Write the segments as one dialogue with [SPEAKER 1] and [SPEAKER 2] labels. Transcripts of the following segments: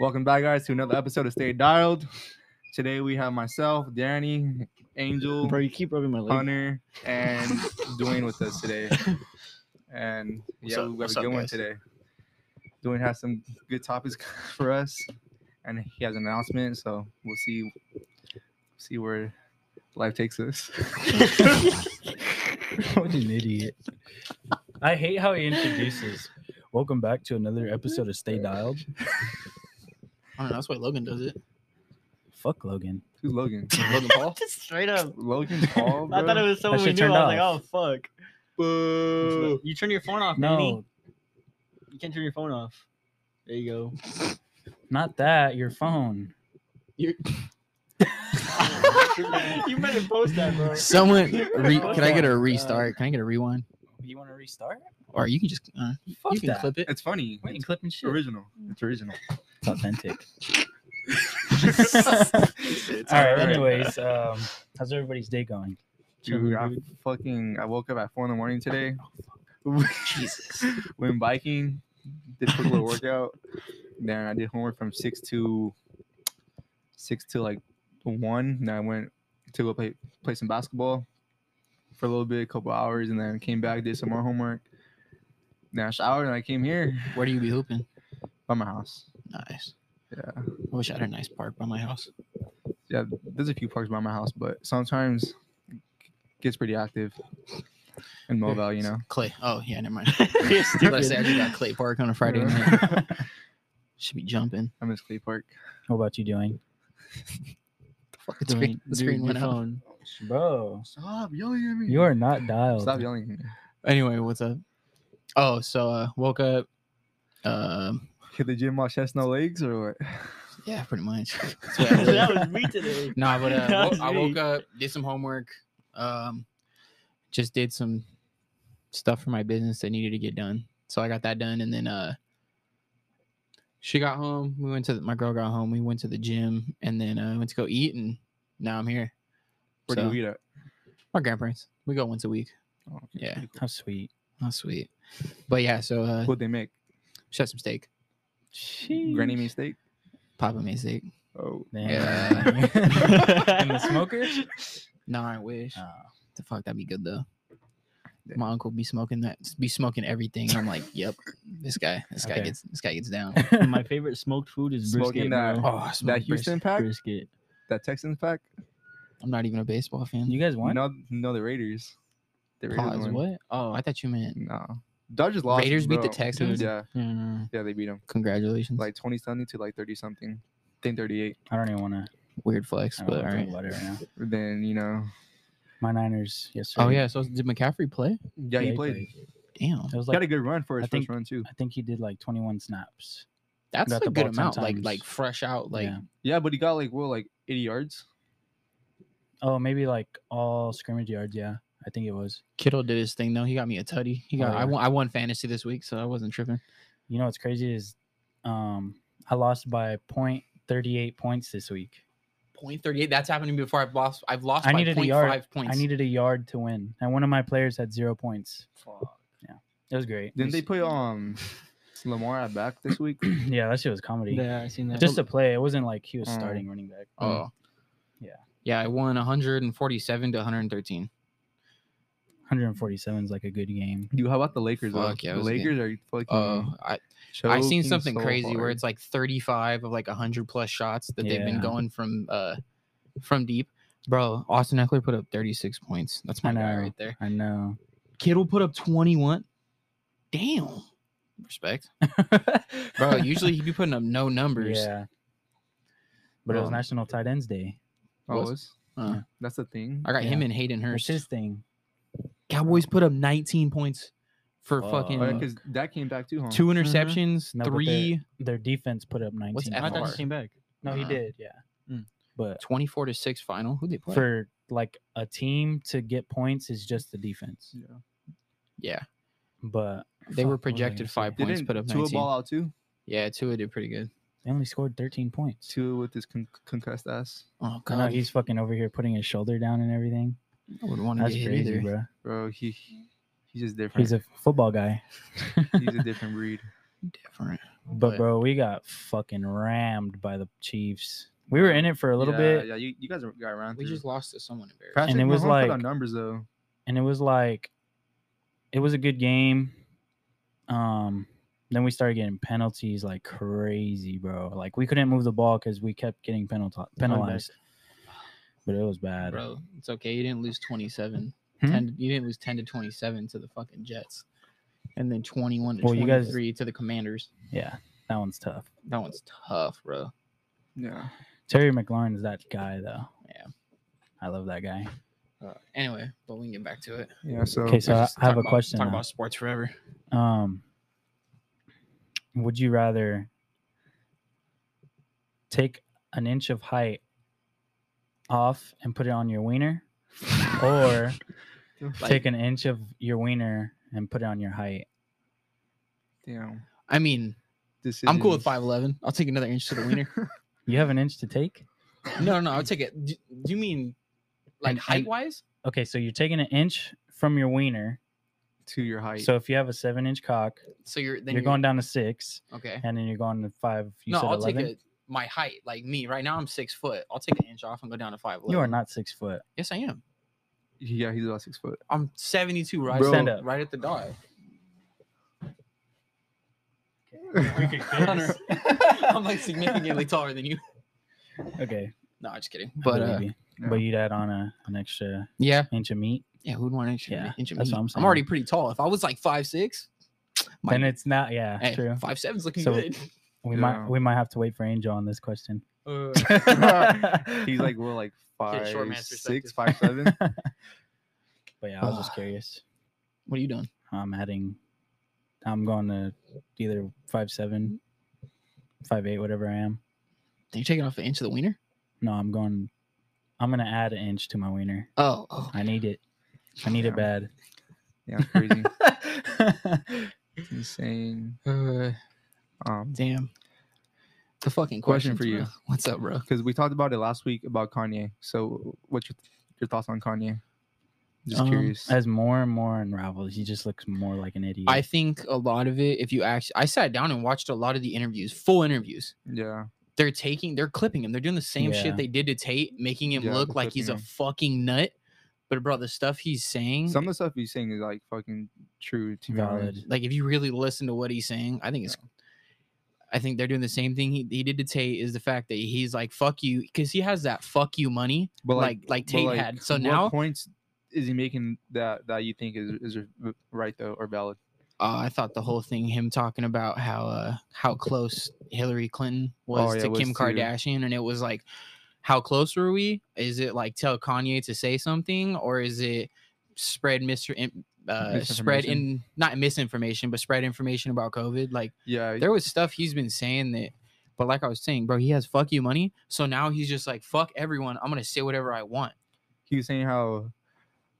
[SPEAKER 1] Welcome back, guys, to another episode of Stay Dialed. Today we have myself, Danny, Angel,
[SPEAKER 2] Bro, you keep rubbing my leg.
[SPEAKER 1] Hunter, and Dwayne with us today. And
[SPEAKER 3] What's
[SPEAKER 1] yeah,
[SPEAKER 3] up-
[SPEAKER 1] we have
[SPEAKER 3] what's
[SPEAKER 1] a
[SPEAKER 3] up,
[SPEAKER 1] good one
[SPEAKER 3] guys?
[SPEAKER 1] today. Dwayne has some good topics for us, and he has an announcement. So we'll see, see where life takes us.
[SPEAKER 2] what an idiot.
[SPEAKER 4] I hate how he introduces. Welcome back to another episode of Stay Dialed.
[SPEAKER 3] I don't know. That's why Logan does it.
[SPEAKER 4] Fuck Logan.
[SPEAKER 1] Who's Logan?
[SPEAKER 3] Logan Paul. Just straight up.
[SPEAKER 1] Logan Paul.
[SPEAKER 3] I thought it was someone we
[SPEAKER 4] shit
[SPEAKER 3] knew. I
[SPEAKER 4] turned
[SPEAKER 3] was like,
[SPEAKER 4] off.
[SPEAKER 3] oh fuck.
[SPEAKER 1] Boo.
[SPEAKER 3] You turn your phone off,
[SPEAKER 4] No,
[SPEAKER 3] no. You can't turn your phone off. There you go.
[SPEAKER 4] not that. Your phone.
[SPEAKER 3] you better post that, bro.
[SPEAKER 2] Someone,
[SPEAKER 3] re-
[SPEAKER 2] can I get a restart? Can I get a rewind?
[SPEAKER 4] You want to restart?
[SPEAKER 2] Or you can just, uh,
[SPEAKER 4] Fuck
[SPEAKER 2] you can
[SPEAKER 4] that.
[SPEAKER 2] clip it.
[SPEAKER 1] It's funny.
[SPEAKER 4] We ain't
[SPEAKER 1] It's
[SPEAKER 4] clipping shit.
[SPEAKER 1] original. It's original.
[SPEAKER 4] It's authentic.
[SPEAKER 3] It's
[SPEAKER 4] All
[SPEAKER 1] alright.
[SPEAKER 4] right. Anyways, um, how's everybody's day going?
[SPEAKER 1] Dude, I fucking I woke up at four in the morning today. Jesus. Went biking, did a quick little workout. Then I did homework from six to six to like one. Then I went to go play play some basketball for a little bit, a couple hours, and then came back, did some more homework. Then I showered and I came here
[SPEAKER 2] Where do you be hooping?
[SPEAKER 1] by my house.
[SPEAKER 2] Nice.
[SPEAKER 1] Yeah.
[SPEAKER 2] I wish I had a nice park by my house.
[SPEAKER 1] Yeah, there's a few parks by my house, but sometimes it gets pretty active in Mobile, you know.
[SPEAKER 2] Clay. Oh, yeah, never mind.
[SPEAKER 3] You're
[SPEAKER 2] Let's say I just got Clay Park on a Friday night. Should be jumping.
[SPEAKER 1] I miss Clay Park.
[SPEAKER 4] What about you doing,
[SPEAKER 2] Fuck, the screen, the screen went out.
[SPEAKER 3] phone.
[SPEAKER 4] bro?
[SPEAKER 1] Stop yelling at me.
[SPEAKER 4] You are not dialed.
[SPEAKER 1] Stop yelling at me.
[SPEAKER 2] Anyway, what's up? Oh, so uh, woke up. Um,
[SPEAKER 1] Hit the gym while chestnut legs or what?
[SPEAKER 2] yeah, pretty much. That's what I did.
[SPEAKER 3] that was me today.
[SPEAKER 2] Nah, but uh,
[SPEAKER 3] That
[SPEAKER 2] wo- I
[SPEAKER 3] was
[SPEAKER 2] woke
[SPEAKER 3] me.
[SPEAKER 2] up, did some homework, um, just did some stuff for my business that needed to get done. So I got that done, and then uh, she got home. We went to the, my girl got home. We went to the gym, and then uh, went to go eat, and now I'm here.
[SPEAKER 1] Where
[SPEAKER 2] So,
[SPEAKER 1] do you eat at?
[SPEAKER 2] My grandparents. We go once a week.
[SPEAKER 1] Oh, okay,
[SPEAKER 2] Yeah.
[SPEAKER 1] pretty cool.
[SPEAKER 4] How sweet.
[SPEAKER 2] Oh, sweet. But yeah, so uh,
[SPEAKER 1] What they make?
[SPEAKER 2] she had some steak.
[SPEAKER 1] Granny made steak?
[SPEAKER 2] Papa made steak.
[SPEAKER 1] Oh.
[SPEAKER 4] Yeah. And the smoker?
[SPEAKER 2] No, I wish. the fuck that'd be good though. My uncle be smoking that, be smoking everything. and I'm like, yep, this guy, this guy
[SPEAKER 4] Okay.
[SPEAKER 2] gets, this guy gets down.
[SPEAKER 4] My
[SPEAKER 3] My favorite smoked food is
[SPEAKER 1] Smoking
[SPEAKER 3] brisket.
[SPEAKER 1] that-
[SPEAKER 3] bro.
[SPEAKER 2] Oh,
[SPEAKER 1] That Houston pack?
[SPEAKER 3] Brisket.
[SPEAKER 1] That Texans pack?
[SPEAKER 2] I'm not even a baseball fan.
[SPEAKER 4] you guys won.
[SPEAKER 1] No, no, the Raiders. The Raiders
[SPEAKER 2] Pause.
[SPEAKER 1] won.
[SPEAKER 2] What? Oh, I thought you meant.
[SPEAKER 1] No. Dodgers lost.
[SPEAKER 2] Raiders beat the
[SPEAKER 1] bro.
[SPEAKER 2] Texans?
[SPEAKER 1] Yeah.
[SPEAKER 2] No, no, no.
[SPEAKER 1] Yeah, they beat them.
[SPEAKER 2] Congratulations. Like
[SPEAKER 1] Like 20 something to like 30 something. I think 38.
[SPEAKER 4] I don't even want to.
[SPEAKER 2] weird flex,
[SPEAKER 4] I don't
[SPEAKER 2] but all
[SPEAKER 4] wanna
[SPEAKER 2] right.
[SPEAKER 4] think about it right now.
[SPEAKER 1] Then, you know.
[SPEAKER 4] My Niners yesterday.
[SPEAKER 2] Oh yeah. So did McCaffrey play?
[SPEAKER 1] Yeah, he played.
[SPEAKER 2] Damn,
[SPEAKER 4] It was
[SPEAKER 1] Got a
[SPEAKER 4] like
[SPEAKER 1] good run for his
[SPEAKER 4] I
[SPEAKER 1] first
[SPEAKER 4] think-
[SPEAKER 1] run, too.
[SPEAKER 4] I think he did like 21 snaps.
[SPEAKER 2] that's
[SPEAKER 4] got
[SPEAKER 2] a
[SPEAKER 4] the
[SPEAKER 2] good
[SPEAKER 4] ball 10
[SPEAKER 2] amount. Like
[SPEAKER 4] times.
[SPEAKER 2] like fresh out. Like
[SPEAKER 4] Yeah.
[SPEAKER 1] Yeah, but he got like, what, like 80 yards?
[SPEAKER 4] Oh, maybe like all scrimmage yards. Yeah, I think it was.
[SPEAKER 2] Kittle did his thing though. He got me a tutty. He got.
[SPEAKER 4] Oh,
[SPEAKER 2] I
[SPEAKER 4] yeah.
[SPEAKER 2] won. I won fantasy this week, so I wasn't tripping.
[SPEAKER 4] You know what's crazy is, um, I lost by point thirty eight points this week.
[SPEAKER 2] Point thirty eight. That's happening before I've lost. I've lost
[SPEAKER 4] I
[SPEAKER 2] by
[SPEAKER 4] needed a
[SPEAKER 2] point
[SPEAKER 4] yard.
[SPEAKER 2] five points.
[SPEAKER 4] I needed a yard to win, and one of my players had zero points. Yeah, it was great.
[SPEAKER 1] Didn't they
[SPEAKER 2] Nice.
[SPEAKER 1] put um Lamar at back this week?
[SPEAKER 4] yeah, that shit was comedy.
[SPEAKER 3] Yeah, I seen that.
[SPEAKER 4] Just a play. It wasn't like he was
[SPEAKER 1] Mm.
[SPEAKER 4] starting running back.
[SPEAKER 2] Oh.
[SPEAKER 4] Yeah.
[SPEAKER 2] Yeah, I won 147 to 113.
[SPEAKER 4] 147 is like a good game.
[SPEAKER 1] Dude, how about the Lakers? though?
[SPEAKER 2] Fuck, yeah, it
[SPEAKER 1] the
[SPEAKER 2] was a game.
[SPEAKER 1] Lakers are fucking.
[SPEAKER 2] Oh, I I seen
[SPEAKER 1] choking
[SPEAKER 2] something
[SPEAKER 1] so
[SPEAKER 2] crazy where
[SPEAKER 1] hard.
[SPEAKER 2] it's like 35 of like 100 plus shots that they've been
[SPEAKER 4] Yeah.
[SPEAKER 2] going from uh from deep. Bro, Austin Eckler put up 36 points. That's my
[SPEAKER 4] I
[SPEAKER 2] guy
[SPEAKER 4] know.
[SPEAKER 2] right there.
[SPEAKER 4] I know.
[SPEAKER 2] Kittle put up 21. Damn. Respect. Bro, usually he'd be putting up no numbers.
[SPEAKER 4] Yeah. But it was
[SPEAKER 2] Um,
[SPEAKER 4] National Tight Ends Day.
[SPEAKER 1] Oh,
[SPEAKER 2] was-
[SPEAKER 1] it's-
[SPEAKER 2] Uh,
[SPEAKER 4] Yeah.
[SPEAKER 1] that's the thing.
[SPEAKER 2] I got him
[SPEAKER 4] Yeah.
[SPEAKER 2] and Hayden
[SPEAKER 4] It's
[SPEAKER 2] Hurst.
[SPEAKER 4] his thing.
[SPEAKER 2] Cowboys put up 19 points for
[SPEAKER 4] Fuck.
[SPEAKER 2] fucking
[SPEAKER 1] Oh, yeah, because that came back too. Huh?
[SPEAKER 2] two interceptions,
[SPEAKER 4] No, but they're-
[SPEAKER 2] three
[SPEAKER 4] Their defense put up 19.
[SPEAKER 2] I thought
[SPEAKER 3] I
[SPEAKER 2] FR.
[SPEAKER 3] thought
[SPEAKER 4] points.
[SPEAKER 3] you came back.
[SPEAKER 4] No, he
[SPEAKER 2] Uh-huh.
[SPEAKER 4] did. Yeah,
[SPEAKER 3] Mm.
[SPEAKER 4] but
[SPEAKER 2] 24 to 6 final. Who they play?
[SPEAKER 4] for like a team to get points is just the defense.
[SPEAKER 1] Yeah.
[SPEAKER 2] yeah.
[SPEAKER 4] But
[SPEAKER 2] They
[SPEAKER 4] fuck,
[SPEAKER 2] were
[SPEAKER 4] what was I
[SPEAKER 2] projected
[SPEAKER 4] gonna
[SPEAKER 2] five
[SPEAKER 4] say?
[SPEAKER 2] points,
[SPEAKER 1] Didn't
[SPEAKER 2] put up
[SPEAKER 1] Tua
[SPEAKER 2] 19.
[SPEAKER 1] ball out too?
[SPEAKER 2] Yeah, Tua did pretty good.
[SPEAKER 4] They only scored 13 points.
[SPEAKER 1] Tua with his con- concussed ass,
[SPEAKER 2] Oh
[SPEAKER 4] I know he's fucking over here putting his shoulder down and everything.
[SPEAKER 2] I wouldn't want to
[SPEAKER 4] That's
[SPEAKER 2] get hit
[SPEAKER 4] crazy,
[SPEAKER 2] either.
[SPEAKER 4] bro.
[SPEAKER 1] bro. He he- he's just different.
[SPEAKER 4] He's a football guy.
[SPEAKER 1] He's a different breed.
[SPEAKER 2] Different.
[SPEAKER 4] But bro, we got fucking rammed by the Chiefs. We were in it for a little
[SPEAKER 1] Yeah,
[SPEAKER 4] bit,
[SPEAKER 1] Yeah, you, you guys got around.
[SPEAKER 2] we
[SPEAKER 1] through.
[SPEAKER 4] Mm-hmm.
[SPEAKER 2] just lost to someone embarrassing.
[SPEAKER 1] Patrick
[SPEAKER 4] and it was
[SPEAKER 1] Mahomes put
[SPEAKER 4] like-
[SPEAKER 1] on numbers though.
[SPEAKER 4] and it was like, it was a good game. Um, then we started getting penalties like crazy, bro. Like we couldn't move the ball because we kept getting penalti- penalized. But it was bad.
[SPEAKER 2] Bro, it's okay. You didn't lose 27.
[SPEAKER 4] Hmm?
[SPEAKER 2] 10, you didn't lose 10 to 27 to the fucking Jets. And then 21 to
[SPEAKER 4] Well, you guys-
[SPEAKER 2] 23 to the Commanders.
[SPEAKER 4] Yeah, that one's tough.
[SPEAKER 2] That one's tough, bro.
[SPEAKER 1] Yeah.
[SPEAKER 4] Terry McLaurin is that guy though.
[SPEAKER 2] Yeah.
[SPEAKER 4] I love that guy.
[SPEAKER 2] Uh, anyway, but we can get back to it.
[SPEAKER 1] Yeah. So
[SPEAKER 4] Okay, so I
[SPEAKER 2] Just
[SPEAKER 4] I have
[SPEAKER 2] talk
[SPEAKER 4] a
[SPEAKER 2] about-
[SPEAKER 4] question.
[SPEAKER 2] Talk
[SPEAKER 4] now.
[SPEAKER 2] about sports forever.
[SPEAKER 4] Um, would you rather take an inch of height off and put it on your wiener, or
[SPEAKER 2] Like,
[SPEAKER 4] take an inch of your wiener and put it on your height?
[SPEAKER 1] damn.
[SPEAKER 2] I mean, I'm cool with 5'11. I'll take another inch to the wiener.
[SPEAKER 4] You have an inch to take.
[SPEAKER 2] no, no, I'll take it. Do, do you mean like
[SPEAKER 4] And- and-
[SPEAKER 2] height wise?
[SPEAKER 4] Okay, so you're taking an inch from your wiener.
[SPEAKER 1] to your height.
[SPEAKER 4] So if you have a seven-inch cock,
[SPEAKER 2] So you're then
[SPEAKER 4] you're going down to six,
[SPEAKER 2] Okay.
[SPEAKER 4] and then you're going to five. You
[SPEAKER 2] no,
[SPEAKER 4] said
[SPEAKER 2] I'll
[SPEAKER 4] 11?
[SPEAKER 2] take it. My height, like me, right now I'm six foot. I'll take an inch off and go down to five.
[SPEAKER 4] You are not six foot.
[SPEAKER 2] Yes, I am.
[SPEAKER 1] yeah, he's about six foot.
[SPEAKER 2] I'm 72, right?
[SPEAKER 1] Bro.
[SPEAKER 4] Stand up.
[SPEAKER 2] Right at the dot.
[SPEAKER 4] this.
[SPEAKER 3] Mm-hmm.
[SPEAKER 2] I'm like significantly taller than you.
[SPEAKER 4] Okay,
[SPEAKER 2] No, just kidding.
[SPEAKER 4] I
[SPEAKER 2] But uh,
[SPEAKER 4] believe you.
[SPEAKER 1] yeah.
[SPEAKER 4] but you'd add on a, an extra
[SPEAKER 2] yeah,
[SPEAKER 4] inch of meat.
[SPEAKER 2] yeah. Who'd want an inch? of
[SPEAKER 4] Yeah,
[SPEAKER 2] me- inch of
[SPEAKER 4] that's
[SPEAKER 2] me?
[SPEAKER 4] what I'm
[SPEAKER 2] I'm already pretty tall. If I was like five six,
[SPEAKER 4] then it's not yeah
[SPEAKER 2] hey,
[SPEAKER 4] true
[SPEAKER 2] five seven's looking
[SPEAKER 4] So-
[SPEAKER 2] good.
[SPEAKER 4] we
[SPEAKER 1] Yeah.
[SPEAKER 4] might we might have to wait for angel on this question
[SPEAKER 2] Uh,
[SPEAKER 1] he's like well, like
[SPEAKER 2] Okay,
[SPEAKER 1] five,
[SPEAKER 2] short man's
[SPEAKER 1] six, five, seven.
[SPEAKER 4] but yeah i was just curious
[SPEAKER 2] what are you doing?
[SPEAKER 4] i'm adding i'm going to either five seven five eight whatever i am
[SPEAKER 2] Are you taking off an inch of the wiener?
[SPEAKER 4] no i'm going i'm gonna add an inch to my wiener
[SPEAKER 2] Oh, oh.
[SPEAKER 4] i need it i need it bad
[SPEAKER 1] yeah, it's crazy. It's insane.
[SPEAKER 2] Uh,
[SPEAKER 1] Um,
[SPEAKER 2] damn. The fucking
[SPEAKER 1] Question for
[SPEAKER 2] questions,
[SPEAKER 1] you.
[SPEAKER 2] bro. What's up, bro?
[SPEAKER 1] because we talked about it last week about Kanye. So, what's your, your thoughts on Kanye? Just
[SPEAKER 4] Um,
[SPEAKER 1] curious.
[SPEAKER 4] as more and more unravels he just looks more like an idiot
[SPEAKER 2] I think a lot of it, if you actually, I sat down and watched a lot of the interviews, full interviews.
[SPEAKER 1] yeah,
[SPEAKER 2] They're taking, they're clipping him. They're doing the same
[SPEAKER 4] Yeah.
[SPEAKER 2] shit they did to Tate, making him
[SPEAKER 1] Yeah,
[SPEAKER 2] look
[SPEAKER 1] they're
[SPEAKER 2] like he's a
[SPEAKER 1] clipping him.
[SPEAKER 2] fucking nut. But bro, the stuff he's saying,
[SPEAKER 1] some of the stuff he's saying is like fucking true to me.
[SPEAKER 4] valid
[SPEAKER 2] like if you really listen to what he's saying, I think it's, I think they're doing the same thing he, he did to Tate. Is the fact that he's like fuck you because he has that fuck you money,
[SPEAKER 1] But
[SPEAKER 2] like like,
[SPEAKER 1] but,
[SPEAKER 2] Tate had. So
[SPEAKER 1] what
[SPEAKER 2] now
[SPEAKER 1] points is he making that that you think is is r- right though or valid?
[SPEAKER 2] uh, I thought the whole thing him talking about how uh how close Hillary Clinton was
[SPEAKER 1] Oh, yeah,
[SPEAKER 2] to
[SPEAKER 1] was
[SPEAKER 2] Kim
[SPEAKER 1] to-
[SPEAKER 2] Kardashian, and it was like, how close were we? Is it like tell Kanye to say something, or is it spread Mister uh, spread in
[SPEAKER 1] Misinformation.
[SPEAKER 2] not misinformation, but spread information about COVID? Like
[SPEAKER 1] Yeah,
[SPEAKER 2] there was stuff he's been saying that, but like I was saying, bro, he has fuck you money, so now he's just like fuck everyone. I'm gonna say whatever I want.
[SPEAKER 1] he was saying how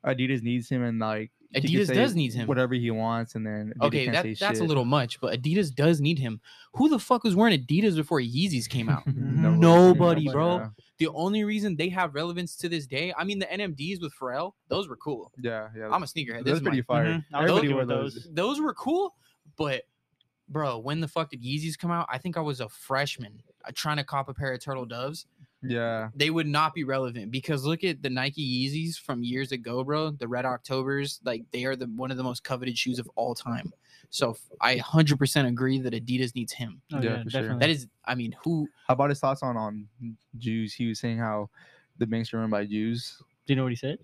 [SPEAKER 1] Adidas needs him and like he could
[SPEAKER 2] Adidas
[SPEAKER 1] say
[SPEAKER 2] does need him.
[SPEAKER 1] whatever he wants, and then Adidas
[SPEAKER 2] Okay,
[SPEAKER 1] can't
[SPEAKER 2] that,
[SPEAKER 1] say
[SPEAKER 2] that's a
[SPEAKER 1] shit.
[SPEAKER 2] little much, but Adidas does need him. Who the fuck was wearing Adidas before Yeezys came out?
[SPEAKER 1] No-
[SPEAKER 2] Nobody, bro.
[SPEAKER 1] Yeah,
[SPEAKER 2] the only reason they have relevance to this day, I mean, the NMDs with Pharrell, those were cool.
[SPEAKER 1] yeah, yeah.
[SPEAKER 2] I'm a sneakerhead. This
[SPEAKER 1] Those
[SPEAKER 2] is my,
[SPEAKER 1] pretty fire.
[SPEAKER 3] Mhm. I was
[SPEAKER 1] Everybody
[SPEAKER 3] looking
[SPEAKER 1] wore
[SPEAKER 3] at those.
[SPEAKER 1] those.
[SPEAKER 2] those were cool, but bro, when the fuck did Yeezys come out? I think I was a freshman uh, trying to cop a pair of Turtle Doves.
[SPEAKER 1] Yeah,
[SPEAKER 2] They would not be relevant because look at the Nike Yeezys from years ago, bro. The Red Octobers, like they are the one of the most coveted shoes of all time. So f- I 100% agree that Adidas needs him.
[SPEAKER 3] Oh,
[SPEAKER 1] Yeah,
[SPEAKER 3] yeah,
[SPEAKER 1] for sure.
[SPEAKER 3] definitely.
[SPEAKER 2] That is, I mean, who
[SPEAKER 1] How about his thoughts on on Jews? He was saying how the banks are run by Jews.
[SPEAKER 3] Do you know what he said?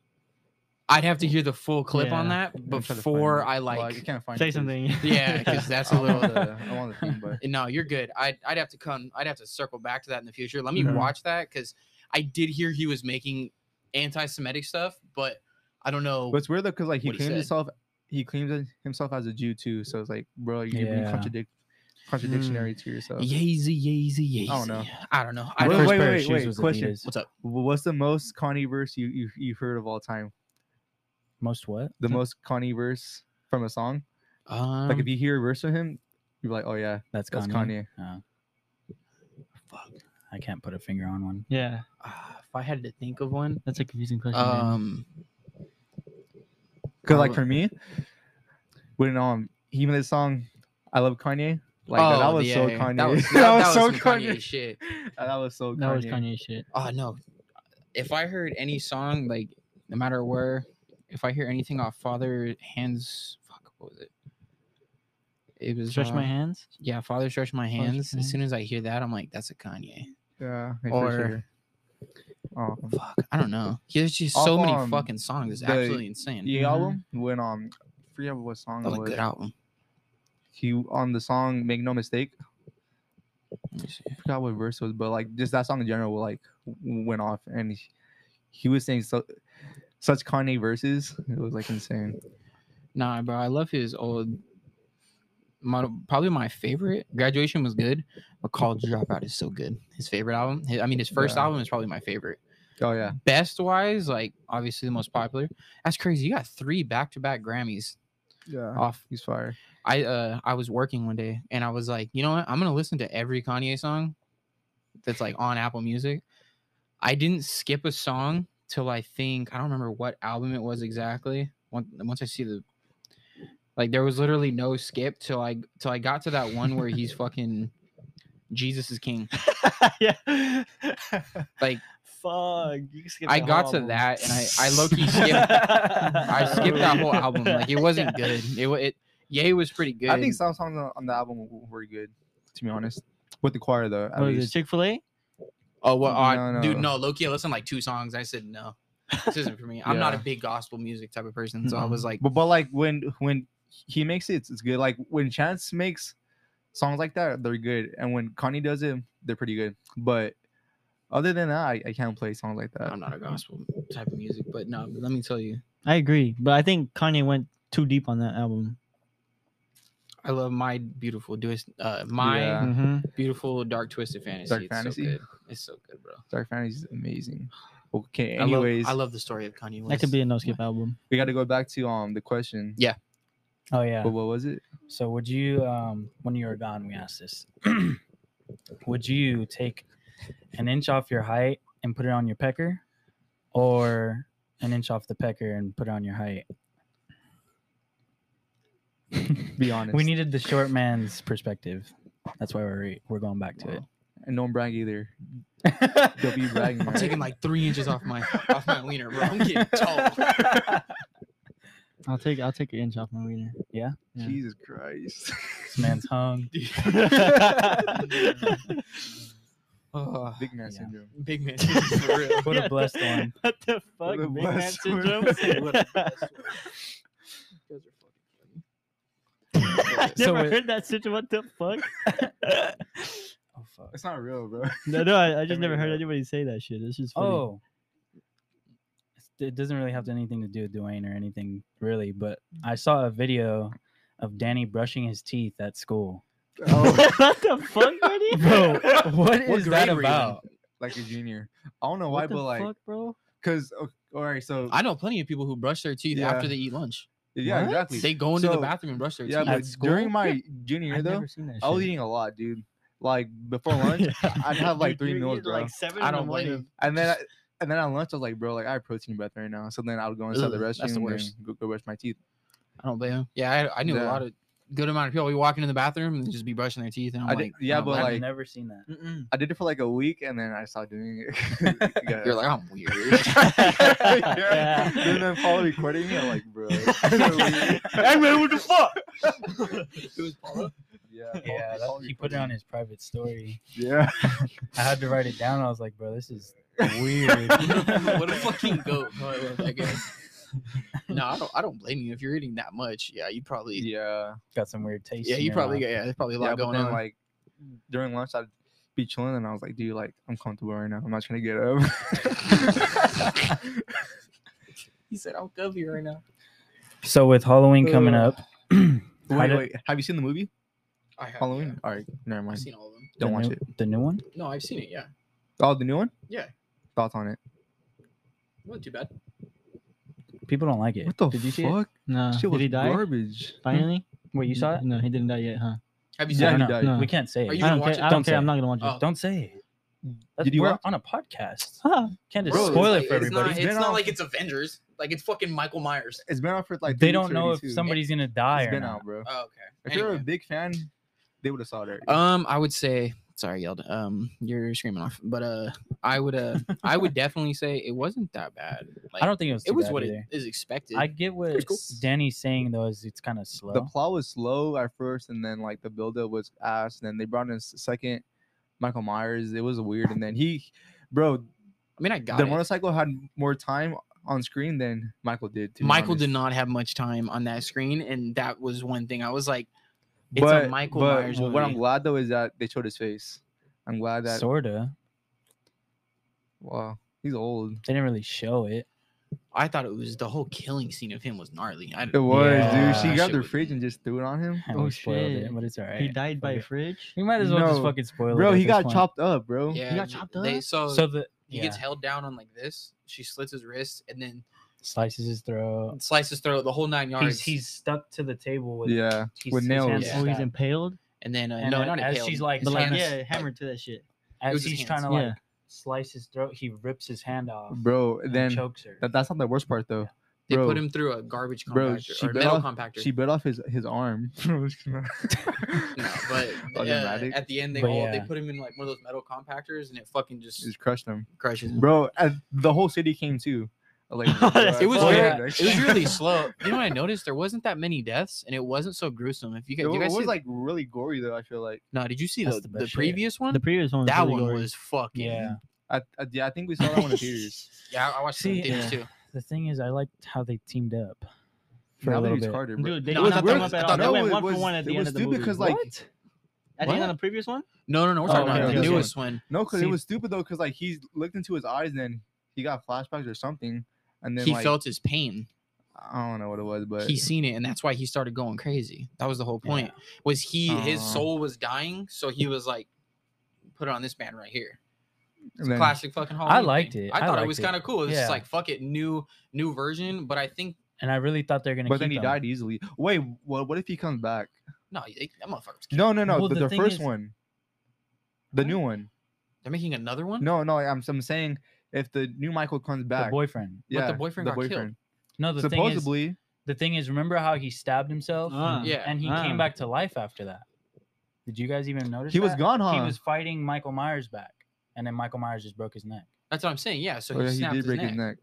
[SPEAKER 2] I'd have to hear the full clip on
[SPEAKER 3] Yeah.
[SPEAKER 2] that
[SPEAKER 1] I'm trying to find
[SPEAKER 2] before
[SPEAKER 1] it.
[SPEAKER 2] I
[SPEAKER 1] Well,
[SPEAKER 2] like.
[SPEAKER 1] you can't find
[SPEAKER 3] Say
[SPEAKER 1] it 'cause
[SPEAKER 3] something.
[SPEAKER 2] Yeah, because that's
[SPEAKER 1] I
[SPEAKER 2] a
[SPEAKER 1] don't want
[SPEAKER 2] little. uh,
[SPEAKER 1] the- I want the thing, but
[SPEAKER 2] No, you're good. I'd, I'd have to come. I'd have to circle back to that in the future. Let me
[SPEAKER 1] Mhm.
[SPEAKER 2] watch that because I did hear he was making anti-Semitic stuff, but I don't know.
[SPEAKER 1] but it's weird though, because like he
[SPEAKER 2] What he
[SPEAKER 1] claims
[SPEAKER 2] said.
[SPEAKER 1] himself, he claims it- himself as a Jew too. So it's like, bro, you're being
[SPEAKER 4] Yeah.
[SPEAKER 1] contradic- contradictionary to yourself.
[SPEAKER 2] Yeezy, yeezy, yeezy.
[SPEAKER 1] I don't know.
[SPEAKER 2] I don't know. I
[SPEAKER 4] My
[SPEAKER 1] Wait,
[SPEAKER 2] don't
[SPEAKER 4] first
[SPEAKER 1] wait,
[SPEAKER 4] pair of
[SPEAKER 1] wait,
[SPEAKER 4] shoes
[SPEAKER 1] wait,
[SPEAKER 4] was
[SPEAKER 1] question.
[SPEAKER 4] Adidas.
[SPEAKER 2] What's up?
[SPEAKER 1] Wh- What's the most Kanye verse you you you've heard of all time?
[SPEAKER 4] most what
[SPEAKER 1] The most Kanye verse from a song.
[SPEAKER 2] Hmm. Um,
[SPEAKER 1] like if you hear a verse from him, you're like, oh yeah,
[SPEAKER 4] that's
[SPEAKER 1] that's
[SPEAKER 4] kanye,
[SPEAKER 1] Kanye.
[SPEAKER 4] Oh,
[SPEAKER 2] fuck,
[SPEAKER 4] i can't put a finger on one
[SPEAKER 3] Yeah,
[SPEAKER 2] ah, if I had to think of one,
[SPEAKER 3] that's a confusing question.
[SPEAKER 1] Mm-hmm.
[SPEAKER 3] man.
[SPEAKER 2] um,
[SPEAKER 1] um, Because like for me, when um he made this song, I love Kanye. Like that- that
[SPEAKER 2] Oh,
[SPEAKER 1] was so
[SPEAKER 2] yeah, yeah.
[SPEAKER 1] Kanye.
[SPEAKER 2] That was, that, was some Kanye. shit.
[SPEAKER 1] That was so
[SPEAKER 3] That was
[SPEAKER 1] Kanye.
[SPEAKER 3] Kanye shit.
[SPEAKER 2] Oh no. If I heard any song, like no matter where, if I hear anything off Father Hands, fuck, what was it? It was
[SPEAKER 4] Stretch my
[SPEAKER 2] uh,
[SPEAKER 4] hands.
[SPEAKER 2] Yeah, Father Stretch My
[SPEAKER 4] Stretch
[SPEAKER 2] Hands.
[SPEAKER 4] My
[SPEAKER 2] As soon as I hear that, I'm like, that's a Kanye.
[SPEAKER 1] Yeah. hey, for
[SPEAKER 2] Or-
[SPEAKER 1] sure. Oh,
[SPEAKER 2] Fuck, I don't know. There's just
[SPEAKER 1] Off,
[SPEAKER 2] so many
[SPEAKER 1] um,
[SPEAKER 2] fucking songs. It's
[SPEAKER 1] the-
[SPEAKER 2] absolutely insane.
[SPEAKER 1] the
[SPEAKER 4] Mhm.
[SPEAKER 1] album when um, I forget what song
[SPEAKER 2] That
[SPEAKER 1] it
[SPEAKER 2] was a
[SPEAKER 1] was.
[SPEAKER 2] good album.
[SPEAKER 1] He on the song "Make No Mistake."
[SPEAKER 2] Let me see.
[SPEAKER 1] I forgot what verse it was, but like just that song in general, like w- went off, and he, he was saying so such Kanye verses. It was like insane.
[SPEAKER 2] Nah, bro, I love his old. My, probably my favorite. Graduation was good, but College Dropout is so good. His favorite album. hi- I mean, his first
[SPEAKER 1] Yeah.
[SPEAKER 2] album is probably my favorite.
[SPEAKER 1] Oh yeah,
[SPEAKER 2] Best wise, like obviously the most popular. That's crazy. You got three back to back Grammys
[SPEAKER 1] yeah.
[SPEAKER 2] off
[SPEAKER 1] He's fire.
[SPEAKER 2] I uh I was working one day and I was like, you know what? I'm gonna listen to every Kanye song that's like on Apple Music. I didn't skip a song till I think I don't remember what album it was exactly. Once once I see the like there was literally no skip till I till I got to that one where he's fucking Jesus is king.
[SPEAKER 3] yeah.
[SPEAKER 2] Like
[SPEAKER 3] Fuck. You can skip
[SPEAKER 2] I
[SPEAKER 3] the
[SPEAKER 2] got
[SPEAKER 3] whole
[SPEAKER 2] to
[SPEAKER 3] album.
[SPEAKER 2] that and I I low key skipped I skipped that whole album. Like it wasn't good. It wa- it Ye was pretty good.
[SPEAKER 1] I think some songs on, on the album w- were good, to be honest. With the choir though, at
[SPEAKER 4] What is it?
[SPEAKER 1] least.
[SPEAKER 4] Chick Fil A.
[SPEAKER 2] Oh, well, uh,
[SPEAKER 1] No,
[SPEAKER 2] dude,
[SPEAKER 1] no.
[SPEAKER 2] no, Loki, I listened to, like two songs. I said, no, this isn't for me. I'm not a
[SPEAKER 1] Yeah.
[SPEAKER 2] big gospel music type of person. So I
[SPEAKER 1] Mhm.
[SPEAKER 2] was like,
[SPEAKER 1] But but like when when he makes it, it's good. Like when Chance makes songs like that, they're good. And when Kanye does it, they're pretty good. But other than that, I, I can't play songs like that.
[SPEAKER 2] I'm not a gospel type of music. But no, let me tell you,
[SPEAKER 4] I agree, but I think Kanye went too deep on that album.
[SPEAKER 2] I love my beautiful, Dis- uh, my
[SPEAKER 1] Yeah.
[SPEAKER 4] Mm-hmm.
[SPEAKER 2] beautiful dark twisted fantasy.
[SPEAKER 1] Dark
[SPEAKER 2] it's
[SPEAKER 1] Fantasy?
[SPEAKER 2] So good. It's so good, bro.
[SPEAKER 1] Dark Fantasy is amazing. Okay,
[SPEAKER 2] I love-
[SPEAKER 1] anyways,
[SPEAKER 2] I love, the story of Kanye West.
[SPEAKER 4] That could be a no skip album.
[SPEAKER 1] we got to go back to um the question.
[SPEAKER 2] Yeah.
[SPEAKER 4] Oh yeah.
[SPEAKER 1] But what was it?
[SPEAKER 4] So would you, um, when you were gone, we asked this. would you take an inch off your height and put it on your pecker, or an inch off the pecker and put it on your height?
[SPEAKER 1] Be honest.
[SPEAKER 4] we needed the short man's perspective. That's why we're we're going back to
[SPEAKER 1] and don't brag either.
[SPEAKER 4] it.
[SPEAKER 1] Don't be bragging.
[SPEAKER 2] I'm
[SPEAKER 1] right?
[SPEAKER 2] taking like three inches off my off my wiener, bro. I'm getting tall.
[SPEAKER 5] I'll take I'll take an inch off my wiener. yeah.
[SPEAKER 1] Jesus Christ.
[SPEAKER 4] This man's hung.
[SPEAKER 2] Oh,
[SPEAKER 1] Big man
[SPEAKER 4] Yeah.
[SPEAKER 1] syndrome.
[SPEAKER 2] big man, for real.
[SPEAKER 4] What a blessed one.
[SPEAKER 5] What the fuck?
[SPEAKER 1] What a
[SPEAKER 5] Big man
[SPEAKER 1] blessed one.
[SPEAKER 5] syndrome.
[SPEAKER 2] What a blessed one. You guys are fucking funny.
[SPEAKER 5] I
[SPEAKER 4] So
[SPEAKER 5] never
[SPEAKER 4] it-
[SPEAKER 5] heard that situation. What the fuck?
[SPEAKER 4] Oh fuck.
[SPEAKER 1] It's not real, bro.
[SPEAKER 5] No, no, I, I
[SPEAKER 1] Never
[SPEAKER 5] just never
[SPEAKER 1] heard
[SPEAKER 5] heard
[SPEAKER 1] that.
[SPEAKER 5] anybody say that shit. It's just funny.
[SPEAKER 4] Oh. It's- It doesn't really have anything to do with Dwayne or anything really, but I saw a video of Danny brushing his teeth at school.
[SPEAKER 5] what the fuck, buddy?
[SPEAKER 4] Bro, what
[SPEAKER 2] What
[SPEAKER 4] is
[SPEAKER 2] grade
[SPEAKER 4] that
[SPEAKER 2] were you in?
[SPEAKER 4] about?
[SPEAKER 1] like a junior. I don't know why,
[SPEAKER 5] What the
[SPEAKER 1] but like,
[SPEAKER 5] fuck, bro?
[SPEAKER 1] cause okay, all right, so
[SPEAKER 2] I know plenty of people who brush their teeth
[SPEAKER 1] Yeah.
[SPEAKER 2] after they eat lunch.
[SPEAKER 1] yeah,
[SPEAKER 4] What?
[SPEAKER 1] exactly.
[SPEAKER 2] They go into the
[SPEAKER 1] So-
[SPEAKER 2] bathroom and brush their
[SPEAKER 1] yeah,
[SPEAKER 2] teeth.
[SPEAKER 1] but during
[SPEAKER 4] school?
[SPEAKER 1] my junior year
[SPEAKER 4] I've
[SPEAKER 1] though,
[SPEAKER 4] never seen that
[SPEAKER 1] I was
[SPEAKER 4] shit.
[SPEAKER 1] eating a lot, dude. Like before lunch, I'd have like
[SPEAKER 5] Dude,
[SPEAKER 1] three
[SPEAKER 5] you
[SPEAKER 1] meals,
[SPEAKER 5] eat,
[SPEAKER 1] bro.
[SPEAKER 5] Like seven
[SPEAKER 2] I
[SPEAKER 5] in the
[SPEAKER 2] don't blame
[SPEAKER 5] morning.
[SPEAKER 2] them.
[SPEAKER 1] and then I, and then at lunch, I was like, bro, like I have protein breath right now. So then I would go inside the
[SPEAKER 2] Ugh, that's the
[SPEAKER 1] restroom
[SPEAKER 2] worst.
[SPEAKER 1] and go, go brush my teeth.
[SPEAKER 2] I don't blame them. Yeah, I, I knew a
[SPEAKER 1] Yeah.
[SPEAKER 2] lot of good amount of people. We walk into the bathroom and they just be brushing their teeth, and I'm
[SPEAKER 1] I did-
[SPEAKER 2] like, "Oh,
[SPEAKER 1] yeah,
[SPEAKER 2] I'm
[SPEAKER 1] but,
[SPEAKER 4] I've
[SPEAKER 1] like-
[SPEAKER 4] never seen that.
[SPEAKER 1] I did it for like a week, and then I stopped doing it. Yeah.
[SPEAKER 2] you're like, I'm weird.
[SPEAKER 1] yeah. And then Paul recording me, I'm like, bro.
[SPEAKER 5] Hey, man, what the fuck?
[SPEAKER 1] yeah,
[SPEAKER 4] Yeah, that,
[SPEAKER 1] Paul
[SPEAKER 4] he put it
[SPEAKER 1] recording
[SPEAKER 4] on
[SPEAKER 1] me.
[SPEAKER 4] his private story.
[SPEAKER 1] Yeah.
[SPEAKER 4] I had to write it down. I was like, bro, this is weird.
[SPEAKER 2] what a fucking goat. No, I love that guy. No, I don't. I don't blame you if you're eating that much. Yeah, you probably. Yeah,
[SPEAKER 1] Yeah.
[SPEAKER 4] Got some weird taste. in
[SPEAKER 2] you
[SPEAKER 4] your
[SPEAKER 2] probably.
[SPEAKER 4] mouth.
[SPEAKER 2] Yeah, there's probably a lot
[SPEAKER 1] yeah, but
[SPEAKER 2] going
[SPEAKER 1] then,
[SPEAKER 2] on.
[SPEAKER 1] Like during lunch, I'd be chilling, and I was like, "Dude, like I'm comfortable right now. I'm not trying to get up."
[SPEAKER 2] he said, "I'll cover you right now."
[SPEAKER 4] So with Halloween coming
[SPEAKER 2] Ugh.
[SPEAKER 4] up, the
[SPEAKER 1] wait,
[SPEAKER 4] did-
[SPEAKER 1] wait. Have you seen the movie
[SPEAKER 2] I have, yeah.
[SPEAKER 1] Halloween? All right, never
[SPEAKER 2] I've
[SPEAKER 1] mind.
[SPEAKER 2] seen all of them.
[SPEAKER 1] Don't watch
[SPEAKER 4] new-
[SPEAKER 1] it.
[SPEAKER 4] The new one?
[SPEAKER 2] No, I've seen it. Yeah,
[SPEAKER 1] Oh, the new one.
[SPEAKER 2] yeah.
[SPEAKER 1] Thoughts on it?
[SPEAKER 2] Not too bad.
[SPEAKER 4] People don't like it.
[SPEAKER 1] What the
[SPEAKER 5] Did you see it?
[SPEAKER 1] fuck?
[SPEAKER 5] No.
[SPEAKER 1] Shit
[SPEAKER 5] Did
[SPEAKER 1] was
[SPEAKER 5] he die?
[SPEAKER 1] garbage.
[SPEAKER 5] Finally?
[SPEAKER 4] Wait, you saw it?
[SPEAKER 5] No, he didn't die yet, huh?
[SPEAKER 2] Have you
[SPEAKER 1] Yeah,
[SPEAKER 2] seen
[SPEAKER 1] he
[SPEAKER 2] it?
[SPEAKER 4] no,
[SPEAKER 1] died.
[SPEAKER 5] No.
[SPEAKER 4] We can't say.
[SPEAKER 2] Are
[SPEAKER 4] It.
[SPEAKER 2] you
[SPEAKER 5] I
[SPEAKER 2] gonna
[SPEAKER 5] don't
[SPEAKER 2] watch
[SPEAKER 5] care.
[SPEAKER 2] it?
[SPEAKER 5] I
[SPEAKER 4] Don't
[SPEAKER 5] don't
[SPEAKER 4] say
[SPEAKER 5] care.
[SPEAKER 4] it.
[SPEAKER 5] I'm not gonna watch
[SPEAKER 2] Oh.
[SPEAKER 5] it.
[SPEAKER 4] Don't say it. That's-
[SPEAKER 1] Did you
[SPEAKER 4] we're
[SPEAKER 1] watch-
[SPEAKER 4] on a podcast.
[SPEAKER 5] Ah.
[SPEAKER 4] Can't just
[SPEAKER 1] Bro,
[SPEAKER 4] spoil
[SPEAKER 2] like,
[SPEAKER 4] it for
[SPEAKER 2] it's
[SPEAKER 4] everybody.
[SPEAKER 2] Not,
[SPEAKER 1] It's
[SPEAKER 2] it's
[SPEAKER 1] been
[SPEAKER 2] not
[SPEAKER 1] out-
[SPEAKER 2] like it's Avengers. Like it's fucking Michael Myers.
[SPEAKER 1] It's been out for like. three
[SPEAKER 4] they
[SPEAKER 1] weeks
[SPEAKER 4] don't know
[SPEAKER 1] already,
[SPEAKER 4] if
[SPEAKER 1] too.
[SPEAKER 4] somebody's gonna die
[SPEAKER 1] It's
[SPEAKER 4] or
[SPEAKER 1] been
[SPEAKER 4] not.
[SPEAKER 1] out, bro.
[SPEAKER 2] Oh, okay.
[SPEAKER 1] If you're a
[SPEAKER 2] Anyway,
[SPEAKER 1] big fan, They would have saw it. already.
[SPEAKER 2] Um, I would say sorry, I yelled. Um, you're screaming off, but uh, I would uh, I would definitely say it wasn't that bad. Like,
[SPEAKER 4] I don't think it was.
[SPEAKER 2] It was what
[SPEAKER 4] it
[SPEAKER 2] it
[SPEAKER 4] is.
[SPEAKER 2] is expected.
[SPEAKER 4] I get what
[SPEAKER 2] was cool.
[SPEAKER 4] Danny's saying though is it's kind of slow.
[SPEAKER 1] the plot was slow at first, and then like the buildup was ass. And then they brought in s- second Michael Myers. It was weird, and then he, bro,
[SPEAKER 2] I mean, I got
[SPEAKER 1] the
[SPEAKER 2] it.
[SPEAKER 1] motorcycle had more time on screen than Michael did. to be
[SPEAKER 2] Michael did
[SPEAKER 1] honest.
[SPEAKER 2] not have much time on that screen, and that was one thing I was like, it's
[SPEAKER 1] but,
[SPEAKER 2] a Michael
[SPEAKER 1] but
[SPEAKER 2] Myers
[SPEAKER 1] What I'm
[SPEAKER 2] movie.
[SPEAKER 1] glad though is that they showed his face. I'm glad that
[SPEAKER 4] sorta.
[SPEAKER 1] wow, he's old.
[SPEAKER 4] They didn't really show it.
[SPEAKER 2] I thought it was the whole killing scene of him was gnarly. I
[SPEAKER 1] It was, dude.
[SPEAKER 4] Yeah.
[SPEAKER 1] She grabbed
[SPEAKER 2] Shit
[SPEAKER 1] her
[SPEAKER 2] was-
[SPEAKER 1] fridge and just threw it on him.
[SPEAKER 4] And
[SPEAKER 5] Oh,
[SPEAKER 4] we spoiled it,
[SPEAKER 5] shit.
[SPEAKER 4] but it's alright.
[SPEAKER 5] He died by
[SPEAKER 4] Okay.
[SPEAKER 5] fridge.
[SPEAKER 4] We might as well just
[SPEAKER 1] No.
[SPEAKER 4] fucking spoil it.
[SPEAKER 1] Bro,
[SPEAKER 4] at
[SPEAKER 1] he
[SPEAKER 4] this
[SPEAKER 1] got
[SPEAKER 4] point.
[SPEAKER 1] chopped up, bro.
[SPEAKER 2] Yeah,
[SPEAKER 5] got chopped
[SPEAKER 2] They
[SPEAKER 5] up?
[SPEAKER 2] so,
[SPEAKER 4] So the
[SPEAKER 2] he gets held down on like this. She slits his wrist and then
[SPEAKER 4] slices his throat.
[SPEAKER 2] slices his throat the whole nine yards.
[SPEAKER 4] He's he's stuck to the table with
[SPEAKER 1] Yeah,
[SPEAKER 4] he's-
[SPEAKER 1] with
[SPEAKER 4] his
[SPEAKER 1] nails.
[SPEAKER 4] hands
[SPEAKER 2] Yeah.
[SPEAKER 5] Oh, he's
[SPEAKER 4] stabbed.
[SPEAKER 5] impaled.
[SPEAKER 2] and then uh,
[SPEAKER 4] and
[SPEAKER 2] no,
[SPEAKER 4] then
[SPEAKER 2] not
[SPEAKER 4] as
[SPEAKER 2] impaled.
[SPEAKER 4] she's, like,
[SPEAKER 2] His
[SPEAKER 4] But, like,
[SPEAKER 5] Like,
[SPEAKER 2] hands-
[SPEAKER 5] yeah, hammer to that shit.
[SPEAKER 2] It was
[SPEAKER 4] As
[SPEAKER 2] his
[SPEAKER 4] he's
[SPEAKER 2] hands.
[SPEAKER 4] trying to like
[SPEAKER 5] Yeah.
[SPEAKER 4] slice his throat, he rips his hand off.
[SPEAKER 1] bro.
[SPEAKER 4] and
[SPEAKER 1] Then
[SPEAKER 4] chokes her.
[SPEAKER 1] that, that's not the worst part though.
[SPEAKER 2] They
[SPEAKER 1] Bro.
[SPEAKER 2] put him through a garbage compactor
[SPEAKER 1] Bro, she
[SPEAKER 2] or
[SPEAKER 1] bit
[SPEAKER 2] metal
[SPEAKER 1] off-
[SPEAKER 2] compactor.
[SPEAKER 1] She bit off his his arm. no,
[SPEAKER 2] no, but uh, at the end they
[SPEAKER 4] But
[SPEAKER 2] all they
[SPEAKER 4] yeah.
[SPEAKER 2] put him in like one of those metal compactors and it fucking just
[SPEAKER 1] just crushed him,
[SPEAKER 2] crushes him.
[SPEAKER 1] bro. and the whole city came too. Like,
[SPEAKER 5] That's
[SPEAKER 2] It was
[SPEAKER 4] Oh,
[SPEAKER 2] very,
[SPEAKER 4] yeah.
[SPEAKER 2] it was really slow. You know what I noticed? There wasn't that many deaths, and it wasn't so gruesome. If you,
[SPEAKER 1] It,
[SPEAKER 2] guys- you guys
[SPEAKER 1] was
[SPEAKER 2] see, like,
[SPEAKER 1] like really gory though. I feel like
[SPEAKER 2] no, did you see
[SPEAKER 4] That's
[SPEAKER 2] the,
[SPEAKER 4] the
[SPEAKER 2] the,
[SPEAKER 4] best shit.
[SPEAKER 2] previous one?
[SPEAKER 5] The previous one. Was
[SPEAKER 2] that
[SPEAKER 5] really
[SPEAKER 2] one
[SPEAKER 5] gory.
[SPEAKER 2] was fucking.
[SPEAKER 4] yeah.
[SPEAKER 1] I, I, yeah, I think we saw that one in theaters.
[SPEAKER 2] yeah. I I watched see,
[SPEAKER 4] See,
[SPEAKER 2] theaters
[SPEAKER 4] yeah.
[SPEAKER 2] too.
[SPEAKER 4] The thing is, I liked how they teamed up. For
[SPEAKER 1] now that
[SPEAKER 4] a little
[SPEAKER 1] he's
[SPEAKER 4] bit.
[SPEAKER 1] harder, bro.
[SPEAKER 5] Dude, they
[SPEAKER 2] No,
[SPEAKER 5] did
[SPEAKER 2] I
[SPEAKER 5] not
[SPEAKER 2] thought
[SPEAKER 5] team up
[SPEAKER 2] that
[SPEAKER 5] at
[SPEAKER 2] was-
[SPEAKER 5] all.
[SPEAKER 2] I
[SPEAKER 5] They
[SPEAKER 2] thought
[SPEAKER 5] went
[SPEAKER 1] that
[SPEAKER 5] one
[SPEAKER 1] was-
[SPEAKER 5] for one at the
[SPEAKER 1] it
[SPEAKER 5] end
[SPEAKER 1] was
[SPEAKER 5] of the
[SPEAKER 1] stupid
[SPEAKER 5] movie.
[SPEAKER 1] 'cause, like-
[SPEAKER 5] what? At the end of the previous one?
[SPEAKER 2] No, no, no. We're talking
[SPEAKER 4] Oh,
[SPEAKER 2] about
[SPEAKER 4] okay,
[SPEAKER 2] the
[SPEAKER 4] okay.
[SPEAKER 2] newest one.
[SPEAKER 1] No, because
[SPEAKER 4] See-
[SPEAKER 1] it was stupid though. Because like he looked into his eyes, and then he got flashbacks or something, and then
[SPEAKER 2] he
[SPEAKER 1] like,
[SPEAKER 2] felt his pain.
[SPEAKER 1] I don't know what it was, but
[SPEAKER 2] he seen it, and that's why he started going crazy. That was the whole point. Was he his
[SPEAKER 1] Aw.
[SPEAKER 2] soul was dying, so he was like, put it on this band right here. It's
[SPEAKER 1] and then-
[SPEAKER 2] classic fucking Halloween.
[SPEAKER 4] liked
[SPEAKER 2] thing.
[SPEAKER 4] it.
[SPEAKER 2] I
[SPEAKER 4] I
[SPEAKER 2] thought it
[SPEAKER 4] liked
[SPEAKER 2] was
[SPEAKER 4] it.
[SPEAKER 2] kind of cool. It's
[SPEAKER 4] Yeah.
[SPEAKER 2] just like fuck it, new new version. But I think
[SPEAKER 4] And I really thought they were gonna.
[SPEAKER 1] but
[SPEAKER 4] keep
[SPEAKER 1] then he
[SPEAKER 4] him.
[SPEAKER 1] died easily. Wait, what? What if he comes back?
[SPEAKER 2] no, it- that motherfucker's.
[SPEAKER 1] No, no, no.
[SPEAKER 4] Well,
[SPEAKER 1] the,
[SPEAKER 4] the
[SPEAKER 1] the
[SPEAKER 4] thing
[SPEAKER 1] first
[SPEAKER 4] is-
[SPEAKER 1] one, the new one.
[SPEAKER 2] They're making another one.
[SPEAKER 1] No, no. I'm, I'm saying if the new Michael comes
[SPEAKER 4] The
[SPEAKER 1] back,
[SPEAKER 4] boyfriend.
[SPEAKER 2] But the boyfriend got killed.
[SPEAKER 4] No, the thing is,
[SPEAKER 1] Supposedly,
[SPEAKER 4] the thing is, remember how he stabbed himself?
[SPEAKER 5] Ah.
[SPEAKER 2] Yeah.
[SPEAKER 4] And he
[SPEAKER 5] Ah.
[SPEAKER 4] came back to life after that. Did you guys even notice?
[SPEAKER 1] he was
[SPEAKER 4] that?
[SPEAKER 1] gone, huh?
[SPEAKER 4] He was fighting Michael Myers back, and then Michael Myers just broke his neck.
[SPEAKER 2] That's what I'm saying. Yeah, so
[SPEAKER 1] Oh, yeah,
[SPEAKER 2] he
[SPEAKER 1] he
[SPEAKER 2] snapped
[SPEAKER 1] did
[SPEAKER 2] his,
[SPEAKER 1] break
[SPEAKER 2] neck.
[SPEAKER 1] his neck.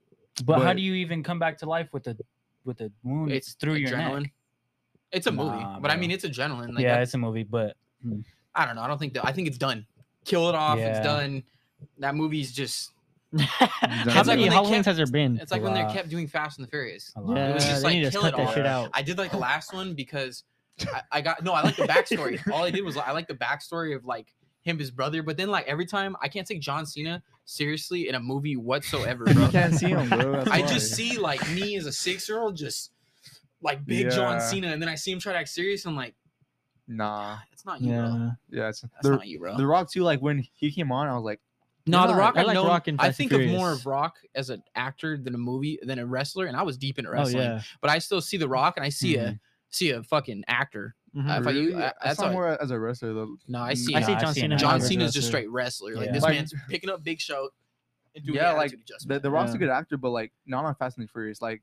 [SPEAKER 4] But, how
[SPEAKER 1] But-
[SPEAKER 4] do you even come back to life with a with a wound?
[SPEAKER 2] It's
[SPEAKER 4] through your
[SPEAKER 2] adrenaline.
[SPEAKER 4] neck.
[SPEAKER 2] It's a movie,
[SPEAKER 4] Nah,
[SPEAKER 2] but I
[SPEAKER 4] bro.
[SPEAKER 2] mean, it's adrenaline. Like,
[SPEAKER 4] yeah,
[SPEAKER 2] yeah,
[SPEAKER 4] it's a movie, but
[SPEAKER 2] I don't know. I don't think that. I think it's done. Kill it off. It's
[SPEAKER 4] Yeah.
[SPEAKER 2] done. That movie's just.
[SPEAKER 5] How
[SPEAKER 1] It's like
[SPEAKER 5] many
[SPEAKER 2] when they
[SPEAKER 5] Halloweens
[SPEAKER 2] kept-
[SPEAKER 5] has there been?
[SPEAKER 2] It's like when they
[SPEAKER 4] Wow.
[SPEAKER 2] kept doing Fast and the Furious.
[SPEAKER 4] a lot.
[SPEAKER 5] Yeah,
[SPEAKER 2] was just
[SPEAKER 5] they
[SPEAKER 2] like,
[SPEAKER 5] need to
[SPEAKER 2] kill
[SPEAKER 5] cut
[SPEAKER 2] it all.
[SPEAKER 5] that shit out.
[SPEAKER 2] I did like the last one because I, I got no. I like the backstory. All I did was I like the backstory of like him, his brother. But then like every time I can't take John Cena seriously in a movie whatsoever, bro.
[SPEAKER 1] You can't see him, bro. that's
[SPEAKER 2] I
[SPEAKER 1] why.
[SPEAKER 2] just see like me as a six year old just like big John
[SPEAKER 1] Yeah.
[SPEAKER 2] Cena, and then I see him try to act serious. And I'm like, "Ah,
[SPEAKER 1] nah.
[SPEAKER 2] that's not you, bro.
[SPEAKER 5] Yeah.
[SPEAKER 1] Yeah, it's,
[SPEAKER 2] That's
[SPEAKER 1] the,
[SPEAKER 2] not you, bro.
[SPEAKER 1] the Rock too. Like when he came on, I was like,
[SPEAKER 2] no, The
[SPEAKER 5] Yeah,
[SPEAKER 2] Rock.
[SPEAKER 5] I
[SPEAKER 2] I,
[SPEAKER 5] like
[SPEAKER 2] know,
[SPEAKER 5] Rock in
[SPEAKER 2] I
[SPEAKER 5] Fast and
[SPEAKER 2] think of more
[SPEAKER 5] Furious.
[SPEAKER 2] of Rock as an actor than a movie than a wrestler, and I was deep into
[SPEAKER 5] Oh
[SPEAKER 2] wrestling.
[SPEAKER 5] yeah. Mm-hmm.
[SPEAKER 2] But I still see The Rock, and I see a see a fucking actor. Uh, if I-
[SPEAKER 1] really?
[SPEAKER 2] I- that's
[SPEAKER 1] saw
[SPEAKER 2] how I-
[SPEAKER 1] more as a wrestler though.
[SPEAKER 2] No, I see.
[SPEAKER 5] I
[SPEAKER 2] him.
[SPEAKER 5] see
[SPEAKER 4] Nah,
[SPEAKER 5] John
[SPEAKER 4] I've seen
[SPEAKER 5] Cena.
[SPEAKER 4] him.
[SPEAKER 2] John
[SPEAKER 5] as a
[SPEAKER 2] Cena's just
[SPEAKER 5] wrestler.
[SPEAKER 2] straight wrestler. Like
[SPEAKER 4] Yeah.
[SPEAKER 2] this
[SPEAKER 1] Like-
[SPEAKER 2] man's picking up Big Show and doing
[SPEAKER 1] Yeah,
[SPEAKER 2] the
[SPEAKER 1] like,
[SPEAKER 2] attitude
[SPEAKER 1] The,
[SPEAKER 2] adjustment.
[SPEAKER 1] the Rock's a
[SPEAKER 5] Yeah.
[SPEAKER 1] good actor, but like not on Fast and Furious. Like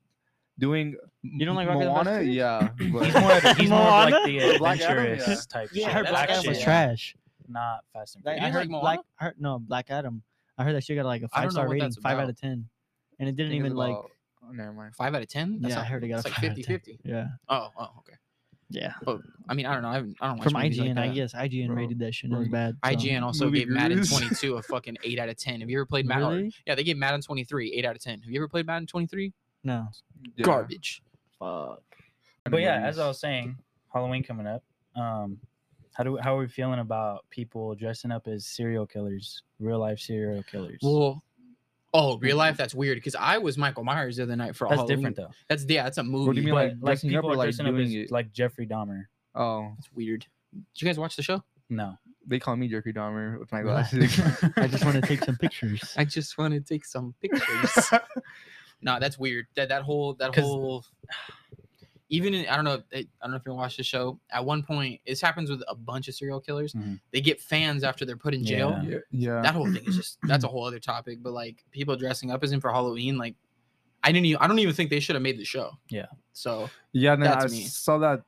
[SPEAKER 1] doing
[SPEAKER 5] You don't like Rock and the Fast
[SPEAKER 1] Moana,
[SPEAKER 5] Furious?
[SPEAKER 1] yeah.
[SPEAKER 4] He's
[SPEAKER 1] But
[SPEAKER 4] more, of the- he's more of like
[SPEAKER 5] Moana?
[SPEAKER 4] the
[SPEAKER 1] Black Adam,
[SPEAKER 4] adventurous
[SPEAKER 1] yeah.
[SPEAKER 4] type.
[SPEAKER 2] Yeah,
[SPEAKER 4] shit.
[SPEAKER 5] I heard
[SPEAKER 2] that's
[SPEAKER 5] Black Adam was
[SPEAKER 2] shit.
[SPEAKER 5] trash.
[SPEAKER 4] Not Fast and
[SPEAKER 5] Like,
[SPEAKER 4] Furious.
[SPEAKER 5] I
[SPEAKER 2] didn't
[SPEAKER 5] heard
[SPEAKER 2] like Moana?
[SPEAKER 5] Black. I heard, no, Black Adam. I heard that shit got like a
[SPEAKER 2] I don't know
[SPEAKER 5] five star
[SPEAKER 2] what
[SPEAKER 5] rating,
[SPEAKER 2] that's
[SPEAKER 5] five
[SPEAKER 2] about.
[SPEAKER 5] out of ten, and it didn't
[SPEAKER 1] think it's
[SPEAKER 5] even like.
[SPEAKER 1] about- oh, never mind.
[SPEAKER 2] Five out of ten.
[SPEAKER 5] Yeah, I
[SPEAKER 2] not-
[SPEAKER 5] heard it got
[SPEAKER 2] it's
[SPEAKER 5] a
[SPEAKER 2] like
[SPEAKER 5] five out of
[SPEAKER 2] 50
[SPEAKER 5] 10.
[SPEAKER 2] 50
[SPEAKER 5] Yeah,
[SPEAKER 2] Oh, oh, okay.
[SPEAKER 5] yeah.
[SPEAKER 2] But I mean, I don't know. I haven't. I don't watch
[SPEAKER 5] From
[SPEAKER 2] movies
[SPEAKER 5] IGN,
[SPEAKER 2] like
[SPEAKER 5] I
[SPEAKER 2] that.
[SPEAKER 5] guess IGN
[SPEAKER 1] Bro,
[SPEAKER 5] rated that shit. and It
[SPEAKER 1] bro,
[SPEAKER 5] was bad. so-
[SPEAKER 2] IGN also
[SPEAKER 1] Movie
[SPEAKER 2] gave Madden
[SPEAKER 1] gurus.
[SPEAKER 2] 22 a fucking 8 out of 10. Have you ever played Madden? or-
[SPEAKER 5] Really?
[SPEAKER 2] Yeah, they gave Madden 23 8 out of 10. Have you ever played Madden 23?
[SPEAKER 5] No.
[SPEAKER 1] Yeah.
[SPEAKER 2] Garbage.
[SPEAKER 5] Fuck.
[SPEAKER 1] Kinda
[SPEAKER 4] but yeah,
[SPEAKER 1] movies.
[SPEAKER 4] as I was saying, Halloween coming up. Um, how do how are we feeling about people dressing up as serial killers, real life serial killers?
[SPEAKER 2] Well, oh, real life, that's weird because I was Michael Myers the other night for
[SPEAKER 4] that's
[SPEAKER 2] Halloween.
[SPEAKER 4] different though.
[SPEAKER 2] That's, yeah, that's a movie.
[SPEAKER 1] do you mean,
[SPEAKER 4] But,
[SPEAKER 1] like,
[SPEAKER 4] like,
[SPEAKER 1] dressing up
[SPEAKER 4] people
[SPEAKER 1] or,
[SPEAKER 4] are
[SPEAKER 1] like,
[SPEAKER 4] dressing up
[SPEAKER 1] doing
[SPEAKER 4] as
[SPEAKER 1] it?
[SPEAKER 4] like Jeffrey Dahmer.
[SPEAKER 1] oh,
[SPEAKER 2] That's weird. Did you guys watch the show?
[SPEAKER 4] No,
[SPEAKER 1] they call me Jeffrey Dahmer with my
[SPEAKER 5] Relax.
[SPEAKER 1] glasses.
[SPEAKER 5] I just want to take some pictures.
[SPEAKER 2] I just want to take some pictures. no, that's weird. That that whole that
[SPEAKER 4] 'Cause-
[SPEAKER 2] whole even in, I don't know eh, I don't know if you watch the show. At one point, this happens with a bunch of serial killers.
[SPEAKER 4] Mhm.
[SPEAKER 2] They get fans after they're put in jail.
[SPEAKER 4] Yeah.
[SPEAKER 1] Mm-hmm. yeah, yeah.
[SPEAKER 2] That whole thing is just that's a whole other topic. But like people dressing up as him for Halloween, like I didn't. Even, I don't even think they should have made the show.
[SPEAKER 4] Yeah.
[SPEAKER 2] So
[SPEAKER 1] Yeah, and then
[SPEAKER 2] That's
[SPEAKER 1] I
[SPEAKER 2] me.
[SPEAKER 1] saw that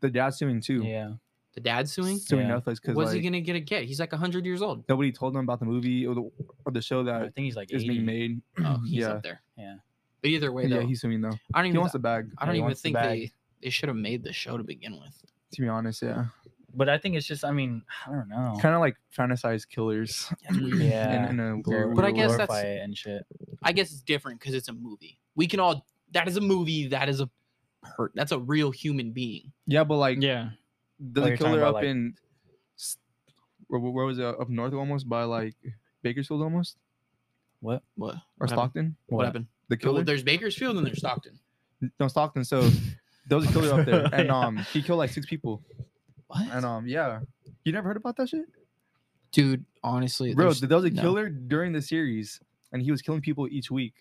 [SPEAKER 1] the dad's doing too.
[SPEAKER 4] yeah,
[SPEAKER 2] the The dad's suing.
[SPEAKER 1] suing
[SPEAKER 4] Yeah.
[SPEAKER 1] Netflix because
[SPEAKER 2] Was
[SPEAKER 1] like,
[SPEAKER 2] he gonna get a kid? He's like hundred years old.
[SPEAKER 1] nobody told him about the movie or the, or the show
[SPEAKER 4] I
[SPEAKER 1] that
[SPEAKER 4] think he's like
[SPEAKER 1] is
[SPEAKER 4] 80.
[SPEAKER 1] being made.
[SPEAKER 2] Oh, he's
[SPEAKER 1] yeah,
[SPEAKER 2] up there.
[SPEAKER 4] Yeah.
[SPEAKER 2] But either way, though,
[SPEAKER 1] yeah, he's suing though.
[SPEAKER 2] I don't
[SPEAKER 1] He
[SPEAKER 2] even.
[SPEAKER 1] wants the bag.
[SPEAKER 2] I don't
[SPEAKER 4] he
[SPEAKER 2] even
[SPEAKER 4] wants the
[SPEAKER 2] think
[SPEAKER 4] bag.
[SPEAKER 2] they they should have made the show to begin with.
[SPEAKER 1] To be honest, yeah,
[SPEAKER 4] But I think it's just, I mean, I don't know.
[SPEAKER 1] kind of like fantasize killers.
[SPEAKER 4] Oh. Yeah.
[SPEAKER 1] in, in a weird,
[SPEAKER 4] Glor-
[SPEAKER 2] But I
[SPEAKER 1] weird
[SPEAKER 2] guess
[SPEAKER 1] way.
[SPEAKER 2] that's-
[SPEAKER 4] glorify it and shit.
[SPEAKER 2] I guess it's different because it's a movie. We can all that is a movie. That is a per That's a real human being.
[SPEAKER 1] yeah, but like
[SPEAKER 5] Yeah.
[SPEAKER 1] the,
[SPEAKER 4] Oh,
[SPEAKER 1] the
[SPEAKER 4] you're talking
[SPEAKER 1] killer
[SPEAKER 4] about,
[SPEAKER 1] up
[SPEAKER 4] like-
[SPEAKER 1] in s- where, where was it up north almost by like Bakersfield almost
[SPEAKER 4] What?
[SPEAKER 2] What?
[SPEAKER 1] or
[SPEAKER 2] What happened?
[SPEAKER 1] Stockton.
[SPEAKER 2] What, happened?
[SPEAKER 1] The
[SPEAKER 2] Well,
[SPEAKER 1] killer,
[SPEAKER 2] there's Bakersfield and there's Stockton.
[SPEAKER 1] no Stockton. So there was a killer up there, and
[SPEAKER 4] Yeah.
[SPEAKER 1] um, he killed like six people,
[SPEAKER 2] What?
[SPEAKER 1] and um, yeah, you never heard about that shit,
[SPEAKER 2] Dude, honestly,
[SPEAKER 1] bro.
[SPEAKER 2] there's-
[SPEAKER 1] There was a
[SPEAKER 2] no.
[SPEAKER 1] killer during the series, and he was killing people each week,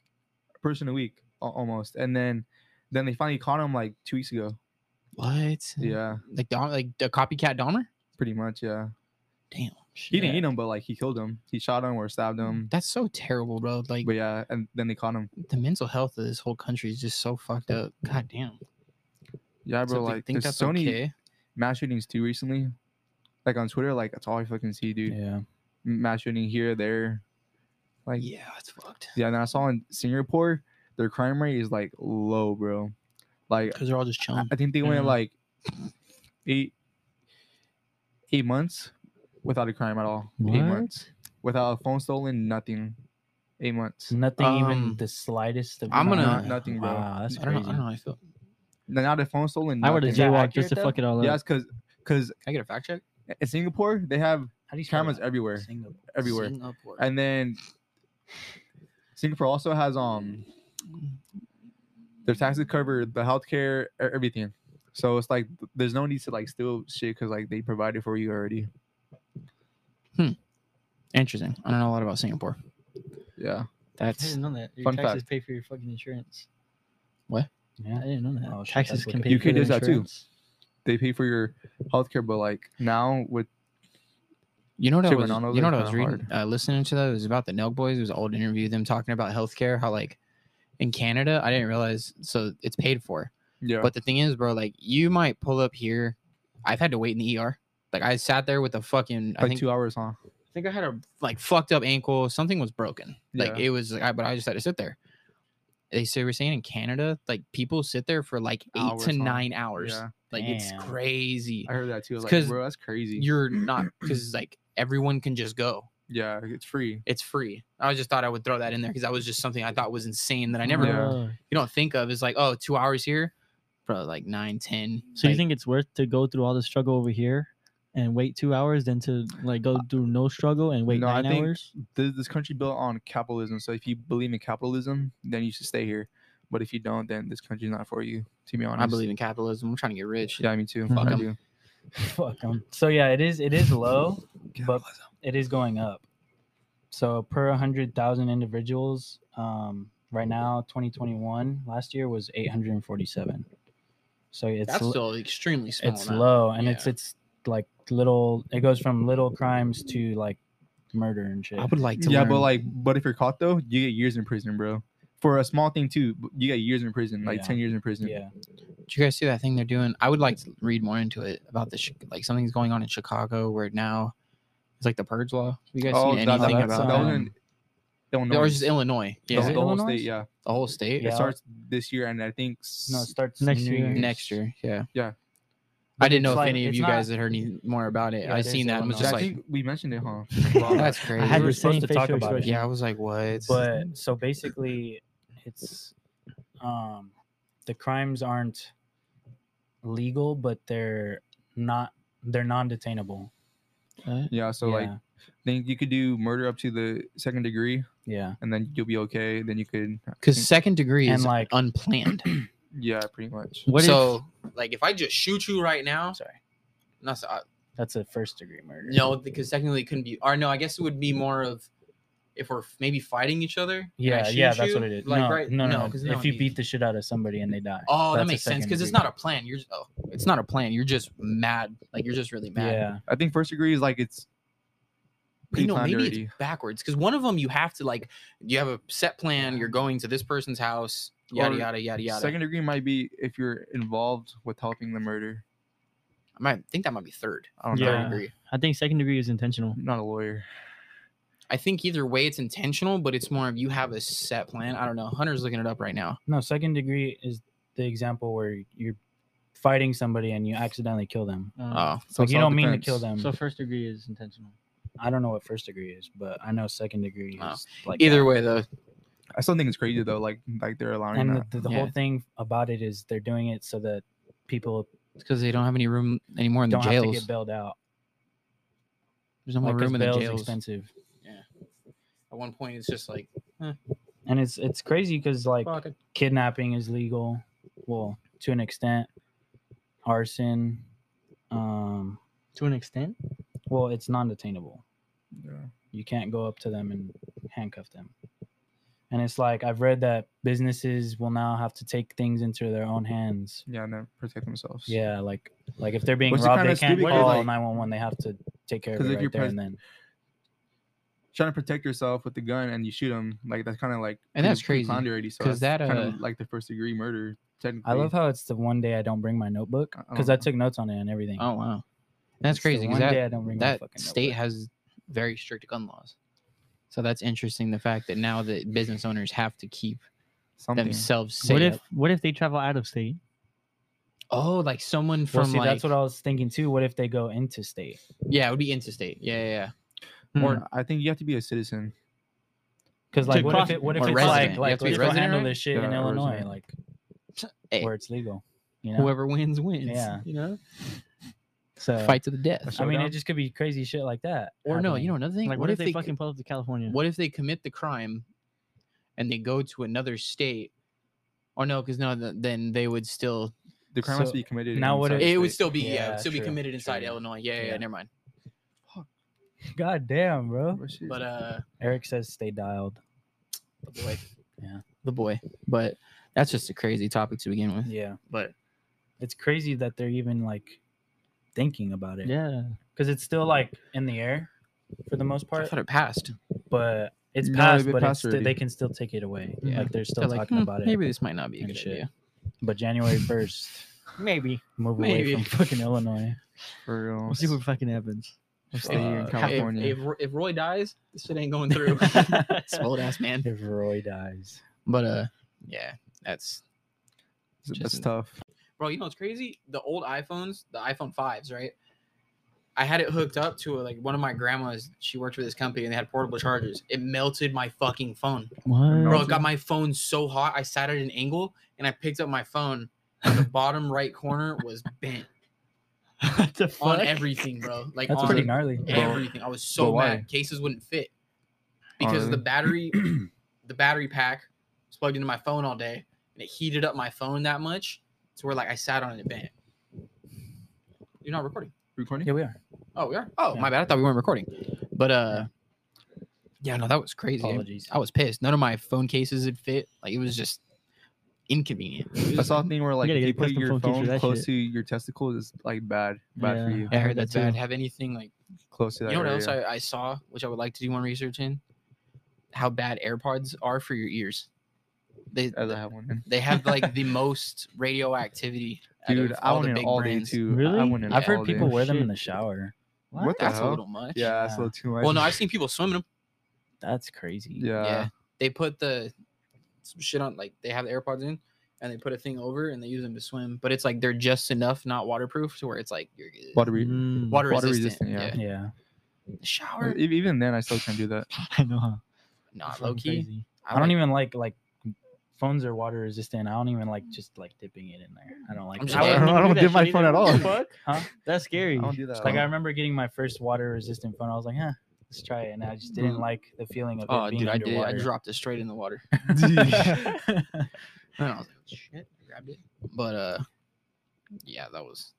[SPEAKER 1] a person a week al- almost, and then then they finally caught him like two weeks ago.
[SPEAKER 2] What?
[SPEAKER 1] Yeah,
[SPEAKER 2] Like Dom, like the copycat Dahmer.
[SPEAKER 1] pretty much. Yeah,
[SPEAKER 2] Damn.
[SPEAKER 1] he
[SPEAKER 2] shit. Mm,
[SPEAKER 1] didn't eat him, but like he killed him. He shot him or stabbed him.
[SPEAKER 2] That's so terrible, bro. Like
[SPEAKER 1] But yeah, and then they caught him.
[SPEAKER 2] the mental health of this whole country is just so fucked up. God damn.
[SPEAKER 1] Yeah,
[SPEAKER 2] Except
[SPEAKER 1] bro.
[SPEAKER 2] they
[SPEAKER 1] Like, there's so many mass shootings too recently. Like on Twitter, like that's all I fucking see, dude.
[SPEAKER 4] Yeah.
[SPEAKER 1] M- Mass shooting here, there. Like, yeah.
[SPEAKER 2] yeah, it's fucked.
[SPEAKER 1] And then I saw in Singapore, their crime rate is like low, bro. Like,
[SPEAKER 2] Because they're all just
[SPEAKER 1] I
[SPEAKER 2] chilling.
[SPEAKER 1] I think they went
[SPEAKER 4] Mhm.
[SPEAKER 1] like eight, eight months without a crime at all. Eight months without a phone stolen, nothing. Eight months.
[SPEAKER 4] Nothing
[SPEAKER 2] Um,
[SPEAKER 4] even the slightest of
[SPEAKER 2] I'm gonna-
[SPEAKER 4] Wow,
[SPEAKER 1] Nothing, bro.
[SPEAKER 4] Wow, that's
[SPEAKER 2] I don't know. I
[SPEAKER 4] crazy.
[SPEAKER 2] don't know how I feel.
[SPEAKER 1] Now Not a phone stolen.
[SPEAKER 5] I would have
[SPEAKER 1] nothing.
[SPEAKER 5] jaywalked just
[SPEAKER 4] accurate,
[SPEAKER 5] to fuck it all up.
[SPEAKER 1] Yeah, it's because because
[SPEAKER 2] Can I get a fact check?
[SPEAKER 1] in Singapore they have
[SPEAKER 4] How do you spell
[SPEAKER 1] cameras
[SPEAKER 4] that?
[SPEAKER 1] everywhere,
[SPEAKER 4] Single-
[SPEAKER 1] everywhere.
[SPEAKER 2] Singapore.
[SPEAKER 1] And then Singapore also has um their taxes cover the healthcare, e- everything. So it's like th- there's no need to like steal shit because like they provide it for you already.
[SPEAKER 2] Interesting. I don't know a lot about Singapore.
[SPEAKER 1] Yeah.
[SPEAKER 3] I
[SPEAKER 2] That's
[SPEAKER 3] didn't know that. Your
[SPEAKER 1] Fun
[SPEAKER 3] taxes
[SPEAKER 1] fact.
[SPEAKER 3] pay for your fucking insurance. I
[SPEAKER 4] Yeah.
[SPEAKER 3] didn't know that.
[SPEAKER 4] Oh, shit,
[SPEAKER 5] Taxes
[SPEAKER 4] that's
[SPEAKER 5] can
[SPEAKER 4] wicked.
[SPEAKER 5] pay
[SPEAKER 1] You
[SPEAKER 5] for
[SPEAKER 1] can
[SPEAKER 5] their
[SPEAKER 1] do that too.
[SPEAKER 5] insurance.
[SPEAKER 1] They pay for your healthcare, but like now with
[SPEAKER 2] you know what I
[SPEAKER 1] Shit
[SPEAKER 2] was,
[SPEAKER 1] went on over
[SPEAKER 2] you know what
[SPEAKER 1] there
[SPEAKER 2] I was
[SPEAKER 1] kinda
[SPEAKER 2] reading, uh, listening to that. It was about the Nelk Boys. It was an old interview them talking about healthcare. How like in Canada, I didn't realize so it's paid for.
[SPEAKER 1] yeah.
[SPEAKER 2] But the thing is, bro, like you might pull up here. I've had to wait in the ER. Like I sat there with a fucking. I
[SPEAKER 1] like
[SPEAKER 2] think
[SPEAKER 1] two hours, huh?
[SPEAKER 2] I think I had a like fucked up ankle. Something was broken. Like
[SPEAKER 1] Yeah.
[SPEAKER 2] it was. Like, I, but I just had to sit there. They say we're saying in Canada, like people sit there for like eight
[SPEAKER 1] Hours,
[SPEAKER 2] to
[SPEAKER 1] huh?
[SPEAKER 2] nine hours.
[SPEAKER 1] Yeah.
[SPEAKER 2] Like it's
[SPEAKER 4] Damn.
[SPEAKER 2] crazy.
[SPEAKER 1] I heard that too. I was
[SPEAKER 2] It's
[SPEAKER 1] Like,
[SPEAKER 2] 'cause
[SPEAKER 1] bro, that's crazy.
[SPEAKER 2] You're not because like everyone can just go.
[SPEAKER 1] yeah, it's free.
[SPEAKER 2] it's free. I just thought I would throw that in there because that was just something I thought was insane that I never
[SPEAKER 1] Yeah.
[SPEAKER 5] Oh.
[SPEAKER 2] you don't think of is like oh two hours here, bro like nine ten.
[SPEAKER 5] So you
[SPEAKER 2] like,
[SPEAKER 5] think it's worth to go through all the struggle over here and wait two hours than to like go through no struggle and wait
[SPEAKER 1] no, I
[SPEAKER 5] nine
[SPEAKER 1] think-
[SPEAKER 5] hours?
[SPEAKER 1] This, this country built on capitalism. So if you believe in capitalism, then you should stay here. But if you don't, then this country's not for you. To be honest,
[SPEAKER 2] I believe Mm-hmm. in capitalism. I'm trying to get rich.
[SPEAKER 1] Yeah, me too.
[SPEAKER 5] Fuck
[SPEAKER 1] I
[SPEAKER 2] 'em.
[SPEAKER 1] do.
[SPEAKER 4] Fuck 'em. So yeah, it is. It is low, but it is going up. So per hundred thousand individuals, um, right now, 2021, last year was 847. So it's
[SPEAKER 2] That's
[SPEAKER 4] l-
[SPEAKER 2] still extremely small.
[SPEAKER 4] it's
[SPEAKER 2] amount.
[SPEAKER 4] low, and it's
[SPEAKER 2] Yeah.
[SPEAKER 4] it's like little. It goes from little crimes to like murder and shit.
[SPEAKER 2] I would like to.
[SPEAKER 1] yeah, but
[SPEAKER 2] learn-
[SPEAKER 1] like, but if you're caught though, you get years in prison, bro. For a small thing too, b- you get years in prison, like
[SPEAKER 4] Yeah.
[SPEAKER 1] ten years in prison.
[SPEAKER 4] yeah,
[SPEAKER 2] Did you guys see that thing they're doing? I would like to read more into it about the Chi- like something's going on in Chicago where now it's like the purge law. Have you guys
[SPEAKER 1] Oh,
[SPEAKER 2] seen
[SPEAKER 1] that-
[SPEAKER 2] anything
[SPEAKER 1] that's-
[SPEAKER 2] about
[SPEAKER 1] that was
[SPEAKER 2] that?
[SPEAKER 1] in Illinois.
[SPEAKER 2] Or just Illinois?
[SPEAKER 1] The,
[SPEAKER 2] Yeah,
[SPEAKER 1] the
[SPEAKER 4] it
[SPEAKER 1] whole
[SPEAKER 4] Illinois?
[SPEAKER 1] state. Yeah.
[SPEAKER 2] the whole state.
[SPEAKER 4] Yeah.
[SPEAKER 1] it starts this year, and I think
[SPEAKER 4] no, it
[SPEAKER 1] s-
[SPEAKER 4] starts
[SPEAKER 5] Next
[SPEAKER 4] New
[SPEAKER 5] year.
[SPEAKER 4] Year's.
[SPEAKER 2] next year. Yeah.
[SPEAKER 1] Yeah.
[SPEAKER 2] I didn't know
[SPEAKER 4] It's
[SPEAKER 2] if
[SPEAKER 4] like-
[SPEAKER 2] any of
[SPEAKER 4] it's
[SPEAKER 2] you
[SPEAKER 4] not-
[SPEAKER 2] guys had heard any more about it.
[SPEAKER 4] Yeah,
[SPEAKER 2] I
[SPEAKER 4] it is
[SPEAKER 2] seen that and was
[SPEAKER 1] Yeah,
[SPEAKER 2] just
[SPEAKER 1] I
[SPEAKER 2] like,
[SPEAKER 1] think we mentioned it, huh?
[SPEAKER 4] Wow.
[SPEAKER 2] that's crazy.
[SPEAKER 5] I had
[SPEAKER 4] We were
[SPEAKER 5] the
[SPEAKER 4] supposed
[SPEAKER 5] same
[SPEAKER 4] to
[SPEAKER 5] facial
[SPEAKER 4] talk about it.
[SPEAKER 5] expression.
[SPEAKER 2] yeah, I was like, what?
[SPEAKER 4] but so basically it's um the crimes aren't legal but they're not they're non-detainable
[SPEAKER 1] Yeah, so
[SPEAKER 4] yeah,
[SPEAKER 1] like, then you could do murder up to the second degree,
[SPEAKER 4] yeah
[SPEAKER 1] and then you'll be okay. Then you could,
[SPEAKER 2] because second degree
[SPEAKER 4] And,
[SPEAKER 2] is like
[SPEAKER 4] like-
[SPEAKER 2] unplanned.
[SPEAKER 1] yeah, pretty much.
[SPEAKER 5] What
[SPEAKER 2] so, like, if I just shoot you right now,
[SPEAKER 4] sorry
[SPEAKER 2] no, so I-
[SPEAKER 4] that's a first degree murder
[SPEAKER 2] uh-huh. no, because technically it couldn't be. Or no, I guess it would be more of if we're maybe fighting each other. and I
[SPEAKER 4] yeah yeah
[SPEAKER 2] shoot
[SPEAKER 4] that's
[SPEAKER 2] you,
[SPEAKER 4] what it is
[SPEAKER 2] Like,
[SPEAKER 4] no,
[SPEAKER 2] right?
[SPEAKER 4] no no,
[SPEAKER 2] 'cause
[SPEAKER 4] no.
[SPEAKER 2] that
[SPEAKER 4] if
[SPEAKER 2] would
[SPEAKER 4] you
[SPEAKER 2] be-
[SPEAKER 4] beat the shit out of somebody and they die
[SPEAKER 2] Oh, that
[SPEAKER 4] that's a
[SPEAKER 2] makes sense
[SPEAKER 4] second
[SPEAKER 2] because it's
[SPEAKER 4] degree.
[SPEAKER 2] not a plan. You're just, oh, it's not a plan. You're just mad. Like you're just really mad.
[SPEAKER 4] yeah
[SPEAKER 1] I think first degree is like it's
[SPEAKER 2] you know,
[SPEAKER 1] pre-planned
[SPEAKER 2] maybe
[SPEAKER 1] already.
[SPEAKER 2] it's backwards because one of them you have to like you have a set plan. You're going to this person's house. Yada
[SPEAKER 1] Or
[SPEAKER 2] yada yada yada.
[SPEAKER 1] second degree might be if you're involved with helping the murder.
[SPEAKER 2] I might think that might be third. I don't
[SPEAKER 5] Yeah.
[SPEAKER 2] know. I agree.
[SPEAKER 5] I think second degree is intentional.
[SPEAKER 1] I'm not a lawyer.
[SPEAKER 2] I think either way, it's intentional, but it's more of you have a set plan. I don't know. Hunter's looking it up right now.
[SPEAKER 4] No, second degree is the example where you're fighting somebody and you accidentally kill them.
[SPEAKER 5] Um,
[SPEAKER 2] Oh,
[SPEAKER 1] So
[SPEAKER 4] like you don't mean to kill
[SPEAKER 1] self-defense.
[SPEAKER 4] them.
[SPEAKER 5] so first degree is intentional.
[SPEAKER 4] I don't know what first degree is, but I know second degree
[SPEAKER 2] Oh.
[SPEAKER 4] is like uh,
[SPEAKER 2] either way though.
[SPEAKER 1] I still think it's crazy though. Like like they're allowing
[SPEAKER 4] And
[SPEAKER 1] that.
[SPEAKER 4] the, the, the
[SPEAKER 2] Yeah.
[SPEAKER 4] whole thing about it is they're doing it so that people
[SPEAKER 2] It's because they don't have any room anymore in the
[SPEAKER 4] don't have to
[SPEAKER 2] jails.
[SPEAKER 4] get bailed out.
[SPEAKER 2] There's no more
[SPEAKER 4] Like, 'cause
[SPEAKER 2] room in the
[SPEAKER 4] bail's
[SPEAKER 2] jails.
[SPEAKER 4] expensive,
[SPEAKER 2] At one point, it's just like
[SPEAKER 4] and it's it's crazy because like
[SPEAKER 2] fuck it.
[SPEAKER 4] kidnapping is legal, well to an extent, arson, um,
[SPEAKER 5] To an extent.
[SPEAKER 4] well it's non-detainable.
[SPEAKER 1] Yeah.
[SPEAKER 4] You can't go up to them and handcuff them. And it's like I've read that businesses will now have to take things into their own hands.
[SPEAKER 1] Yeah, and then protect themselves.
[SPEAKER 4] Yeah, like like if they're being
[SPEAKER 1] Which is
[SPEAKER 4] robbed,
[SPEAKER 1] kinda
[SPEAKER 4] they can't
[SPEAKER 1] stupid,
[SPEAKER 4] call
[SPEAKER 1] like-
[SPEAKER 4] 911. They have to take care of
[SPEAKER 1] 'Cause
[SPEAKER 4] it
[SPEAKER 1] if
[SPEAKER 4] right
[SPEAKER 1] you're
[SPEAKER 4] there
[SPEAKER 1] pres-
[SPEAKER 4] and then.
[SPEAKER 1] Trying to protect yourself with the gun and you shoot them like that's kind of like
[SPEAKER 2] And that's
[SPEAKER 1] pretty- pretty
[SPEAKER 2] crazy,
[SPEAKER 1] ponder already, so
[SPEAKER 2] 'cause
[SPEAKER 1] that's
[SPEAKER 2] that,
[SPEAKER 1] kinda
[SPEAKER 2] uh,
[SPEAKER 1] like the first degree murder. Technically,
[SPEAKER 4] I love how it's the one day I don't bring my notebook
[SPEAKER 1] I- I
[SPEAKER 4] because
[SPEAKER 1] don't
[SPEAKER 4] I
[SPEAKER 1] know.
[SPEAKER 4] took notes on it and everything.
[SPEAKER 2] Oh wow, that's
[SPEAKER 4] It's the
[SPEAKER 2] crazy. 'cause
[SPEAKER 4] One
[SPEAKER 2] that,
[SPEAKER 4] day I don't bring
[SPEAKER 2] that
[SPEAKER 4] my fucking
[SPEAKER 2] state
[SPEAKER 4] notebook.
[SPEAKER 2] has very strict gun laws. So that's interesting. The fact that now that business owners have to keep
[SPEAKER 1] something.
[SPEAKER 2] themselves safe.
[SPEAKER 5] What if what if they travel out of state?
[SPEAKER 2] Oh, like someone from
[SPEAKER 4] Well, see,
[SPEAKER 2] like
[SPEAKER 4] that's what I was thinking too. What if they go into state?
[SPEAKER 2] yeah, it would be interstate. Yeah, yeah, yeah.
[SPEAKER 1] Or I think you have to be a citizen.
[SPEAKER 4] Because
[SPEAKER 5] To
[SPEAKER 4] like, what
[SPEAKER 5] cross-
[SPEAKER 4] if it, what if
[SPEAKER 2] or
[SPEAKER 4] it's
[SPEAKER 2] resident. You
[SPEAKER 4] like
[SPEAKER 2] have
[SPEAKER 4] like
[SPEAKER 2] to be
[SPEAKER 4] let's go
[SPEAKER 2] resident,
[SPEAKER 4] handle
[SPEAKER 2] right?
[SPEAKER 4] this shit in
[SPEAKER 1] Yeah, or
[SPEAKER 4] Illinois,
[SPEAKER 1] resident.
[SPEAKER 4] like
[SPEAKER 2] Hey,
[SPEAKER 4] where it's legal, you know?
[SPEAKER 2] Whoever wins wins.
[SPEAKER 4] Yeah.
[SPEAKER 2] you know,
[SPEAKER 4] so
[SPEAKER 2] fight to the death.
[SPEAKER 1] That's-
[SPEAKER 4] I mean,
[SPEAKER 1] showdown?
[SPEAKER 4] it just could be crazy shit like that.
[SPEAKER 2] Or no, you know
[SPEAKER 4] happening.
[SPEAKER 2] another thing.
[SPEAKER 5] Like what, if, they fucking pull up to California?
[SPEAKER 2] What if they commit the crime and they go to another state? Or no, because no, th- then they would still
[SPEAKER 1] The crime has
[SPEAKER 4] So,
[SPEAKER 1] to be committed.
[SPEAKER 4] now what
[SPEAKER 1] inside
[SPEAKER 4] if-
[SPEAKER 1] the
[SPEAKER 2] it would
[SPEAKER 1] state.
[SPEAKER 2] still be yeah, it
[SPEAKER 4] Yeah,
[SPEAKER 2] would still be
[SPEAKER 4] true,
[SPEAKER 2] committed inside
[SPEAKER 4] true.
[SPEAKER 2] Illinois. Yeah, yeah, yeah,
[SPEAKER 4] Yeah.
[SPEAKER 2] never mind.
[SPEAKER 4] God damn, bro.
[SPEAKER 1] Oh, shit.
[SPEAKER 2] But uh,
[SPEAKER 4] Eric says stay dialed.
[SPEAKER 2] the boy,
[SPEAKER 4] Yeah.
[SPEAKER 2] the boy. But that's just a crazy topic to begin with.
[SPEAKER 4] Yeah,
[SPEAKER 2] But
[SPEAKER 4] it's crazy that they're even like thinking about it.
[SPEAKER 5] yeah.
[SPEAKER 4] because it's still like in the air for the most
[SPEAKER 2] I
[SPEAKER 4] part,
[SPEAKER 2] thought it passed.
[SPEAKER 4] but it's
[SPEAKER 1] No,
[SPEAKER 4] passed.
[SPEAKER 1] it
[SPEAKER 4] but
[SPEAKER 1] passed
[SPEAKER 4] it's sti-
[SPEAKER 1] already.
[SPEAKER 4] they can still take it away.
[SPEAKER 2] Yeah.
[SPEAKER 4] Like they're still
[SPEAKER 2] They're like,
[SPEAKER 4] talking
[SPEAKER 2] "Hmm,
[SPEAKER 4] about it.
[SPEAKER 2] Maybe this might not be a
[SPEAKER 4] and
[SPEAKER 2] good
[SPEAKER 4] shit.
[SPEAKER 2] idea.
[SPEAKER 4] But January first,
[SPEAKER 5] Maybe.
[SPEAKER 4] move
[SPEAKER 2] Maybe.
[SPEAKER 4] away from fucking Illinois.
[SPEAKER 1] for real.
[SPEAKER 5] We'll see what fucking happens.
[SPEAKER 1] I'll stay here in
[SPEAKER 2] Uh,
[SPEAKER 1] California.
[SPEAKER 2] If, if, Roy- if Roy dies, this shit ain't going through. this old ass man.
[SPEAKER 4] If Roy dies,
[SPEAKER 2] But uh, yeah, that's
[SPEAKER 1] That's-
[SPEAKER 2] just-
[SPEAKER 1] that's tough.
[SPEAKER 2] bro. You know what's crazy? The old iPhones, the iPhone fives, right? I had it hooked up to like one of my grandmas. She worked for this company and they had portable chargers. It melted my fucking phone, bro. It got my phone so hot. I sat at an angle and I picked up my phone. And the bottom right corner was bent
[SPEAKER 5] what the
[SPEAKER 2] on
[SPEAKER 5] fuck?
[SPEAKER 2] everything, bro. Like
[SPEAKER 4] that's
[SPEAKER 2] on
[SPEAKER 4] pretty gnarly.
[SPEAKER 2] everything. I was so
[SPEAKER 1] but why?
[SPEAKER 2] mad. Cases wouldn't fit because
[SPEAKER 1] really?
[SPEAKER 2] the battery, the battery pack was plugged into my phone all day, and it heated up my phone that much to where like I sat on it and it bent. You're not recording.
[SPEAKER 1] Recording?
[SPEAKER 4] Yeah, we are.
[SPEAKER 2] Oh, we are. Oh,
[SPEAKER 4] Yeah.
[SPEAKER 2] my bad. I thought we weren't recording. But uh, yeah, no, that was crazy.
[SPEAKER 4] Apologies.
[SPEAKER 2] I was pissed. None of my phone cases would fit. Like it was just inconvenient. It
[SPEAKER 1] I
[SPEAKER 2] was-
[SPEAKER 1] saw a thing where like
[SPEAKER 5] gotta
[SPEAKER 1] if you
[SPEAKER 5] get a
[SPEAKER 1] put
[SPEAKER 5] custom
[SPEAKER 1] your
[SPEAKER 5] phone feature,
[SPEAKER 1] phone
[SPEAKER 5] that
[SPEAKER 1] close
[SPEAKER 5] shit.
[SPEAKER 1] to your testicles, it's like bad, bad for
[SPEAKER 5] Yeah.
[SPEAKER 1] you.
[SPEAKER 2] I heard that's
[SPEAKER 5] that
[SPEAKER 2] bad.
[SPEAKER 5] too.
[SPEAKER 2] Have anything like
[SPEAKER 1] Close to that.
[SPEAKER 2] you know what else
[SPEAKER 1] area.
[SPEAKER 2] I, I saw, which I would like to do more research in? How bad AirPods are for your ears. They
[SPEAKER 1] As I have one. in.
[SPEAKER 2] they have like the most radioactivity. out
[SPEAKER 1] Dude,
[SPEAKER 2] of
[SPEAKER 1] I
[SPEAKER 2] all
[SPEAKER 1] went
[SPEAKER 2] the
[SPEAKER 1] in
[SPEAKER 2] big
[SPEAKER 1] all
[SPEAKER 2] brands.
[SPEAKER 1] day too. I
[SPEAKER 5] Really?
[SPEAKER 1] went in
[SPEAKER 4] I've
[SPEAKER 1] all
[SPEAKER 4] heard
[SPEAKER 1] day.
[SPEAKER 4] people wear them
[SPEAKER 5] Shit.
[SPEAKER 4] in the shower.
[SPEAKER 1] What, the
[SPEAKER 2] That's
[SPEAKER 1] hell?
[SPEAKER 2] a little much.
[SPEAKER 1] Yeah, that's a
[SPEAKER 4] Yeah.
[SPEAKER 1] little too much.
[SPEAKER 2] Well, no, I've seen people swimming them.
[SPEAKER 4] That's crazy.
[SPEAKER 1] Yeah.
[SPEAKER 2] yeah. They put the some shit on like they have the AirPods in and they put a thing over and they use them to swim. But it's like they're just enough not waterproof to where it's like you're good.
[SPEAKER 1] Water, re-
[SPEAKER 5] Mm,
[SPEAKER 2] water,
[SPEAKER 1] water
[SPEAKER 2] resistant.
[SPEAKER 1] resistant, yeah.
[SPEAKER 2] yeah.
[SPEAKER 4] Yeah.
[SPEAKER 2] Shower.
[SPEAKER 1] e- Even then, I still can't do that.
[SPEAKER 5] I know. Huh?
[SPEAKER 2] Not
[SPEAKER 5] That's
[SPEAKER 2] low
[SPEAKER 5] fucking
[SPEAKER 2] key.
[SPEAKER 5] crazy.
[SPEAKER 4] I don't even like like phones are water resistant. I don't even like just like dipping it in there. I don't like.
[SPEAKER 2] I'm
[SPEAKER 4] that.
[SPEAKER 2] just- I don't- I
[SPEAKER 1] don't dip my phone at all.
[SPEAKER 5] Fuck?
[SPEAKER 4] Huh?
[SPEAKER 5] That's scary.
[SPEAKER 1] I don't do that.
[SPEAKER 4] Like I
[SPEAKER 1] at all.
[SPEAKER 4] remember getting my first water resistant phone. I was like, huh, let's try it. And I just
[SPEAKER 2] Mhm.
[SPEAKER 4] didn't like the feeling of
[SPEAKER 2] Oh,
[SPEAKER 4] it being
[SPEAKER 2] dude, I did. it. I
[SPEAKER 4] underwater.
[SPEAKER 2] dropped it straight in the water. And I was like, shit, I grabbed it. But uh, yeah, that was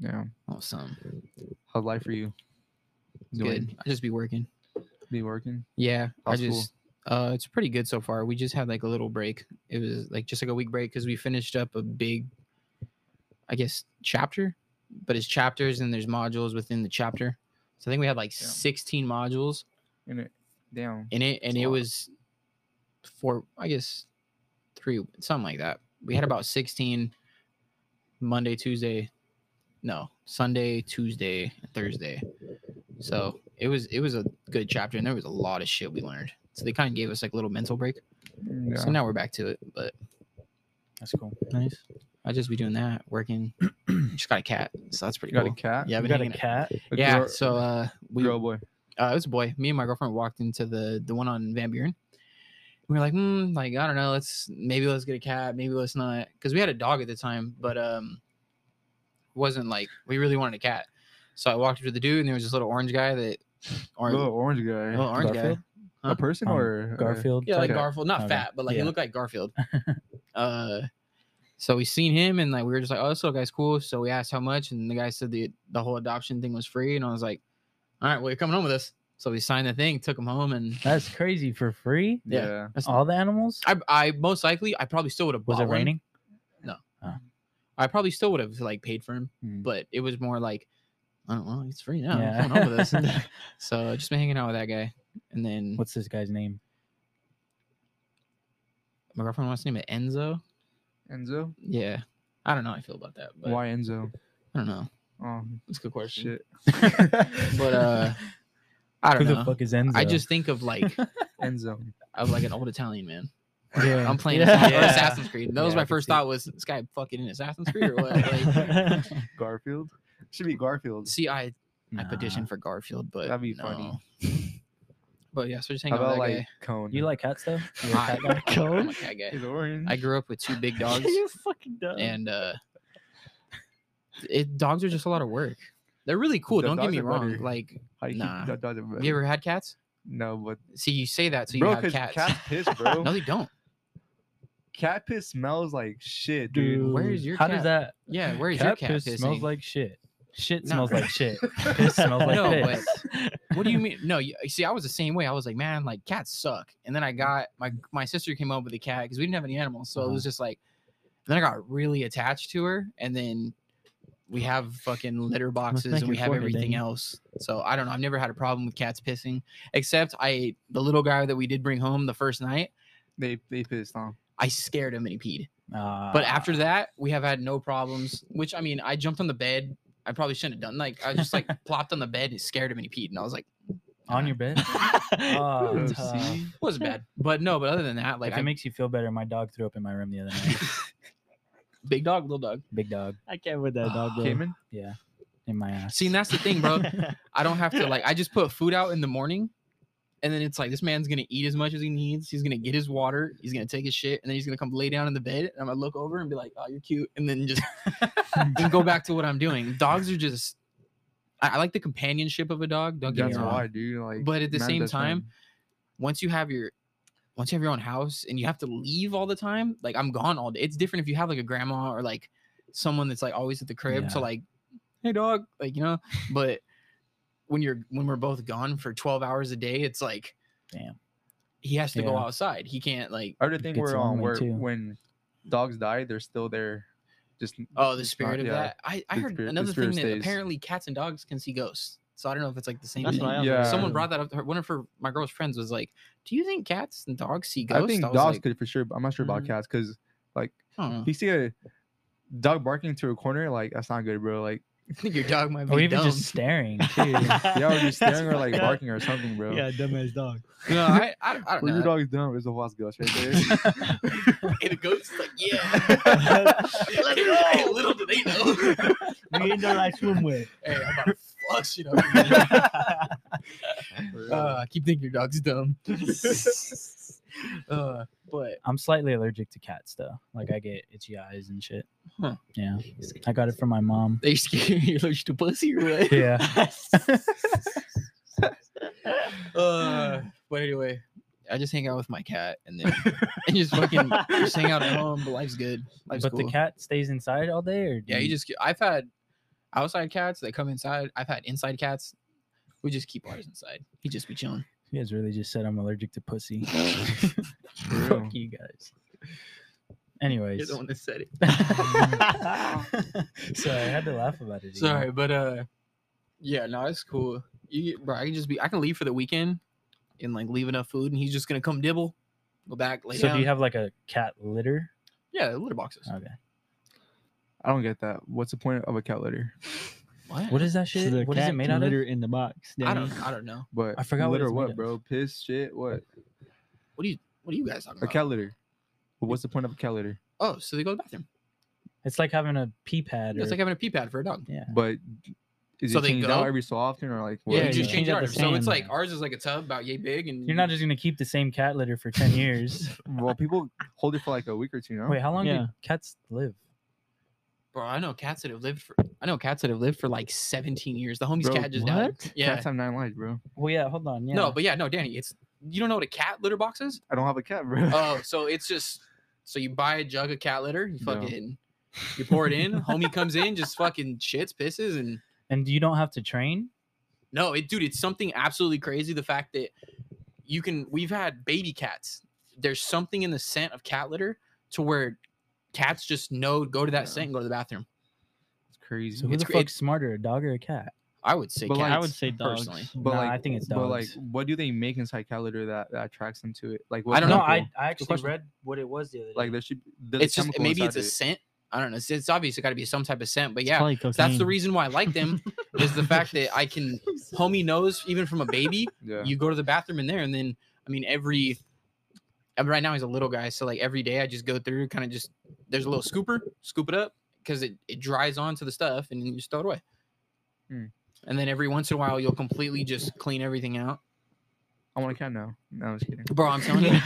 [SPEAKER 1] Yeah.
[SPEAKER 2] that was some
[SPEAKER 1] How's life for you? Doing-
[SPEAKER 2] good. I just be working.
[SPEAKER 1] Be working?
[SPEAKER 2] Yeah,
[SPEAKER 1] How's
[SPEAKER 2] I
[SPEAKER 1] school?
[SPEAKER 2] just uh, it's pretty good so far. We just had like a little break. It was like just like a week break because we finished up a big, I guess, chapter. But it's chapters and there's modules within the chapter. So I think we had like
[SPEAKER 1] Yeah.
[SPEAKER 2] 16 modules
[SPEAKER 1] In it. Damn.
[SPEAKER 2] in it, and
[SPEAKER 1] a
[SPEAKER 2] it
[SPEAKER 1] lot.
[SPEAKER 2] was four, I guess, three, something like that. We had about 16 Monday, Tuesday, no Sunday, Tuesday, and Thursday. So it was it was a good chapter, and there was a lot of shit we learned. So they kind of gave us like a little mental break. So now we're back to it. But
[SPEAKER 4] That's cool.
[SPEAKER 5] Nice.
[SPEAKER 2] I just be doing that, working. just got a cat, so that's
[SPEAKER 1] You
[SPEAKER 2] pretty
[SPEAKER 1] got
[SPEAKER 2] cool.
[SPEAKER 1] a cat?
[SPEAKER 2] Yeah, I've
[SPEAKER 4] We
[SPEAKER 2] been
[SPEAKER 4] got a
[SPEAKER 2] hanging-
[SPEAKER 4] cat.
[SPEAKER 1] A
[SPEAKER 2] yeah.
[SPEAKER 1] girl-
[SPEAKER 2] so uh, we
[SPEAKER 1] girl boy.
[SPEAKER 2] uh, it was a boy. Me and my girlfriend walked into the the one on Van Buren. We were like, mm, like I don't know, let's maybe let's get a cat, maybe let's not, because we had a dog at the time, but um, wasn't like we really wanted a cat. So I walked up to the dude, and there was this little orange guy that, or
[SPEAKER 1] Little
[SPEAKER 2] little,
[SPEAKER 1] orange guy.
[SPEAKER 2] orange
[SPEAKER 4] Garfield?
[SPEAKER 2] guy,
[SPEAKER 1] A
[SPEAKER 2] Huh?
[SPEAKER 1] person
[SPEAKER 4] Um,
[SPEAKER 1] or or-
[SPEAKER 4] Garfield.
[SPEAKER 2] yeah, like
[SPEAKER 1] Okay.
[SPEAKER 2] Garfield, not
[SPEAKER 4] Okay.
[SPEAKER 2] fat, but like
[SPEAKER 4] Yeah.
[SPEAKER 2] he looked like Garfield. uh, so we seen him, and like we were just like, oh, this little guy's cool. So we asked how much, and the guy said the the whole adoption thing was free, and I was like, all right, well you're coming home with us. So we signed the thing, took him home, and
[SPEAKER 4] That's crazy for free.
[SPEAKER 2] yeah.
[SPEAKER 1] Yeah.
[SPEAKER 4] All the animals.
[SPEAKER 2] I, I most likely, I probably still would have.
[SPEAKER 4] Was it raining?
[SPEAKER 2] I probably still would have like paid for him,
[SPEAKER 4] Mm.
[SPEAKER 2] but it was more like, I don't know, it's free now. I'm coming home with us. so I just been hanging out with that guy, and then
[SPEAKER 4] What's this guy's name?
[SPEAKER 2] my girlfriend wants to name it Enzo.
[SPEAKER 1] Enzo.
[SPEAKER 2] Yeah, I don't know how I feel about that, but
[SPEAKER 1] Why Enzo?
[SPEAKER 2] I don't know.
[SPEAKER 1] Oh
[SPEAKER 2] It's a good question,
[SPEAKER 1] shit.
[SPEAKER 2] but uh, I
[SPEAKER 4] Who
[SPEAKER 2] don't
[SPEAKER 4] the
[SPEAKER 2] know.
[SPEAKER 4] fuck is Enzo?
[SPEAKER 2] I just think of like
[SPEAKER 1] Enzo.
[SPEAKER 2] of like an old Italian man.
[SPEAKER 5] Yeah.
[SPEAKER 2] I'm playing
[SPEAKER 4] Yeah.
[SPEAKER 2] Assassin's- Assassin's Creed. That was
[SPEAKER 4] Yeah,
[SPEAKER 2] my
[SPEAKER 4] I can
[SPEAKER 2] first
[SPEAKER 4] see it.
[SPEAKER 2] thought was this guy fucking in Assassin's Creed or what? uh, Like,
[SPEAKER 1] Garfield. Should be Garfield.
[SPEAKER 2] see, I I
[SPEAKER 4] Nah.
[SPEAKER 2] petitioned for Garfield, but
[SPEAKER 1] That'd be
[SPEAKER 2] no.
[SPEAKER 1] funny.
[SPEAKER 2] But yeah, so just hang
[SPEAKER 1] How
[SPEAKER 2] out
[SPEAKER 1] about
[SPEAKER 2] with that
[SPEAKER 1] like Cone?
[SPEAKER 4] You like cats though? You a
[SPEAKER 2] guy.
[SPEAKER 4] cat guy?
[SPEAKER 2] I, am a cat guy.
[SPEAKER 1] He's orange.
[SPEAKER 2] I grew up with two big dogs,
[SPEAKER 5] You're fucking dumb.
[SPEAKER 2] and uh, it dogs are just a lot of work. They're really cool.
[SPEAKER 1] The
[SPEAKER 2] don't get
[SPEAKER 1] dogs
[SPEAKER 2] me
[SPEAKER 1] are
[SPEAKER 2] wrong.
[SPEAKER 1] better.
[SPEAKER 2] Like,
[SPEAKER 1] How you keep
[SPEAKER 2] nah.
[SPEAKER 1] that dog in bed?
[SPEAKER 2] have you ever had cats?
[SPEAKER 1] No, but
[SPEAKER 2] See, you say that, so you
[SPEAKER 1] bro,
[SPEAKER 2] have
[SPEAKER 1] cause
[SPEAKER 2] cats.
[SPEAKER 1] cats piss, bro.
[SPEAKER 2] no, they don't.
[SPEAKER 1] Cat piss smells like shit, dude.
[SPEAKER 2] Where is your
[SPEAKER 4] How
[SPEAKER 2] cat?
[SPEAKER 4] does that?
[SPEAKER 2] Yeah, where is your
[SPEAKER 4] Cat
[SPEAKER 2] cat?
[SPEAKER 4] piss smells
[SPEAKER 2] pissing?
[SPEAKER 4] like shit. Shit
[SPEAKER 2] No.
[SPEAKER 4] smells like shit. Piss smells like
[SPEAKER 2] No,
[SPEAKER 4] piss.
[SPEAKER 2] What do you mean? No, you, see, I was the same way. I was like, man, like cats suck. And then I got my my sister came up with a cat because we didn't have any animals, so it
[SPEAKER 4] Uh-huh.
[SPEAKER 2] was just like. Then I got really attached to her, and then we have fucking litter boxes
[SPEAKER 5] thank
[SPEAKER 2] and we
[SPEAKER 5] you
[SPEAKER 2] have
[SPEAKER 5] for it,
[SPEAKER 2] everything
[SPEAKER 5] Daniel.
[SPEAKER 2] else. So I don't know. I've never had a problem with cats pissing, except I the little guy that we did bring home the first night.
[SPEAKER 1] They they pissed on.
[SPEAKER 2] I scared him and he peed.
[SPEAKER 4] Ah.
[SPEAKER 2] But after that, we have had no problems. Which I mean, I jumped on the bed. I probably shouldn't have done. Like I just like plopped on the bed and it scared him and he peed, and I was like,
[SPEAKER 4] on your bed.
[SPEAKER 1] Oh,
[SPEAKER 4] Oh, tough.
[SPEAKER 1] see?
[SPEAKER 2] wasn't bad. But no, but other than that, like
[SPEAKER 4] if it
[SPEAKER 2] I make
[SPEAKER 4] makes you feel better, my dog threw up in my room the other night.
[SPEAKER 2] big dog, little dog.
[SPEAKER 4] Big dog.
[SPEAKER 5] I can't with that dog, bro.
[SPEAKER 1] Cayman?
[SPEAKER 4] Yeah. In my ass.
[SPEAKER 2] See, and that's the thing, bro. I don't have to like I just put food out in the morning and then it's like this man's gonna eat as much as he needs. He's gonna get his water, he's gonna take his shit, and then he's gonna come lay down in the bed and I'm gonna look over and be like, Oh, you're cute, and then just and go back to what I'm doing. Dogs are just I, I like the companionship of a dog, don't get me
[SPEAKER 1] That's
[SPEAKER 2] wrong.
[SPEAKER 1] why, dude. Like,
[SPEAKER 2] But at the
[SPEAKER 1] man's
[SPEAKER 2] same
[SPEAKER 1] best
[SPEAKER 2] time,
[SPEAKER 1] friend.
[SPEAKER 2] once you have your once you have your own house and you have to leave all the time, like I'm gone all day. It's different if you have like a grandma or like someone that's like always at the crib. So
[SPEAKER 4] Yeah.
[SPEAKER 2] like, hey dog, like you know. But when you're when we're both gone for 12 hours a day, it's like,
[SPEAKER 4] Damn.
[SPEAKER 2] he has to go
[SPEAKER 4] Yeah.
[SPEAKER 2] outside. He can't like,
[SPEAKER 1] I already think
[SPEAKER 4] gets
[SPEAKER 1] we're
[SPEAKER 4] along
[SPEAKER 1] on
[SPEAKER 4] with
[SPEAKER 1] where
[SPEAKER 4] it, too.
[SPEAKER 1] when dogs die, they're still there. Just
[SPEAKER 2] oh, the
[SPEAKER 1] it's not-
[SPEAKER 2] spirit of
[SPEAKER 1] yeah.
[SPEAKER 2] that. I I
[SPEAKER 1] The
[SPEAKER 2] heard
[SPEAKER 1] spirit- the
[SPEAKER 2] another thing
[SPEAKER 1] spirit
[SPEAKER 2] that
[SPEAKER 1] stays.
[SPEAKER 2] apparently cats and dogs can see ghosts. So I don't know if it's like the same
[SPEAKER 5] That's
[SPEAKER 2] thing.
[SPEAKER 5] what I was
[SPEAKER 1] Yeah.
[SPEAKER 5] like,
[SPEAKER 2] Someone
[SPEAKER 5] "Ooh."
[SPEAKER 2] brought that up. To her. One of her my girl's friends was like, "Do you think cats and dogs see ghosts?"
[SPEAKER 1] I think
[SPEAKER 2] was
[SPEAKER 1] dogs
[SPEAKER 2] like, Mm.
[SPEAKER 1] could for sure. But I'm not sure about
[SPEAKER 2] Mhm.
[SPEAKER 1] cats because like
[SPEAKER 2] I don't know.
[SPEAKER 1] if you see a dog barking to a corner, like that's not good, bro. Like
[SPEAKER 2] I think your dog might be
[SPEAKER 4] or even
[SPEAKER 2] dumb.
[SPEAKER 4] just staring too.
[SPEAKER 1] yeah, or just staring or like
[SPEAKER 5] fucked up.
[SPEAKER 1] barking or something, bro.
[SPEAKER 5] Yeah, dumbass dog.
[SPEAKER 2] No, I, I, I don't
[SPEAKER 1] Well,
[SPEAKER 2] know.
[SPEAKER 1] your dog's dumb. It's a lost ghost right there.
[SPEAKER 2] And the goat's like, yeah. Let's go. Hey, little do they know.
[SPEAKER 5] We ain't done like swim with.
[SPEAKER 2] hey, I'm about to fuck shit up. here. uh, I keep thinking your dog's dumb. uh, but
[SPEAKER 4] I'm slightly allergic to cats though. Like I get itchy eyes and shit.
[SPEAKER 2] Huh.
[SPEAKER 4] Yeah. I got it from my mom.
[SPEAKER 2] they scared you allergic to pussy or what?
[SPEAKER 4] Yeah.
[SPEAKER 2] Uh, but anyway, I just hang out with my cat and then and just fucking just hang out at home. But life's good. Life's
[SPEAKER 4] but
[SPEAKER 2] cool.
[SPEAKER 4] the cat stays inside all day or
[SPEAKER 2] Yeah,
[SPEAKER 4] do
[SPEAKER 2] you just get- I've had outside cats that come inside. I've had inside cats. We just keep ours inside. He just be chilling.
[SPEAKER 4] you guys really just said I'm allergic to pussy.
[SPEAKER 1] For real.
[SPEAKER 4] Fuck you guys. Anyways.
[SPEAKER 2] that said it.
[SPEAKER 4] Sorry, I had to laugh about it. you know?
[SPEAKER 2] Sorry, but uh, yeah, no, it's cool. You, get- bro, I can just be. I can leave for the weekend and like leave enough food, and he's just gonna come dibble, go back, lay
[SPEAKER 4] So
[SPEAKER 2] down.
[SPEAKER 4] do you have like a cat litter?
[SPEAKER 2] yeah, litter boxes.
[SPEAKER 4] Okay.
[SPEAKER 1] I don't get that. What's the point of a cat litter?
[SPEAKER 4] What is that shit?
[SPEAKER 5] So the
[SPEAKER 4] What is it
[SPEAKER 5] cat
[SPEAKER 4] made
[SPEAKER 5] can
[SPEAKER 4] out
[SPEAKER 5] litter
[SPEAKER 4] of?
[SPEAKER 5] in the box.
[SPEAKER 2] I
[SPEAKER 5] Danny.
[SPEAKER 2] don't. I don't know.
[SPEAKER 1] But
[SPEAKER 4] I forgot what
[SPEAKER 1] litter.
[SPEAKER 4] it's made
[SPEAKER 1] What,
[SPEAKER 4] of.
[SPEAKER 1] bro? Piss, shit. What?
[SPEAKER 2] What do you? What are you guys talking
[SPEAKER 1] A
[SPEAKER 2] about?
[SPEAKER 1] cat litter. But what's the point of a cat litter?
[SPEAKER 2] oh, so they go to the bathroom.
[SPEAKER 4] It's like having a pee pad.
[SPEAKER 2] Yeah, it's
[SPEAKER 4] or-
[SPEAKER 2] like having a pee pad for a dog.
[SPEAKER 4] yeah.
[SPEAKER 1] But is
[SPEAKER 2] So
[SPEAKER 1] it
[SPEAKER 2] they
[SPEAKER 1] changed out
[SPEAKER 2] go?
[SPEAKER 1] every so often or like? what?
[SPEAKER 2] Yeah, you
[SPEAKER 4] you
[SPEAKER 2] just change
[SPEAKER 4] change
[SPEAKER 2] out.
[SPEAKER 4] out the
[SPEAKER 2] So it's
[SPEAKER 4] sand.
[SPEAKER 2] like ours is like a tub about yay big, and
[SPEAKER 4] You're not just gonna keep the same cat litter for ten years.
[SPEAKER 1] well, people hold it for like a week or two. No.
[SPEAKER 4] Wait, how long
[SPEAKER 5] Yeah.
[SPEAKER 4] do cats live?
[SPEAKER 2] Bro, I know cats that have lived for. I know cats that have lived for like 17 years. The homie's
[SPEAKER 1] Bro,
[SPEAKER 2] cat just died.
[SPEAKER 5] what?
[SPEAKER 2] Yeah.
[SPEAKER 1] Cats have nine lives, bro.
[SPEAKER 4] Well, yeah. Hold on. Yeah.
[SPEAKER 2] No, but yeah, no, Danny, it's you don't know what a cat litter box is?
[SPEAKER 1] I don't have a cat, bro.
[SPEAKER 2] Oh, so it's just so you buy a jug of cat litter, you
[SPEAKER 1] No.
[SPEAKER 2] fucking you pour it in, homie comes in, just fucking shits, pisses, and
[SPEAKER 4] and you don't have to train.
[SPEAKER 2] no, it dude, it's something absolutely crazy. The fact that you can we've had baby cats. There's something in the scent of cat litter to where cats just know go to that
[SPEAKER 1] Yeah.
[SPEAKER 2] scent and go to the bathroom.
[SPEAKER 1] it's crazy.
[SPEAKER 4] So who
[SPEAKER 2] It's
[SPEAKER 4] the
[SPEAKER 2] cr-
[SPEAKER 4] fuck's smarter, a dog or a cat?
[SPEAKER 2] I would say
[SPEAKER 1] But, like,
[SPEAKER 2] cats.
[SPEAKER 5] I would say dogs.
[SPEAKER 2] personally.
[SPEAKER 4] But
[SPEAKER 1] But, like-
[SPEAKER 4] I think it's dogs.
[SPEAKER 1] But like, what do they make inside cat litter that, that attracts them to it? Like, what
[SPEAKER 2] I don't know.
[SPEAKER 4] No,
[SPEAKER 1] chemical?
[SPEAKER 4] I, I actually
[SPEAKER 2] question.
[SPEAKER 4] read what it was the other day.
[SPEAKER 1] like there should. There's a
[SPEAKER 2] it's just
[SPEAKER 1] chemical
[SPEAKER 2] maybe it's
[SPEAKER 1] inside
[SPEAKER 2] a
[SPEAKER 1] it.
[SPEAKER 2] scent. I don't know. It's, it's obvious it got to be some type of scent, but
[SPEAKER 5] It's
[SPEAKER 2] yeah,
[SPEAKER 5] probably
[SPEAKER 2] that's the
[SPEAKER 5] cocaine.
[SPEAKER 2] reason why I like them is the fact that I can homie knows even from a baby.
[SPEAKER 1] Yeah.
[SPEAKER 2] You go to the bathroom in there, and then I mean every. I mean, right now he's a little guy, so like every day I just go through, kind of just there's a little scooper, scoop it up because it it dries onto the stuff, and then you just throw it away.
[SPEAKER 1] Hmm.
[SPEAKER 2] And then every once in a while you'll completely just clean everything out,
[SPEAKER 1] I want a cat now. No, I'm just kidding.
[SPEAKER 2] bro. I'm telling you,
[SPEAKER 5] You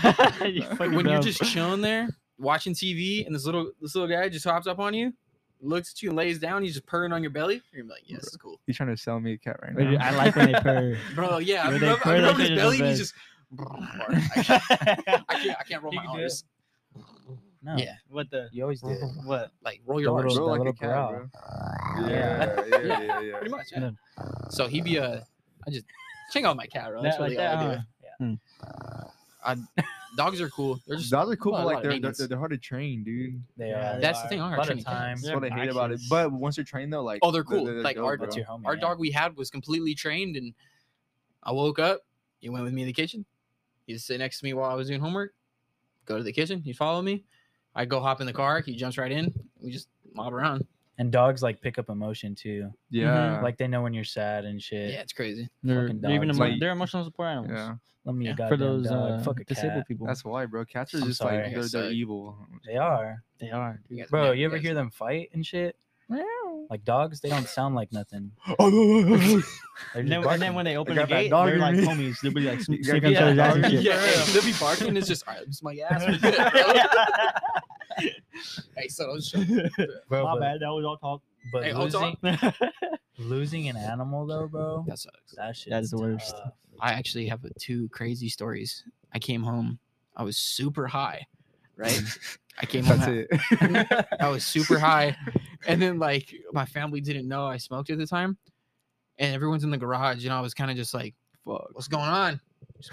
[SPEAKER 1] When
[SPEAKER 5] fucking
[SPEAKER 2] when you're
[SPEAKER 5] dumb.
[SPEAKER 2] just chilling there watching TV, and this little this little guy just hops up on you, looks at you, and lays down. He's just purring on your belly. You're gonna be like, yes, it's cool.
[SPEAKER 1] He's trying to sell me a cat right
[SPEAKER 5] Dude,
[SPEAKER 1] now.
[SPEAKER 5] I like when they purr.
[SPEAKER 2] Bro, yeah,
[SPEAKER 5] Where
[SPEAKER 2] I'm
[SPEAKER 5] they
[SPEAKER 2] rubbing,
[SPEAKER 5] pray
[SPEAKER 2] I'm
[SPEAKER 5] like
[SPEAKER 2] rubbing his
[SPEAKER 5] they just
[SPEAKER 2] belly and he's
[SPEAKER 5] beg.
[SPEAKER 2] just. I can't, I can't, I can't roll
[SPEAKER 4] You
[SPEAKER 2] my
[SPEAKER 4] can do it.
[SPEAKER 2] arms.
[SPEAKER 4] no,
[SPEAKER 2] Yeah,
[SPEAKER 5] what the?
[SPEAKER 4] you always did.
[SPEAKER 5] What?
[SPEAKER 2] like roll your arms.
[SPEAKER 4] Bro,
[SPEAKER 1] Grow
[SPEAKER 4] that
[SPEAKER 1] like
[SPEAKER 4] little
[SPEAKER 1] a cat, bro. Yeah, yeah, yeah, yeah. yeah.
[SPEAKER 2] Pretty much, yeah.
[SPEAKER 5] No.
[SPEAKER 2] So he'd be a. I just check out my cat, bro. That's
[SPEAKER 5] That-
[SPEAKER 2] really
[SPEAKER 5] like
[SPEAKER 2] all I
[SPEAKER 5] that,
[SPEAKER 2] do. I, dogs are cool. They're just.
[SPEAKER 1] Dogs are cool,
[SPEAKER 2] a
[SPEAKER 1] but
[SPEAKER 2] lot
[SPEAKER 1] like
[SPEAKER 2] of
[SPEAKER 1] they're, they're
[SPEAKER 2] maintenance.
[SPEAKER 1] they're hard to train, dude.
[SPEAKER 4] They
[SPEAKER 5] Yeah,
[SPEAKER 4] are.
[SPEAKER 5] they
[SPEAKER 2] That's the thing,
[SPEAKER 4] A
[SPEAKER 2] aren't
[SPEAKER 4] lot of
[SPEAKER 2] training cats.
[SPEAKER 4] times.
[SPEAKER 1] That's
[SPEAKER 5] They're
[SPEAKER 1] what I hate about it.
[SPEAKER 5] obnoxious.
[SPEAKER 1] But once they're trained though, like
[SPEAKER 2] Oh, they're cool. Like,
[SPEAKER 1] dope,
[SPEAKER 2] our-
[SPEAKER 1] bro.
[SPEAKER 4] That's your homie.
[SPEAKER 2] Our
[SPEAKER 4] yeah.
[SPEAKER 2] dog we had was completely trained, and I woke up. He went with me to the kitchen. He'd sit next to me while I was doing homework. Go to the kitchen. He'd follow me. I go hop in the car. He jumps right in. We just mob around.
[SPEAKER 4] And dogs like pick up emotion too.
[SPEAKER 2] Mm-hmm.
[SPEAKER 1] yeah,
[SPEAKER 4] Like they know when you're sad and shit.
[SPEAKER 2] Yeah, it's crazy.
[SPEAKER 5] They're,
[SPEAKER 4] Fucking
[SPEAKER 5] they're even
[SPEAKER 4] dogs.
[SPEAKER 5] emo-
[SPEAKER 1] Like-
[SPEAKER 5] they're emotional support animals.
[SPEAKER 1] yeah.
[SPEAKER 2] um,
[SPEAKER 4] Let me
[SPEAKER 2] Yeah.
[SPEAKER 4] a
[SPEAKER 5] For
[SPEAKER 4] goddamn
[SPEAKER 5] those
[SPEAKER 4] dog.
[SPEAKER 5] uh,
[SPEAKER 4] Fuck a
[SPEAKER 5] disabled
[SPEAKER 4] cat.
[SPEAKER 5] people.
[SPEAKER 1] That's why, bro. Cats are
[SPEAKER 4] I'm
[SPEAKER 1] just
[SPEAKER 4] sorry.
[SPEAKER 1] like they're, they're
[SPEAKER 2] Suck.
[SPEAKER 1] evil.
[SPEAKER 4] They are,
[SPEAKER 5] they are.
[SPEAKER 2] You guys-
[SPEAKER 4] bro.
[SPEAKER 2] yeah,
[SPEAKER 4] You ever
[SPEAKER 2] guys-
[SPEAKER 4] hear them fight and shit? Like dogs, they don't sound like nothing. They're
[SPEAKER 5] And
[SPEAKER 4] just
[SPEAKER 5] then, and then when they open the
[SPEAKER 1] got that
[SPEAKER 5] gate,
[SPEAKER 1] dog
[SPEAKER 5] they're
[SPEAKER 1] in
[SPEAKER 5] like
[SPEAKER 1] me.
[SPEAKER 5] homies. They'll be like,
[SPEAKER 1] You
[SPEAKER 5] sn-
[SPEAKER 1] got
[SPEAKER 5] stick
[SPEAKER 1] that
[SPEAKER 5] each other's
[SPEAKER 1] dog
[SPEAKER 5] ass and
[SPEAKER 1] in
[SPEAKER 5] shit.
[SPEAKER 1] me.
[SPEAKER 2] Yeah, they'll be barking. It's just, all right, this is my ass. What is it, bro?" hey, so don't show.
[SPEAKER 4] Bro,
[SPEAKER 5] My
[SPEAKER 4] but-
[SPEAKER 5] bad. That was all talk.
[SPEAKER 4] But
[SPEAKER 2] Hey, hold
[SPEAKER 4] losing,
[SPEAKER 2] on.
[SPEAKER 4] losing an animal though, bro.
[SPEAKER 2] That sucks.
[SPEAKER 4] That shit.
[SPEAKER 5] That's the worst.
[SPEAKER 4] tough.
[SPEAKER 2] I actually have two crazy stories. I came home. I was super high, right? I came home.
[SPEAKER 1] That's it.
[SPEAKER 2] I was super high. And then like my family didn't know I smoked at the time. And everyone's in the garage, and I was kind of just like,
[SPEAKER 1] Fuck.
[SPEAKER 2] what's going on? Just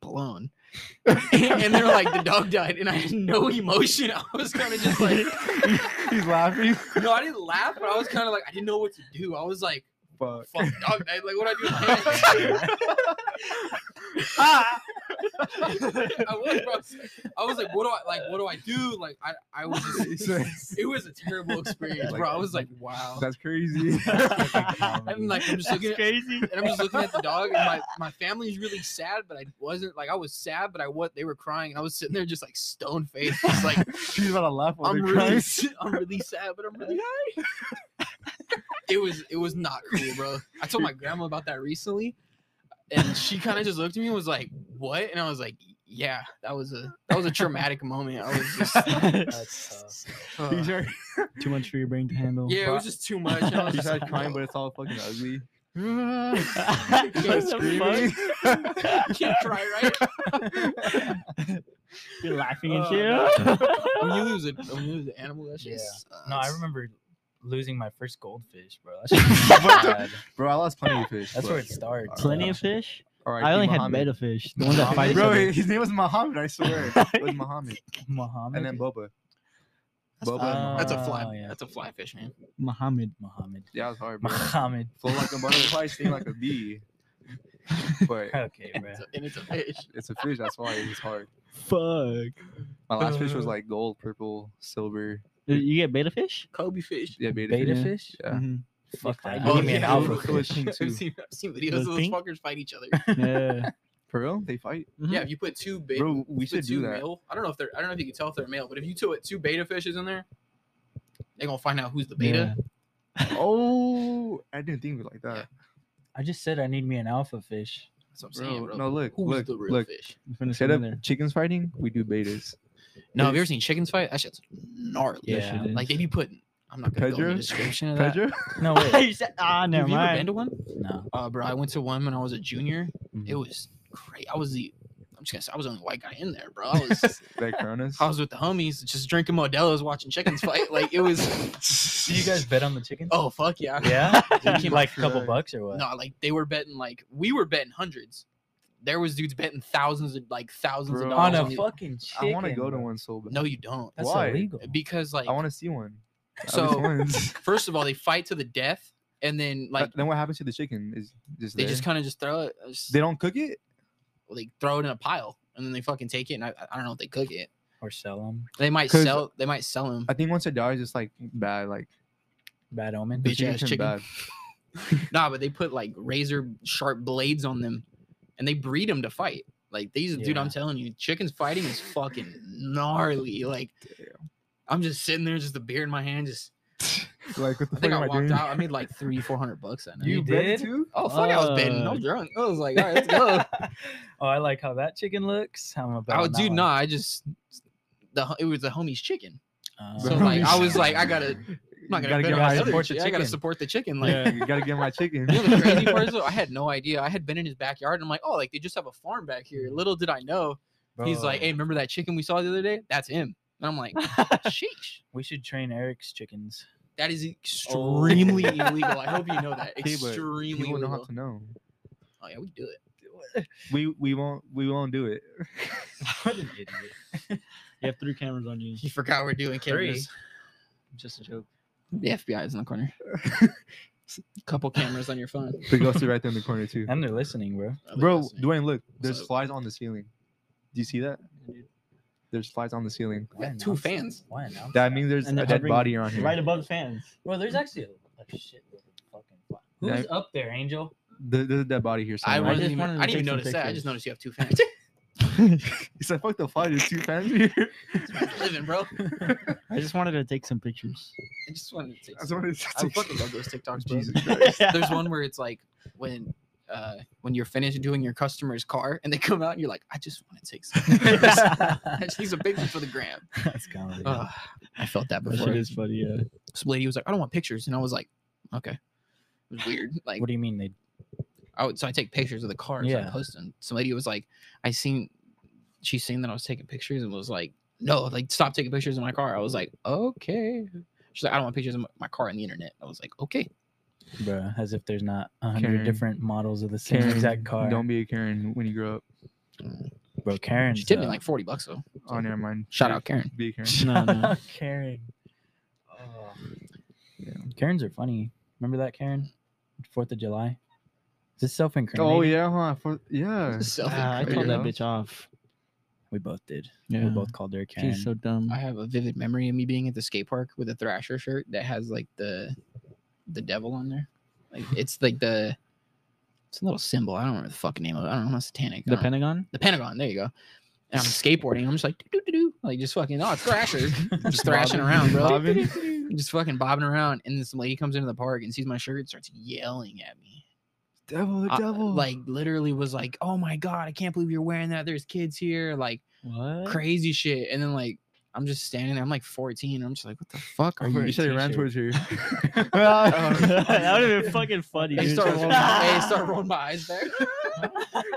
[SPEAKER 2] blown. and they're like, the dog died. And I had no emotion. I was kind of just like,
[SPEAKER 1] He's laughing.
[SPEAKER 2] no, I didn't laugh, but I was kind of like, I didn't know what to do. I was like,
[SPEAKER 1] Fuck.
[SPEAKER 2] fuck, dog died. Like, what do I do? with my hands? I was, bro. I was like- I was like, what do I like? What do I do? Like, I, I was. Just, it was a terrible experience, bro. I was like, wow.
[SPEAKER 1] That's crazy.
[SPEAKER 2] And like, I'm just looking. At,
[SPEAKER 5] crazy.
[SPEAKER 2] and I'm just looking at the dog, and my, my family's really sad, but I wasn't like I was sad, but I what they were crying, and I was sitting there just like stone faced, just like
[SPEAKER 1] She's about to laugh while
[SPEAKER 2] I'm
[SPEAKER 1] they're
[SPEAKER 2] really,
[SPEAKER 1] crying.
[SPEAKER 2] s- I'm really sad, but I'm really high. it was, it was not cool, bro. I told my grandma about that recently, and she kind of just looked at me and was like, "What?" And I was like, "Yeah, that was a, that was a traumatic moment. I was just,
[SPEAKER 4] That's tough.
[SPEAKER 2] uh,
[SPEAKER 1] He's already-
[SPEAKER 5] Too much for your brain to handle.
[SPEAKER 2] yeah, it was just too much." and I was
[SPEAKER 1] He's
[SPEAKER 2] just
[SPEAKER 1] already
[SPEAKER 2] like,
[SPEAKER 1] crying, but
[SPEAKER 2] "Whoa,
[SPEAKER 1] it's all fucking ugly.
[SPEAKER 5] What
[SPEAKER 1] He's
[SPEAKER 5] the
[SPEAKER 1] screaming.
[SPEAKER 5] fuck?
[SPEAKER 2] you can't cry, right?
[SPEAKER 5] You're laughing and
[SPEAKER 2] Oh,
[SPEAKER 5] shit.
[SPEAKER 2] When you lose it, when you lose an animal, that shit
[SPEAKER 4] Yeah.
[SPEAKER 2] sucks.
[SPEAKER 4] No, I remember losing my first goldfish, bro. That shit was bad.
[SPEAKER 1] Bro, I lost plenty of fish.
[SPEAKER 4] That's
[SPEAKER 1] but-
[SPEAKER 4] where it starts.
[SPEAKER 5] Plenty of fish.
[SPEAKER 1] All right,
[SPEAKER 5] I
[SPEAKER 1] keep
[SPEAKER 5] only had
[SPEAKER 1] Muhammad.
[SPEAKER 5] betta fish. The ones that
[SPEAKER 4] Muhammad?
[SPEAKER 5] fight. each
[SPEAKER 1] Bro,
[SPEAKER 5] other.
[SPEAKER 1] his name was Muhammad. I swear, it was Muhammad,
[SPEAKER 4] Muhammad.
[SPEAKER 1] and then Boba.
[SPEAKER 2] That's,
[SPEAKER 1] Boba.
[SPEAKER 4] fine.
[SPEAKER 1] and
[SPEAKER 2] that's a
[SPEAKER 1] Muhammad.
[SPEAKER 2] fly.
[SPEAKER 4] Oh, yeah.
[SPEAKER 2] That's a fly fish, man.
[SPEAKER 5] Muhammad.
[SPEAKER 4] Muhammad.
[SPEAKER 1] Yeah, it was hard. Bro.
[SPEAKER 4] Muhammad.
[SPEAKER 1] Flow like a butterfly, sting like a bee. But
[SPEAKER 4] Okay, bro.
[SPEAKER 2] It's a- and it's a fish.
[SPEAKER 1] it's a fish. That's why it was hard.
[SPEAKER 5] Fuck.
[SPEAKER 1] My last fish was like gold, purple, silver.
[SPEAKER 5] You get beta fish?
[SPEAKER 2] Kobe fish.
[SPEAKER 1] Yeah, beta,
[SPEAKER 4] Beta
[SPEAKER 1] fish.
[SPEAKER 4] fish?
[SPEAKER 1] Yeah.
[SPEAKER 5] Mhm.
[SPEAKER 4] Fuck that.
[SPEAKER 2] Oh,
[SPEAKER 4] Give me an
[SPEAKER 2] yeah.
[SPEAKER 4] alpha
[SPEAKER 1] It was
[SPEAKER 4] fish.
[SPEAKER 1] pink, too.
[SPEAKER 2] I've seen, I've seen videos
[SPEAKER 5] Those
[SPEAKER 2] of those
[SPEAKER 5] pink?
[SPEAKER 2] fuckers fight each other.
[SPEAKER 5] Yeah. Mm-hmm.
[SPEAKER 1] For real? They fight?
[SPEAKER 2] yeah, if you put two big
[SPEAKER 1] Bro, we
[SPEAKER 2] put
[SPEAKER 1] should do
[SPEAKER 2] two
[SPEAKER 1] that.
[SPEAKER 2] Male, I don't know if they're. I don't know if you can tell if they're male, but if you put two beta fishes in there, they're gonna find out who's the beta.
[SPEAKER 1] Oh, I didn't think of it like that.
[SPEAKER 4] I just said I need me an alpha fish.
[SPEAKER 2] That's what I'm saying,
[SPEAKER 1] Bro,
[SPEAKER 2] bro.
[SPEAKER 1] no, look,
[SPEAKER 2] who's
[SPEAKER 1] look,
[SPEAKER 2] the real
[SPEAKER 1] look.
[SPEAKER 2] fish?
[SPEAKER 5] Finish
[SPEAKER 1] Set
[SPEAKER 5] it
[SPEAKER 1] up
[SPEAKER 5] in there.
[SPEAKER 1] chickens fighting, we do betas.
[SPEAKER 2] No, have you
[SPEAKER 1] Is-
[SPEAKER 2] ever seen chickens fight? That shit's gnarly.
[SPEAKER 5] That
[SPEAKER 4] Yeah.
[SPEAKER 5] shit
[SPEAKER 2] Like
[SPEAKER 5] is-
[SPEAKER 2] if you put, I'm not gonna go into
[SPEAKER 1] Pedro?
[SPEAKER 2] the description of that.
[SPEAKER 1] Pedro?
[SPEAKER 4] No, wait.
[SPEAKER 5] You said- ah,
[SPEAKER 2] Have
[SPEAKER 5] never
[SPEAKER 2] you ever been
[SPEAKER 5] mind.
[SPEAKER 2] to one?
[SPEAKER 4] no.
[SPEAKER 2] Uh, bro, I went to one when I was a junior. It
[SPEAKER 4] Mhm.
[SPEAKER 2] was great. I was the, I'm just gonna say, I was the only white guy in there, bro. I was,
[SPEAKER 1] Like Coronas?
[SPEAKER 2] I was with the homies, just drinking Modelo's, watching chickens fight. Like it was.
[SPEAKER 4] Do you guys bet on the chickens?
[SPEAKER 2] Oh fuck yeah.
[SPEAKER 4] yeah.
[SPEAKER 2] They came
[SPEAKER 4] like
[SPEAKER 2] out
[SPEAKER 4] a couple
[SPEAKER 1] for-
[SPEAKER 4] bucks or what?
[SPEAKER 2] No, like they were betting like we were betting hundreds. There was dudes betting thousands of like thousands
[SPEAKER 1] Bro.
[SPEAKER 2] of
[SPEAKER 4] on
[SPEAKER 2] dollars.
[SPEAKER 4] a
[SPEAKER 2] the-
[SPEAKER 4] fucking chicken.
[SPEAKER 1] I want to go to
[SPEAKER 4] bro.
[SPEAKER 1] one so bad.
[SPEAKER 2] no, you don't.
[SPEAKER 4] That's
[SPEAKER 1] Why?
[SPEAKER 4] illegal.
[SPEAKER 2] Because like
[SPEAKER 1] I want to see one. At least
[SPEAKER 2] so
[SPEAKER 1] once.
[SPEAKER 2] first of all, they fight to the death and then like
[SPEAKER 1] But then what happens to the chicken? Is just
[SPEAKER 2] they
[SPEAKER 1] there?
[SPEAKER 2] just kind of just throw it just,
[SPEAKER 1] they
[SPEAKER 2] they,
[SPEAKER 1] don't cook it?
[SPEAKER 2] throw it in a pile and then they fucking take it and I, I don't know if they cook it.
[SPEAKER 4] or sell them.
[SPEAKER 2] They might
[SPEAKER 1] 'Cause-
[SPEAKER 2] sell they might sell them.
[SPEAKER 1] I think once it dies, it's like bad. Like
[SPEAKER 4] Bad omen.
[SPEAKER 1] the
[SPEAKER 2] Bitch ass
[SPEAKER 1] chicken
[SPEAKER 2] chicken.
[SPEAKER 1] bad.
[SPEAKER 2] nah, but they put like razor sharp blades on them and they breed them to fight. Like these, dude, I'm
[SPEAKER 4] Yeah.
[SPEAKER 2] telling you, chickens fighting is fucking gnarly. Like, I'm just sitting there, just a beer in my hand. Just,
[SPEAKER 1] Like what the
[SPEAKER 2] I think I
[SPEAKER 1] fuck am
[SPEAKER 2] walked
[SPEAKER 1] I doing?
[SPEAKER 2] out. I made like three, four hundred bucks that night.
[SPEAKER 4] You
[SPEAKER 1] bet
[SPEAKER 4] did?
[SPEAKER 1] too?
[SPEAKER 2] oh fuck, I was betting. I'm
[SPEAKER 5] Fuck.
[SPEAKER 2] drunk. I was like, all right, let's go.
[SPEAKER 4] oh, I like how that chicken looks. I'm about.
[SPEAKER 2] I would do not. I just the ho- it was the homie's chicken.
[SPEAKER 4] Uh,
[SPEAKER 1] The
[SPEAKER 2] So like, I
[SPEAKER 1] homie's-
[SPEAKER 2] was like, I gotta, I'm not gonna
[SPEAKER 1] gotta
[SPEAKER 2] bet
[SPEAKER 1] get
[SPEAKER 2] on
[SPEAKER 4] my
[SPEAKER 2] the other
[SPEAKER 4] support the
[SPEAKER 2] shit. I gotta
[SPEAKER 4] chicken.
[SPEAKER 2] support the chicken.
[SPEAKER 1] my,
[SPEAKER 2] Like,
[SPEAKER 1] yeah, you gotta get my chicken.
[SPEAKER 2] You know the crazy part is though, I had no idea. I had been in his backyard and I'm like, oh, like they just have a farm back here. Little did I know. He's like, hey, remember that chicken we saw the other day? That's him. And I'm like, sheesh.
[SPEAKER 4] we should train Eric's chickens.
[SPEAKER 2] That is extremely illegal. I hope you know that.
[SPEAKER 1] Okay, Oh. but
[SPEAKER 2] Extremely
[SPEAKER 1] People don't
[SPEAKER 2] illegal.
[SPEAKER 1] have to know.
[SPEAKER 2] Oh yeah, we do it.
[SPEAKER 1] We we won't we won't do it.
[SPEAKER 4] what an idiot.
[SPEAKER 5] You have three cameras on you.
[SPEAKER 2] You forgot we're doing cameras.
[SPEAKER 5] Just a joke.
[SPEAKER 2] The FBI is in the corner. Couple cameras on your phone.
[SPEAKER 1] The ghost is right there in the corner too.
[SPEAKER 4] And they're listening, bro.
[SPEAKER 2] Oh, they
[SPEAKER 1] Bro,
[SPEAKER 2] listening.
[SPEAKER 1] Dwayne, look, there's
[SPEAKER 2] up?
[SPEAKER 1] flies on the ceiling. Do you see that? There's flies on the ceiling.
[SPEAKER 2] We got two fans.
[SPEAKER 4] Why announce
[SPEAKER 1] That means there's
[SPEAKER 5] And
[SPEAKER 1] a
[SPEAKER 5] they're
[SPEAKER 1] dead
[SPEAKER 5] hovering
[SPEAKER 1] body around here.
[SPEAKER 5] Right above the fans.
[SPEAKER 4] Well, there's actually a, a shit load of fucking fly. Who's up there, Angel?
[SPEAKER 1] There- There's a dead body here
[SPEAKER 2] I,
[SPEAKER 1] somewhere.
[SPEAKER 2] wasn't
[SPEAKER 5] just
[SPEAKER 2] even,
[SPEAKER 5] wanted to
[SPEAKER 2] I didn't even notice
[SPEAKER 5] take some
[SPEAKER 2] that. I
[SPEAKER 5] pictures.
[SPEAKER 2] just noticed you have two fans.
[SPEAKER 1] He said, "Fuck the fly, there's two fans here."
[SPEAKER 2] living, bro.
[SPEAKER 5] I just wanted to take some pictures.
[SPEAKER 2] I just wanted to say
[SPEAKER 1] That's what it's.
[SPEAKER 2] I fucking love those TikToks, bro.
[SPEAKER 1] Jesus Christ.
[SPEAKER 2] There's one where it's like when uh when you're finished doing your customer's car and they come out and you're like, I just want to take some pictures. I just need some pictures for the gram.
[SPEAKER 4] That's comedy.
[SPEAKER 2] Ugh, I felt that
[SPEAKER 5] That
[SPEAKER 2] before.
[SPEAKER 5] shit is funny, yeah.
[SPEAKER 2] This lady was like, I don't want pictures, and I was like, okay. It was weird. Like
[SPEAKER 4] what do you mean they?
[SPEAKER 2] I would, so I take pictures of the cars and I
[SPEAKER 4] Yeah.
[SPEAKER 2] post them. Some lady was like, I seen she seen that I was taking pictures and was like, no, like stop taking pictures of my car. I was like, okay. She's like, I don't want pictures of my- my car on the internet. I was like, okay.
[SPEAKER 4] Bruh, as if there's not a hundred
[SPEAKER 1] Karen.
[SPEAKER 4] different models of the same
[SPEAKER 1] Karen,
[SPEAKER 4] exact car.
[SPEAKER 1] Don't be a Karen when you grow up.
[SPEAKER 4] Bro, Karen.
[SPEAKER 2] She tipped me like forty bucks though.
[SPEAKER 1] Oh, never mind.
[SPEAKER 2] Shout out Karen.
[SPEAKER 1] Be a Karen.
[SPEAKER 5] No, no.
[SPEAKER 4] Karen.
[SPEAKER 1] Yeah.
[SPEAKER 4] Karens are funny. Remember that Karen? Fourth of July. Is this self-incriminating?
[SPEAKER 1] Oh yeah, huh? For, yeah.
[SPEAKER 2] Self-
[SPEAKER 5] Ah, I
[SPEAKER 1] There
[SPEAKER 5] called
[SPEAKER 1] you
[SPEAKER 5] that
[SPEAKER 1] go.
[SPEAKER 5] bitch off.
[SPEAKER 4] We both did.
[SPEAKER 5] Yeah.
[SPEAKER 4] We both called her Karen.
[SPEAKER 5] She's so dumb.
[SPEAKER 2] I have a vivid memory of me being at the skate park with a Thrasher shirt that has like the the devil on there. Like it's like the it's a little symbol. I don't remember the fucking name of it. I don't know. I'm not satanic. I
[SPEAKER 5] The
[SPEAKER 2] don't-
[SPEAKER 5] Pentagon?
[SPEAKER 2] the Pentagon. There you go. And I'm skateboarding. I'm just like doo doo doo, like just fucking oh it's Thrasher, just thrashing around, bro.
[SPEAKER 1] Bobbing.
[SPEAKER 2] just fucking bobbing around. And this lady comes into the park and sees my shirt, and starts yelling at me.
[SPEAKER 1] Devil, the
[SPEAKER 2] I-
[SPEAKER 5] Oh.
[SPEAKER 1] devil.
[SPEAKER 2] like literally was like, oh my god, I can't believe you're wearing that. There's kids here, like.
[SPEAKER 5] What?
[SPEAKER 2] crazy shit. And then like I'm just standing there, I'm like 14. I'm just like, what the fuck are
[SPEAKER 1] Oh, you, Oh,
[SPEAKER 2] you?
[SPEAKER 1] should have ran towards you.
[SPEAKER 5] that would have been fucking funny.
[SPEAKER 2] They
[SPEAKER 5] dude.
[SPEAKER 2] start rolling my, they start rolling my eyes back.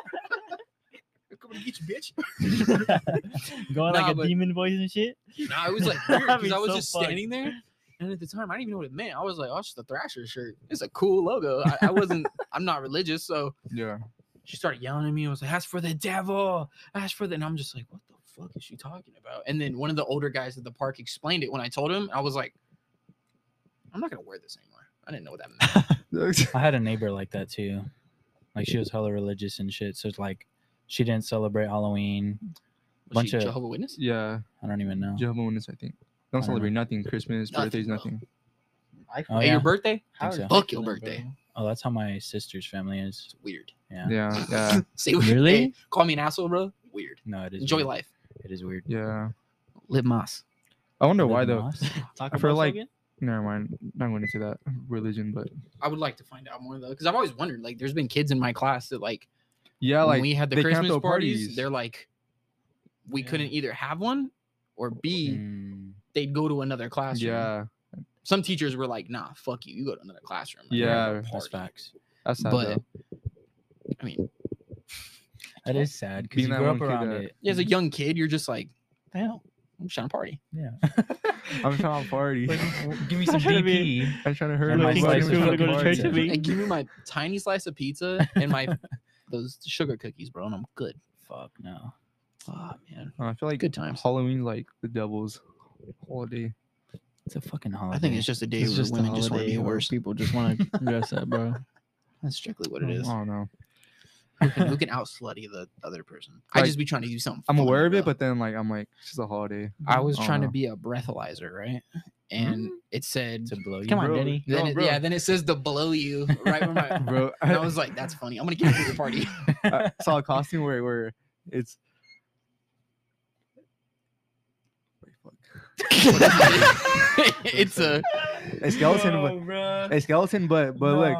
[SPEAKER 2] Come and get you, bitch.
[SPEAKER 5] Going like
[SPEAKER 2] Nah,
[SPEAKER 5] a
[SPEAKER 2] but-
[SPEAKER 5] demon voice and shit.
[SPEAKER 2] Nah, it was like weird
[SPEAKER 5] That'd
[SPEAKER 2] because
[SPEAKER 5] be
[SPEAKER 2] I was
[SPEAKER 5] so
[SPEAKER 2] just
[SPEAKER 5] fucked.
[SPEAKER 2] standing there. And at the time, I didn't even know what it meant. I was like, oh, it's just a Thrasher shirt. It's a cool logo. I, I wasn't, I'm not religious. So
[SPEAKER 1] yeah.
[SPEAKER 2] she started yelling at me. I was like, that's for the devil. That's for the, and I'm just like, what the fuck is she talking about? And then one of the older guys at the park explained it when I told him. I was like, I'm not going to wear this anymore. I didn't know what that meant.
[SPEAKER 4] I had a neighbor like that too. Like she was hella religious and shit. So it's like she didn't celebrate Halloween.
[SPEAKER 2] Was
[SPEAKER 4] Bunch
[SPEAKER 2] she
[SPEAKER 4] of-
[SPEAKER 2] Jehovah Witness?
[SPEAKER 1] yeah.
[SPEAKER 4] I don't even know.
[SPEAKER 1] Jehovah's Witness, I think. Don't
[SPEAKER 4] know.
[SPEAKER 1] celebrate nothing. Christmas,
[SPEAKER 2] Nothing,
[SPEAKER 1] birthdays,
[SPEAKER 2] bro.
[SPEAKER 1] nothing.
[SPEAKER 3] I
[SPEAKER 4] Oh,
[SPEAKER 2] hey,
[SPEAKER 4] yeah.
[SPEAKER 2] your birthday?
[SPEAKER 4] I think so.
[SPEAKER 2] Fuck your birthday.
[SPEAKER 4] Oh, that's how my sister's family is.
[SPEAKER 2] It's weird.
[SPEAKER 4] Yeah.
[SPEAKER 1] Yeah, yeah,
[SPEAKER 2] Say weird.
[SPEAKER 5] Really?
[SPEAKER 2] Hey, call me an asshole, bro. Weird.
[SPEAKER 4] No, it is.
[SPEAKER 2] Enjoy
[SPEAKER 4] weird.
[SPEAKER 2] life.
[SPEAKER 4] It is weird.
[SPEAKER 1] yeah.
[SPEAKER 2] Live Moss.
[SPEAKER 1] I wonder why
[SPEAKER 4] Live
[SPEAKER 1] though.
[SPEAKER 4] Moss?
[SPEAKER 5] Taco
[SPEAKER 1] For
[SPEAKER 5] Bell
[SPEAKER 1] like-
[SPEAKER 5] slogan?
[SPEAKER 1] Never mind. Not going into that religion, but
[SPEAKER 2] I would like to find out more though, because I've always wondered. Like, there's been kids in my class that like,
[SPEAKER 1] yeah, like
[SPEAKER 2] when we had the
[SPEAKER 1] they can't
[SPEAKER 2] Christmas
[SPEAKER 1] throw
[SPEAKER 2] parties, they're like, we
[SPEAKER 4] Yeah.
[SPEAKER 2] couldn't either have one, or B,
[SPEAKER 4] Mm,
[SPEAKER 2] they'd go to another classroom.
[SPEAKER 1] Mm-hmm. yeah,
[SPEAKER 2] Some teachers were like, nah, fuck you, you go to another classroom. Like, we're
[SPEAKER 1] Yeah,
[SPEAKER 2] having a
[SPEAKER 4] that's
[SPEAKER 2] party.
[SPEAKER 4] facts.
[SPEAKER 1] that's sad
[SPEAKER 2] But-
[SPEAKER 1] though.
[SPEAKER 2] I mean,
[SPEAKER 4] That is sad because
[SPEAKER 1] Being
[SPEAKER 4] you
[SPEAKER 1] that
[SPEAKER 4] grew
[SPEAKER 1] one
[SPEAKER 4] up
[SPEAKER 1] kid uh,
[SPEAKER 4] around
[SPEAKER 1] that-
[SPEAKER 4] it. Mm.
[SPEAKER 2] yeah, as a young kid, you're just like, the hell, I'm just trying to party.
[SPEAKER 4] Yeah.
[SPEAKER 1] I'm trying to party.
[SPEAKER 4] Like, w- give me some
[SPEAKER 5] Trying to be-
[SPEAKER 4] DP.
[SPEAKER 1] I'm trying to hurt
[SPEAKER 4] Am I
[SPEAKER 1] my
[SPEAKER 4] supposed to
[SPEAKER 1] to
[SPEAKER 4] go to
[SPEAKER 1] party.
[SPEAKER 4] church with
[SPEAKER 5] me?
[SPEAKER 2] And give me my tiny slice of pizza and my those sugar cookies, bro, and I'm good.
[SPEAKER 4] Fuck no.
[SPEAKER 2] Fuck, man,
[SPEAKER 1] Uh, I feel like
[SPEAKER 2] good times.
[SPEAKER 1] Halloween, like the devil's holiday.
[SPEAKER 4] It's a fucking holiday.
[SPEAKER 2] I think it's just a day
[SPEAKER 5] It's
[SPEAKER 2] where
[SPEAKER 5] just a
[SPEAKER 2] women just want to
[SPEAKER 5] holiday
[SPEAKER 2] be
[SPEAKER 5] where
[SPEAKER 2] worse.
[SPEAKER 5] People just want to dress up, bro.
[SPEAKER 2] That's strictly what it is.
[SPEAKER 1] I don't know.
[SPEAKER 2] Who can, who can out slutty the other person? I
[SPEAKER 1] Like,
[SPEAKER 2] just be trying to do something.
[SPEAKER 1] I'm
[SPEAKER 2] fun,
[SPEAKER 1] aware of it,
[SPEAKER 2] bro.
[SPEAKER 1] but then like I'm like, it's just a holiday.
[SPEAKER 2] I Mm. was
[SPEAKER 1] don't
[SPEAKER 2] trying to
[SPEAKER 1] know.
[SPEAKER 2] be a breathalyzer, right? And it said,
[SPEAKER 4] to blow you.
[SPEAKER 5] Come on,
[SPEAKER 1] Bro,
[SPEAKER 5] Denny.
[SPEAKER 1] no,
[SPEAKER 2] then it,
[SPEAKER 1] bro.
[SPEAKER 2] yeah, then it says to blow you right where my.
[SPEAKER 1] bro.
[SPEAKER 2] and I was like, that's funny. I'm gonna get you to the party.
[SPEAKER 1] I saw a costume where where it's. Wait, fuck.
[SPEAKER 2] it's a.
[SPEAKER 1] A skeleton, but a skeleton, but but look,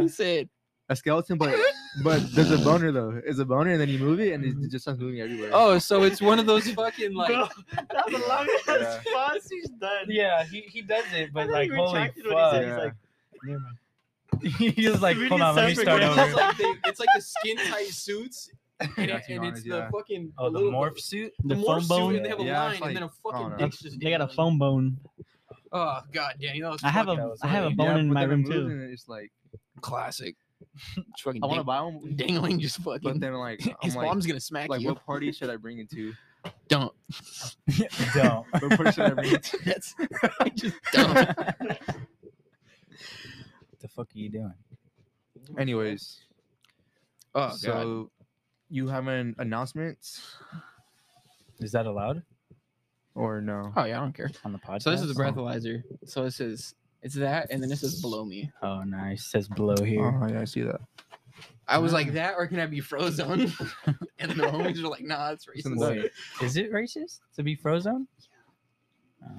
[SPEAKER 2] He said,
[SPEAKER 1] a skeleton, but but there's a boner though. It's a boner, and then you move it, and it just starts moving everywhere.
[SPEAKER 2] "Oh, so it's one of those fucking like."
[SPEAKER 3] that was the longest
[SPEAKER 1] Yeah.
[SPEAKER 3] response he's done.
[SPEAKER 4] Yeah, he, he does it,
[SPEAKER 3] I thought he retracted what he
[SPEAKER 1] fuck.
[SPEAKER 3] said.
[SPEAKER 1] Yeah.
[SPEAKER 3] He's like,
[SPEAKER 4] He's just like,
[SPEAKER 3] It's
[SPEAKER 4] hold
[SPEAKER 3] really
[SPEAKER 4] on, let me
[SPEAKER 3] separate,
[SPEAKER 4] start
[SPEAKER 3] bro.
[SPEAKER 2] it's,
[SPEAKER 4] over.
[SPEAKER 2] like the, it's like the skin tight suits, and,
[SPEAKER 1] Yeah, to be
[SPEAKER 2] it- and
[SPEAKER 1] honest,
[SPEAKER 2] it's the
[SPEAKER 1] yeah.
[SPEAKER 2] fucking
[SPEAKER 4] Oh, the
[SPEAKER 2] little-
[SPEAKER 4] morph suit.
[SPEAKER 2] the
[SPEAKER 5] The
[SPEAKER 2] morph
[SPEAKER 5] foam
[SPEAKER 2] suit,
[SPEAKER 5] bone?
[SPEAKER 2] and they have a
[SPEAKER 1] Yeah,
[SPEAKER 2] line,
[SPEAKER 1] it's
[SPEAKER 2] and then a
[SPEAKER 1] like- I don't
[SPEAKER 2] fucking
[SPEAKER 1] know.
[SPEAKER 2] dick's just
[SPEAKER 5] They got a
[SPEAKER 2] dangling.
[SPEAKER 5] phone bone.
[SPEAKER 2] Oh god, Danny, that was
[SPEAKER 5] I have
[SPEAKER 2] fucking
[SPEAKER 5] a I have a
[SPEAKER 4] funny.
[SPEAKER 5] bone
[SPEAKER 1] Yeah,
[SPEAKER 5] in
[SPEAKER 1] but
[SPEAKER 5] my
[SPEAKER 1] then it
[SPEAKER 5] room
[SPEAKER 1] moves
[SPEAKER 5] too.
[SPEAKER 1] and it's like
[SPEAKER 2] classic. It's fucking
[SPEAKER 1] I want to
[SPEAKER 2] dang-
[SPEAKER 1] buy one,
[SPEAKER 2] dangling, just
[SPEAKER 1] but
[SPEAKER 2] fucking.
[SPEAKER 1] then like I'm
[SPEAKER 2] His
[SPEAKER 1] like,
[SPEAKER 2] mom's gonna smack
[SPEAKER 1] like
[SPEAKER 2] you.
[SPEAKER 1] what party should I bring it to?
[SPEAKER 2] Don't.
[SPEAKER 4] Don't.
[SPEAKER 1] What party should I bring it to?
[SPEAKER 2] That's I just don't.
[SPEAKER 4] the fuck are you doing?
[SPEAKER 1] Anyways,
[SPEAKER 2] Oh god.
[SPEAKER 1] so you have an announcement
[SPEAKER 4] Is that allowed
[SPEAKER 1] or no?
[SPEAKER 2] Oh yeah, I don't care.
[SPEAKER 4] on the podcast?
[SPEAKER 2] So this is a
[SPEAKER 1] Podcast? Oh.
[SPEAKER 2] breathalyzer. So it says it's that, and then it says below me.
[SPEAKER 4] Oh, nice. Says blow here.
[SPEAKER 1] Oh yeah, I see that.
[SPEAKER 2] I was like
[SPEAKER 1] Ah.
[SPEAKER 2] that, or can I be frozen? and the homies were like, Nah, it's
[SPEAKER 1] in
[SPEAKER 2] racist.
[SPEAKER 1] the
[SPEAKER 4] Wait, is it racist to be frozen?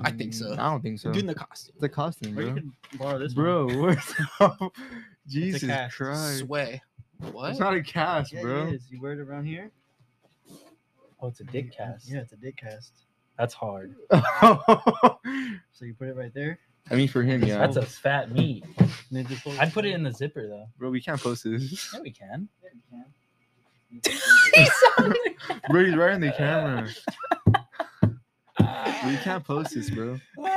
[SPEAKER 2] I think so.
[SPEAKER 1] I don't think Mm, so.
[SPEAKER 2] Dude in the costume,
[SPEAKER 1] the costume,
[SPEAKER 3] bro, you
[SPEAKER 1] bro.
[SPEAKER 3] can borrow this one.
[SPEAKER 1] Bro, what's up? Jesus
[SPEAKER 3] cast.
[SPEAKER 1] Christ!
[SPEAKER 2] sway. What?
[SPEAKER 1] It's not a cast,
[SPEAKER 3] Yeah,
[SPEAKER 1] bro.
[SPEAKER 3] it is. You wear it around here.
[SPEAKER 4] Oh, it's a dick cast.
[SPEAKER 3] Yeah, it's a dick cast.
[SPEAKER 4] That's hard.
[SPEAKER 3] So you put it right there.
[SPEAKER 1] I mean, for him, yeah.
[SPEAKER 4] That's a fat meat.
[SPEAKER 3] And then just
[SPEAKER 4] I'd put it in the zipper though.
[SPEAKER 1] Bro, we can't post this.
[SPEAKER 4] Yeah, we can.
[SPEAKER 1] bro, he's right in the camera. We can't post this, bro. We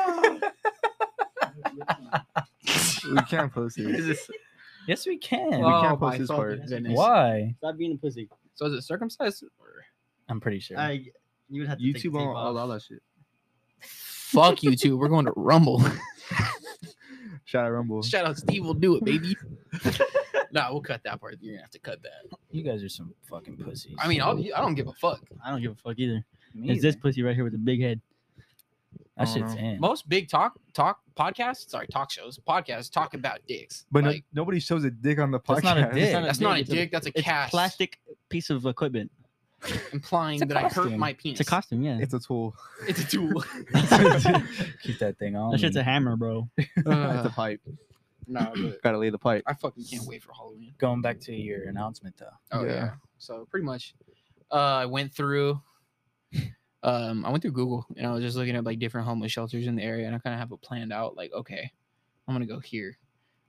[SPEAKER 1] can't post this.
[SPEAKER 4] yes, we can.
[SPEAKER 1] Well-
[SPEAKER 2] oh
[SPEAKER 1] can't post
[SPEAKER 2] my
[SPEAKER 1] this
[SPEAKER 2] fucking
[SPEAKER 1] part.
[SPEAKER 2] goodness.
[SPEAKER 4] Why?
[SPEAKER 3] Stop being a pussy.
[SPEAKER 2] So is it circumcised? Or...
[SPEAKER 4] I'm pretty sure.
[SPEAKER 3] I. You would have to take the tape
[SPEAKER 1] YouTube won't
[SPEAKER 3] off.
[SPEAKER 1] allow that shit.
[SPEAKER 2] Fuck you two. We're going to Rumble.
[SPEAKER 1] Shout out Rumble.
[SPEAKER 2] Shout out Steve. We'll do it, baby. nah, we'll cut that part. You're gonna have to cut that.
[SPEAKER 4] you guys are some fucking pussies.
[SPEAKER 2] I mean, I'll, I don't give a fuck.
[SPEAKER 5] I don't give a fuck either.
[SPEAKER 4] Me
[SPEAKER 5] It's this
[SPEAKER 4] either.
[SPEAKER 5] pussy right here with the big head.
[SPEAKER 4] that
[SPEAKER 1] I
[SPEAKER 4] shit's
[SPEAKER 1] don't
[SPEAKER 4] in.
[SPEAKER 2] Most big talk talk podcasts, sorry, talk shows, podcasts talk about dicks.
[SPEAKER 1] But no,
[SPEAKER 2] like,
[SPEAKER 1] nobody shows a dick on the podcast.
[SPEAKER 4] That's not a dick.
[SPEAKER 5] not a
[SPEAKER 2] that's
[SPEAKER 5] dick,
[SPEAKER 2] not a
[SPEAKER 5] it's a-
[SPEAKER 2] dick. That's a
[SPEAKER 5] It's a
[SPEAKER 2] cast.
[SPEAKER 5] plastic piece of equipment.
[SPEAKER 2] implying
[SPEAKER 4] It's a
[SPEAKER 2] that I hurt
[SPEAKER 4] costume.
[SPEAKER 2] my penis.
[SPEAKER 5] It's a costume, yeah.
[SPEAKER 1] It's a tool.
[SPEAKER 2] It's a tool.
[SPEAKER 4] Keep that thing on.
[SPEAKER 5] That shit's
[SPEAKER 4] me.
[SPEAKER 5] a hammer, bro.
[SPEAKER 1] it's a pipe.
[SPEAKER 2] nah, but
[SPEAKER 1] Gotta lay the pipe.
[SPEAKER 2] I fucking can't wait for Halloween.
[SPEAKER 4] Going back to your announcement though.
[SPEAKER 2] Oh yeah.
[SPEAKER 1] Yeah.
[SPEAKER 2] So pretty much, uh, I went through. Um, I went through Google and I was just looking at like different homeless shelters in the area, and I kind of have it planned out. Like, okay, I'm gonna go here.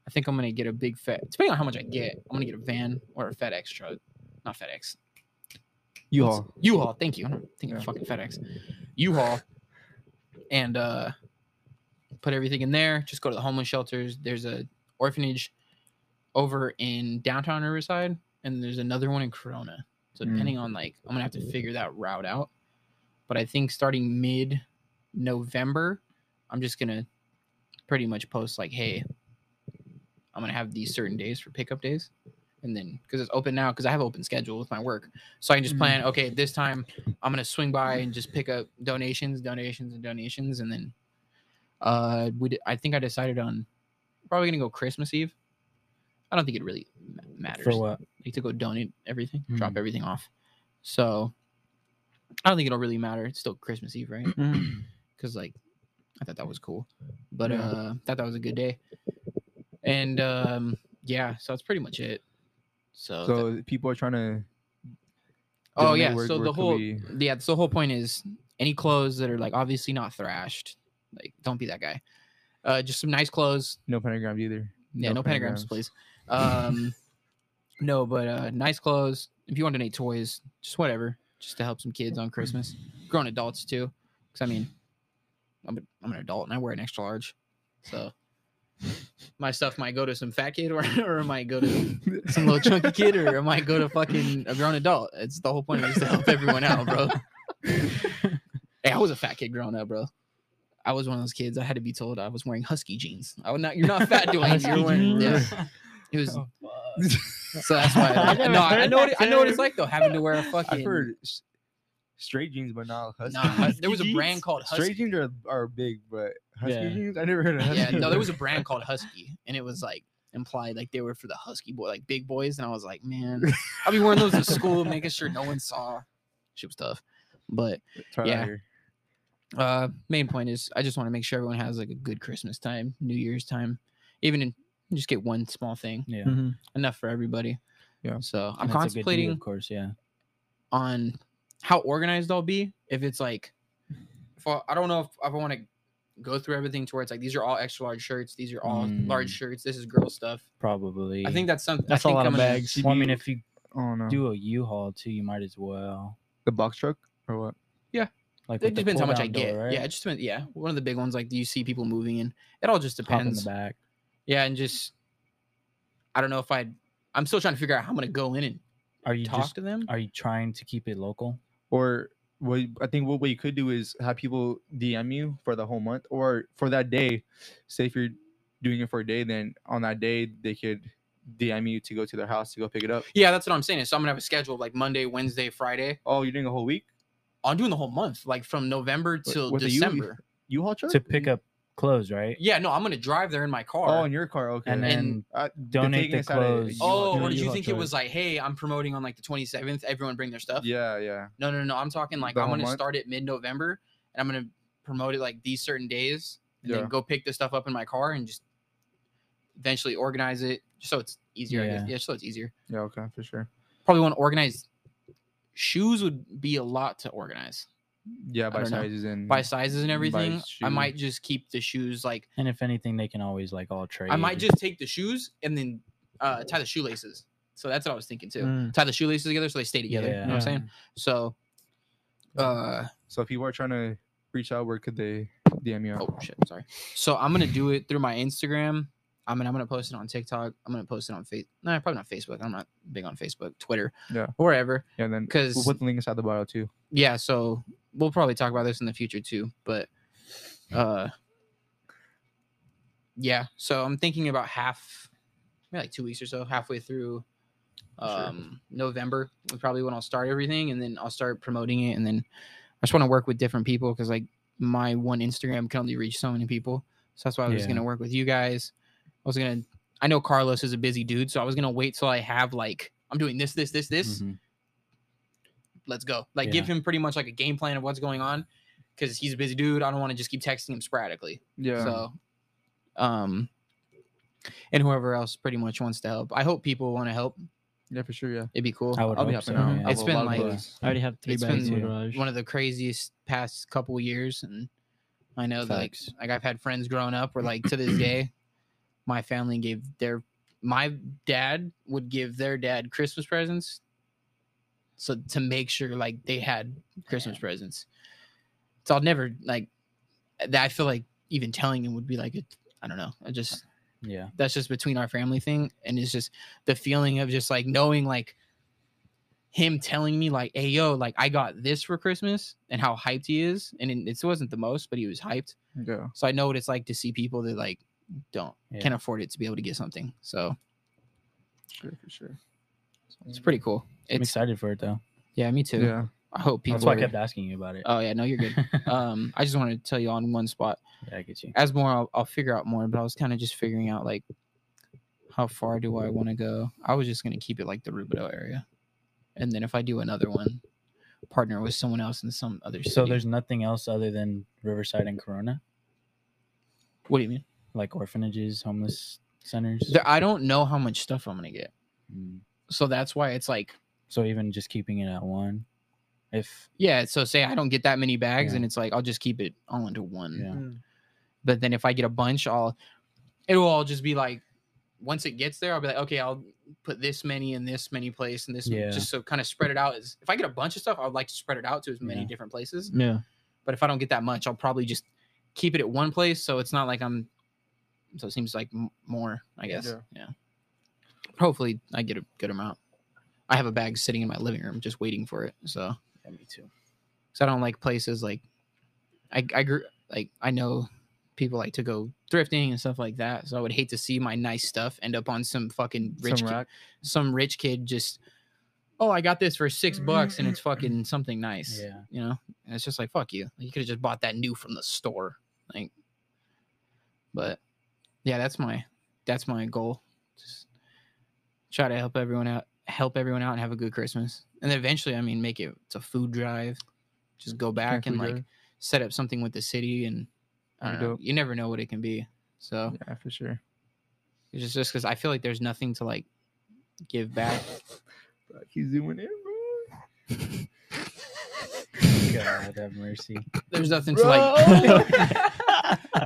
[SPEAKER 2] I think I'm gonna get a big fat. Depending on how much I get, I'm gonna get a van or a FedEx truck. Not FedEx.
[SPEAKER 1] You
[SPEAKER 2] What's-
[SPEAKER 1] all.
[SPEAKER 2] U-Haul. Thank you. I'm thinking of
[SPEAKER 1] Yeah.
[SPEAKER 2] fucking FedEx. U-Haul, and uh, put everything in there. Just go to the homeless shelters. There's a orphanage over in downtown Riverside, and there's another one in Corona. So
[SPEAKER 1] Mm.
[SPEAKER 2] depending on like, I'm gonna have to figure that route out. But I think starting mid November, I'm just gonna pretty much post like, hey, I'm gonna have these certain days for pickup days. and then because it's open now because I have open schedule with my work, so I can just plan. Okay, this time I'm gonna swing by and just pick up donations, donations, and donations, and then uh, we d- I think I decided on probably gonna go Christmas Eve. I don't think it really ma- matters
[SPEAKER 4] for what?
[SPEAKER 2] like to go donate everything, drop everything off. So I don't think it'll really matter. It's still Christmas Eve, right?
[SPEAKER 5] Mm-hmm.
[SPEAKER 2] Because like I thought that was cool, but
[SPEAKER 4] Yeah.
[SPEAKER 2] uh, thought that was a good day, and um, yeah, so that's pretty much it. So, that-
[SPEAKER 1] So people are trying to.
[SPEAKER 2] oh
[SPEAKER 1] donate
[SPEAKER 2] yeah,
[SPEAKER 1] where-
[SPEAKER 2] so
[SPEAKER 1] where
[SPEAKER 2] the
[SPEAKER 1] could
[SPEAKER 2] whole
[SPEAKER 1] we-
[SPEAKER 2] yeah, so the whole point is any clothes that are like obviously not thrashed, like don't be that guy. Uh, just some nice clothes,
[SPEAKER 1] no pentagrams either.
[SPEAKER 2] Yeah, no, pentagrams, please. Um, no, but uh, nice clothes. If you want to donate toys, just whatever, just to help some kids on Christmas, grown adults too. Because I mean, I'm, a- I'm an adult and I wear an extra large, so my stuff might go to some fat kid or, or it might go to some little chunky kid or it might go to fucking a grown adult. It's the whole point is to help everyone out, bro. hey, I was a fat kid growing up, bro. I was one of those kids. I had to be told I was wearing husky jeans. I would not. You're not fat, Dwayne.
[SPEAKER 5] Husky
[SPEAKER 2] You're wearing.
[SPEAKER 5] jeans?
[SPEAKER 2] Yeah. It was so that's why. I,
[SPEAKER 5] I
[SPEAKER 2] no, I
[SPEAKER 5] heard
[SPEAKER 2] know. What
[SPEAKER 5] that
[SPEAKER 2] it, I know what it's
[SPEAKER 5] term.
[SPEAKER 2] like though, having to wear a fucking.
[SPEAKER 1] I've heard s- straight jeans, but not husky.
[SPEAKER 2] Nah,
[SPEAKER 1] jeans.
[SPEAKER 2] there was a
[SPEAKER 3] jeans?
[SPEAKER 2] brand called
[SPEAKER 1] Straight
[SPEAKER 2] Husky.
[SPEAKER 1] jeans are, are big, but husky
[SPEAKER 4] Yeah.
[SPEAKER 1] jeans. I never heard of husky.
[SPEAKER 2] Yeah, no, there was a
[SPEAKER 1] jeans.
[SPEAKER 2] brand called Husky, and it was like implied like they were for the husky boy, like big boys, and I was like, man, I'll be wearing those to school, making sure no one saw. Shit was tough, but
[SPEAKER 1] Try it out
[SPEAKER 2] yeah.
[SPEAKER 1] here.
[SPEAKER 2] uh main point is I just want to make sure everyone has like a good Christmas time, New Year's time, even in just get one small thing
[SPEAKER 4] Yeah.
[SPEAKER 5] Mhm.
[SPEAKER 2] enough for everybody.
[SPEAKER 1] Yeah.
[SPEAKER 2] So I'm
[SPEAKER 4] And it's a good deal,
[SPEAKER 2] contemplating
[SPEAKER 4] of course. Yeah.
[SPEAKER 2] on how organized I'll be. If it's like, if I, I don't know if, if I want to go through everything to where it's like these are all extra large shirts, these are all large
[SPEAKER 4] Mm.
[SPEAKER 2] shirts, this is girl stuff.
[SPEAKER 4] Probably.
[SPEAKER 2] I think that's something.
[SPEAKER 5] That's
[SPEAKER 2] I
[SPEAKER 5] a
[SPEAKER 2] think
[SPEAKER 5] lot
[SPEAKER 2] I'm
[SPEAKER 5] of
[SPEAKER 2] gonna-
[SPEAKER 5] bags.
[SPEAKER 4] Well, I mean, if you
[SPEAKER 1] Oh no,
[SPEAKER 4] do a U-Haul too, you might as well.
[SPEAKER 1] the box truck or what?
[SPEAKER 4] Like
[SPEAKER 2] It
[SPEAKER 4] with the
[SPEAKER 2] depends how much I
[SPEAKER 4] pull-down
[SPEAKER 2] get.
[SPEAKER 4] door, right?
[SPEAKER 2] Yeah, it just depends. Yeah, one of the big ones like do you see people moving in? It all just
[SPEAKER 4] Hop in the
[SPEAKER 2] depends.
[SPEAKER 4] back.
[SPEAKER 2] Yeah, and just I don't know if I. I'm still trying to figure out how I'm gonna go in and
[SPEAKER 4] Are you
[SPEAKER 2] talk
[SPEAKER 4] just?
[SPEAKER 2] to them.
[SPEAKER 4] Are you trying to keep it local?
[SPEAKER 1] Or what? you- I think what, what you could do is have people DM you for the whole month or for that day. Say if you're doing it for a day, then on that day they could DM you to go to their house to go pick it up.
[SPEAKER 2] Yeah, that's what I'm saying. So I'm gonna have a schedule of, like Monday, Wednesday, Friday.
[SPEAKER 1] Oh, you're doing a whole week.
[SPEAKER 2] I'm doing the whole month, like from November till
[SPEAKER 1] with a U- E?
[SPEAKER 2] December.
[SPEAKER 1] U-Haul truck
[SPEAKER 4] To pick up clothes, right?
[SPEAKER 2] Yeah, no, I'm gonna drive there in my car.
[SPEAKER 1] Oh, in your car, okay.
[SPEAKER 4] And then
[SPEAKER 2] And-
[SPEAKER 1] Uh, they're
[SPEAKER 4] donate
[SPEAKER 1] taking
[SPEAKER 4] the
[SPEAKER 1] us out of-
[SPEAKER 4] clothes.
[SPEAKER 1] you want
[SPEAKER 2] oh,
[SPEAKER 1] to
[SPEAKER 2] or
[SPEAKER 1] do
[SPEAKER 2] did
[SPEAKER 1] it?
[SPEAKER 2] you
[SPEAKER 5] U-Haul
[SPEAKER 2] think it
[SPEAKER 5] truck.
[SPEAKER 2] was like, hey, I'm promoting on like the 27th, everyone bring their stuff?
[SPEAKER 1] Yeah, yeah.
[SPEAKER 2] No, no, no, no. I'm talking like
[SPEAKER 1] The
[SPEAKER 2] I'm
[SPEAKER 1] whole
[SPEAKER 2] gonna
[SPEAKER 1] month?
[SPEAKER 2] start it mid-November and I'm gonna promote it like these certain days and
[SPEAKER 1] Yeah.
[SPEAKER 2] then go pick the stuff up in my car and just eventually organize it so it's easier. I guess. Yeah, so it's easier.
[SPEAKER 1] Yeah, okay, for sure.
[SPEAKER 2] Probably want to organize. Shoes would be a lot to organize
[SPEAKER 1] Yeah, by
[SPEAKER 2] don't know.
[SPEAKER 1] sizes and
[SPEAKER 2] by sizes and everything. I
[SPEAKER 1] Mm. shoe.
[SPEAKER 2] might just keep the shoes like
[SPEAKER 4] And if anything, they can always like all trade.
[SPEAKER 2] I might just take the shoes and then uh, tie the shoelaces. So that's what I was thinking too.
[SPEAKER 5] Mm.
[SPEAKER 2] Tie the shoelaces together so they stay together. You know what I'm
[SPEAKER 5] Yeah.
[SPEAKER 2] saying? So, uh,
[SPEAKER 1] So if people are trying to reach out, where could they DM you?
[SPEAKER 2] oh shit, sorry. So I'm gonna do it through my Instagram. I mean, I'm gonna post it on TikTok. I'm gonna post it on Face. No, probably not Facebook. I'm not big on Facebook, Twitter,
[SPEAKER 1] Yeah.
[SPEAKER 2] wherever.
[SPEAKER 1] Yeah, and then
[SPEAKER 2] Because
[SPEAKER 1] we'll put the link inside the bio too.
[SPEAKER 2] yeah, so we'll probably talk about this in the future too. But uh yeah, so I'm thinking about half maybe like two weeks or so, halfway through um November is probably when I'll start everything and then I'll start promoting it and then I just want to work with different people because like my one Instagram can only reach so many people. So that's why I was
[SPEAKER 4] Yeah.
[SPEAKER 2] gonna work with you guys. I was gonna I know Carlos is a busy dude, so I was gonna wait till I have like I'm doing this, this, this, this
[SPEAKER 4] Mhm.
[SPEAKER 2] let's go. Like give him pretty much like a game plan of what's going on because he's a busy dude. I don't want to just keep texting him sporadically.
[SPEAKER 1] Yeah.
[SPEAKER 2] So, um, and whoever else pretty much wants to help. I hope people want to help.
[SPEAKER 1] yeah, for sure. Yeah.
[SPEAKER 2] It'd be cool.
[SPEAKER 4] I would
[SPEAKER 1] I'll be
[SPEAKER 4] hope so.
[SPEAKER 1] helping out.
[SPEAKER 5] yeah.
[SPEAKER 1] I have
[SPEAKER 2] It's
[SPEAKER 1] a
[SPEAKER 2] been
[SPEAKER 1] lot of
[SPEAKER 2] like-
[SPEAKER 1] clothes.
[SPEAKER 5] I already have three
[SPEAKER 2] It's
[SPEAKER 5] bags in my
[SPEAKER 2] been
[SPEAKER 5] garage.
[SPEAKER 2] One of the craziest past couple years, and I know that like,
[SPEAKER 4] Facts.
[SPEAKER 2] like I've had friends growing up where like to this day, my family gave their my dad would give their dad Christmas presents. So to make sure like they had Christmas presents. So I'll never like that I feel like even telling him would be like a, I don't know. I just
[SPEAKER 4] Yeah.
[SPEAKER 2] that's just between our family thing and it's just the feeling of just like knowing like him telling me like hey yo like i got this for christmas and how hyped he is and it, it wasn't the most but he was hyped
[SPEAKER 1] Yeah.
[SPEAKER 2] so i know what it's like to see people that like don't
[SPEAKER 4] Yeah.
[SPEAKER 2] can't afford it to be able to get something so
[SPEAKER 1] sure, for sure.
[SPEAKER 4] Mm-hmm.
[SPEAKER 2] It's pretty cool.
[SPEAKER 4] I'm
[SPEAKER 2] It's
[SPEAKER 4] excited for it though.
[SPEAKER 2] yeah, me too.
[SPEAKER 1] Yeah.
[SPEAKER 2] I hope people.
[SPEAKER 4] That's why I
[SPEAKER 2] are-
[SPEAKER 4] kept asking you about it.
[SPEAKER 2] oh yeah, no, you're good. um, I just wanted to tell you on one spot.
[SPEAKER 4] yeah, I get you.
[SPEAKER 2] As more, I'll, I'll figure out more. But I was kind of just figuring out like, how far do I want to go? I was just gonna keep it like the Rubido area, and then if I do another one, partner with someone else in some other city.
[SPEAKER 4] So there's nothing else other than Riverside and Corona,
[SPEAKER 2] what do you mean?
[SPEAKER 4] like orphanages, homeless centers.
[SPEAKER 2] There, I don't know how much stuff I'm gonna get,
[SPEAKER 4] Mm.
[SPEAKER 2] so that's why it's like
[SPEAKER 4] So even just keeping it at one, if
[SPEAKER 2] Yeah, so say I don't get that many bags,
[SPEAKER 4] Yeah.
[SPEAKER 2] and it's like I'll just keep it all into
[SPEAKER 1] Mm.
[SPEAKER 2] one.
[SPEAKER 4] yeah,
[SPEAKER 2] But then if I get a bunch, I'll it will all just be like once it gets there, I'll be like, okay, I'll put this many in this many place and this
[SPEAKER 4] Yeah.
[SPEAKER 2] many, just so kind of spread it out. As if I get a bunch of stuff, I would like to spread it out to as many
[SPEAKER 4] Yeah.
[SPEAKER 2] different places.
[SPEAKER 5] Yeah.
[SPEAKER 2] But if I don't get that much, I'll probably just keep it at one place. So it's not like I'm. So it seems like m- more, I guess.
[SPEAKER 1] Yeah.
[SPEAKER 2] yeah. Hopefully, I get a good amount. I have a bag sitting in my living room, just waiting for it. So.
[SPEAKER 4] yeah, me too.
[SPEAKER 2] So I don't like places like I I grew like I know people like to go thrifting and stuff like that. So I would hate to see my nice stuff end up on some fucking rich
[SPEAKER 1] Some
[SPEAKER 2] kid,
[SPEAKER 1] rack.
[SPEAKER 2] some rich kid just oh I got this for six bucks and it's fucking something nice.
[SPEAKER 4] Yeah.
[SPEAKER 2] You know? And it's just like fuck you. You could have just bought that new from the store. Like but yeah, that's my that's my goal. Just try to help everyone out help everyone out and have a good Christmas. And then eventually I mean make it to food drive. Just go back and
[SPEAKER 1] Food
[SPEAKER 2] like
[SPEAKER 1] drive.
[SPEAKER 2] set up something with the city and I
[SPEAKER 1] That'd
[SPEAKER 2] don't
[SPEAKER 1] be
[SPEAKER 2] know.
[SPEAKER 1] dope.
[SPEAKER 2] You never know what it can be. So
[SPEAKER 1] Yeah, for sure.
[SPEAKER 2] it's just just because I feel like there's nothing to like give back.
[SPEAKER 1] Bro, He's doing it, bro.
[SPEAKER 4] God have mercy.
[SPEAKER 2] There's nothing to like.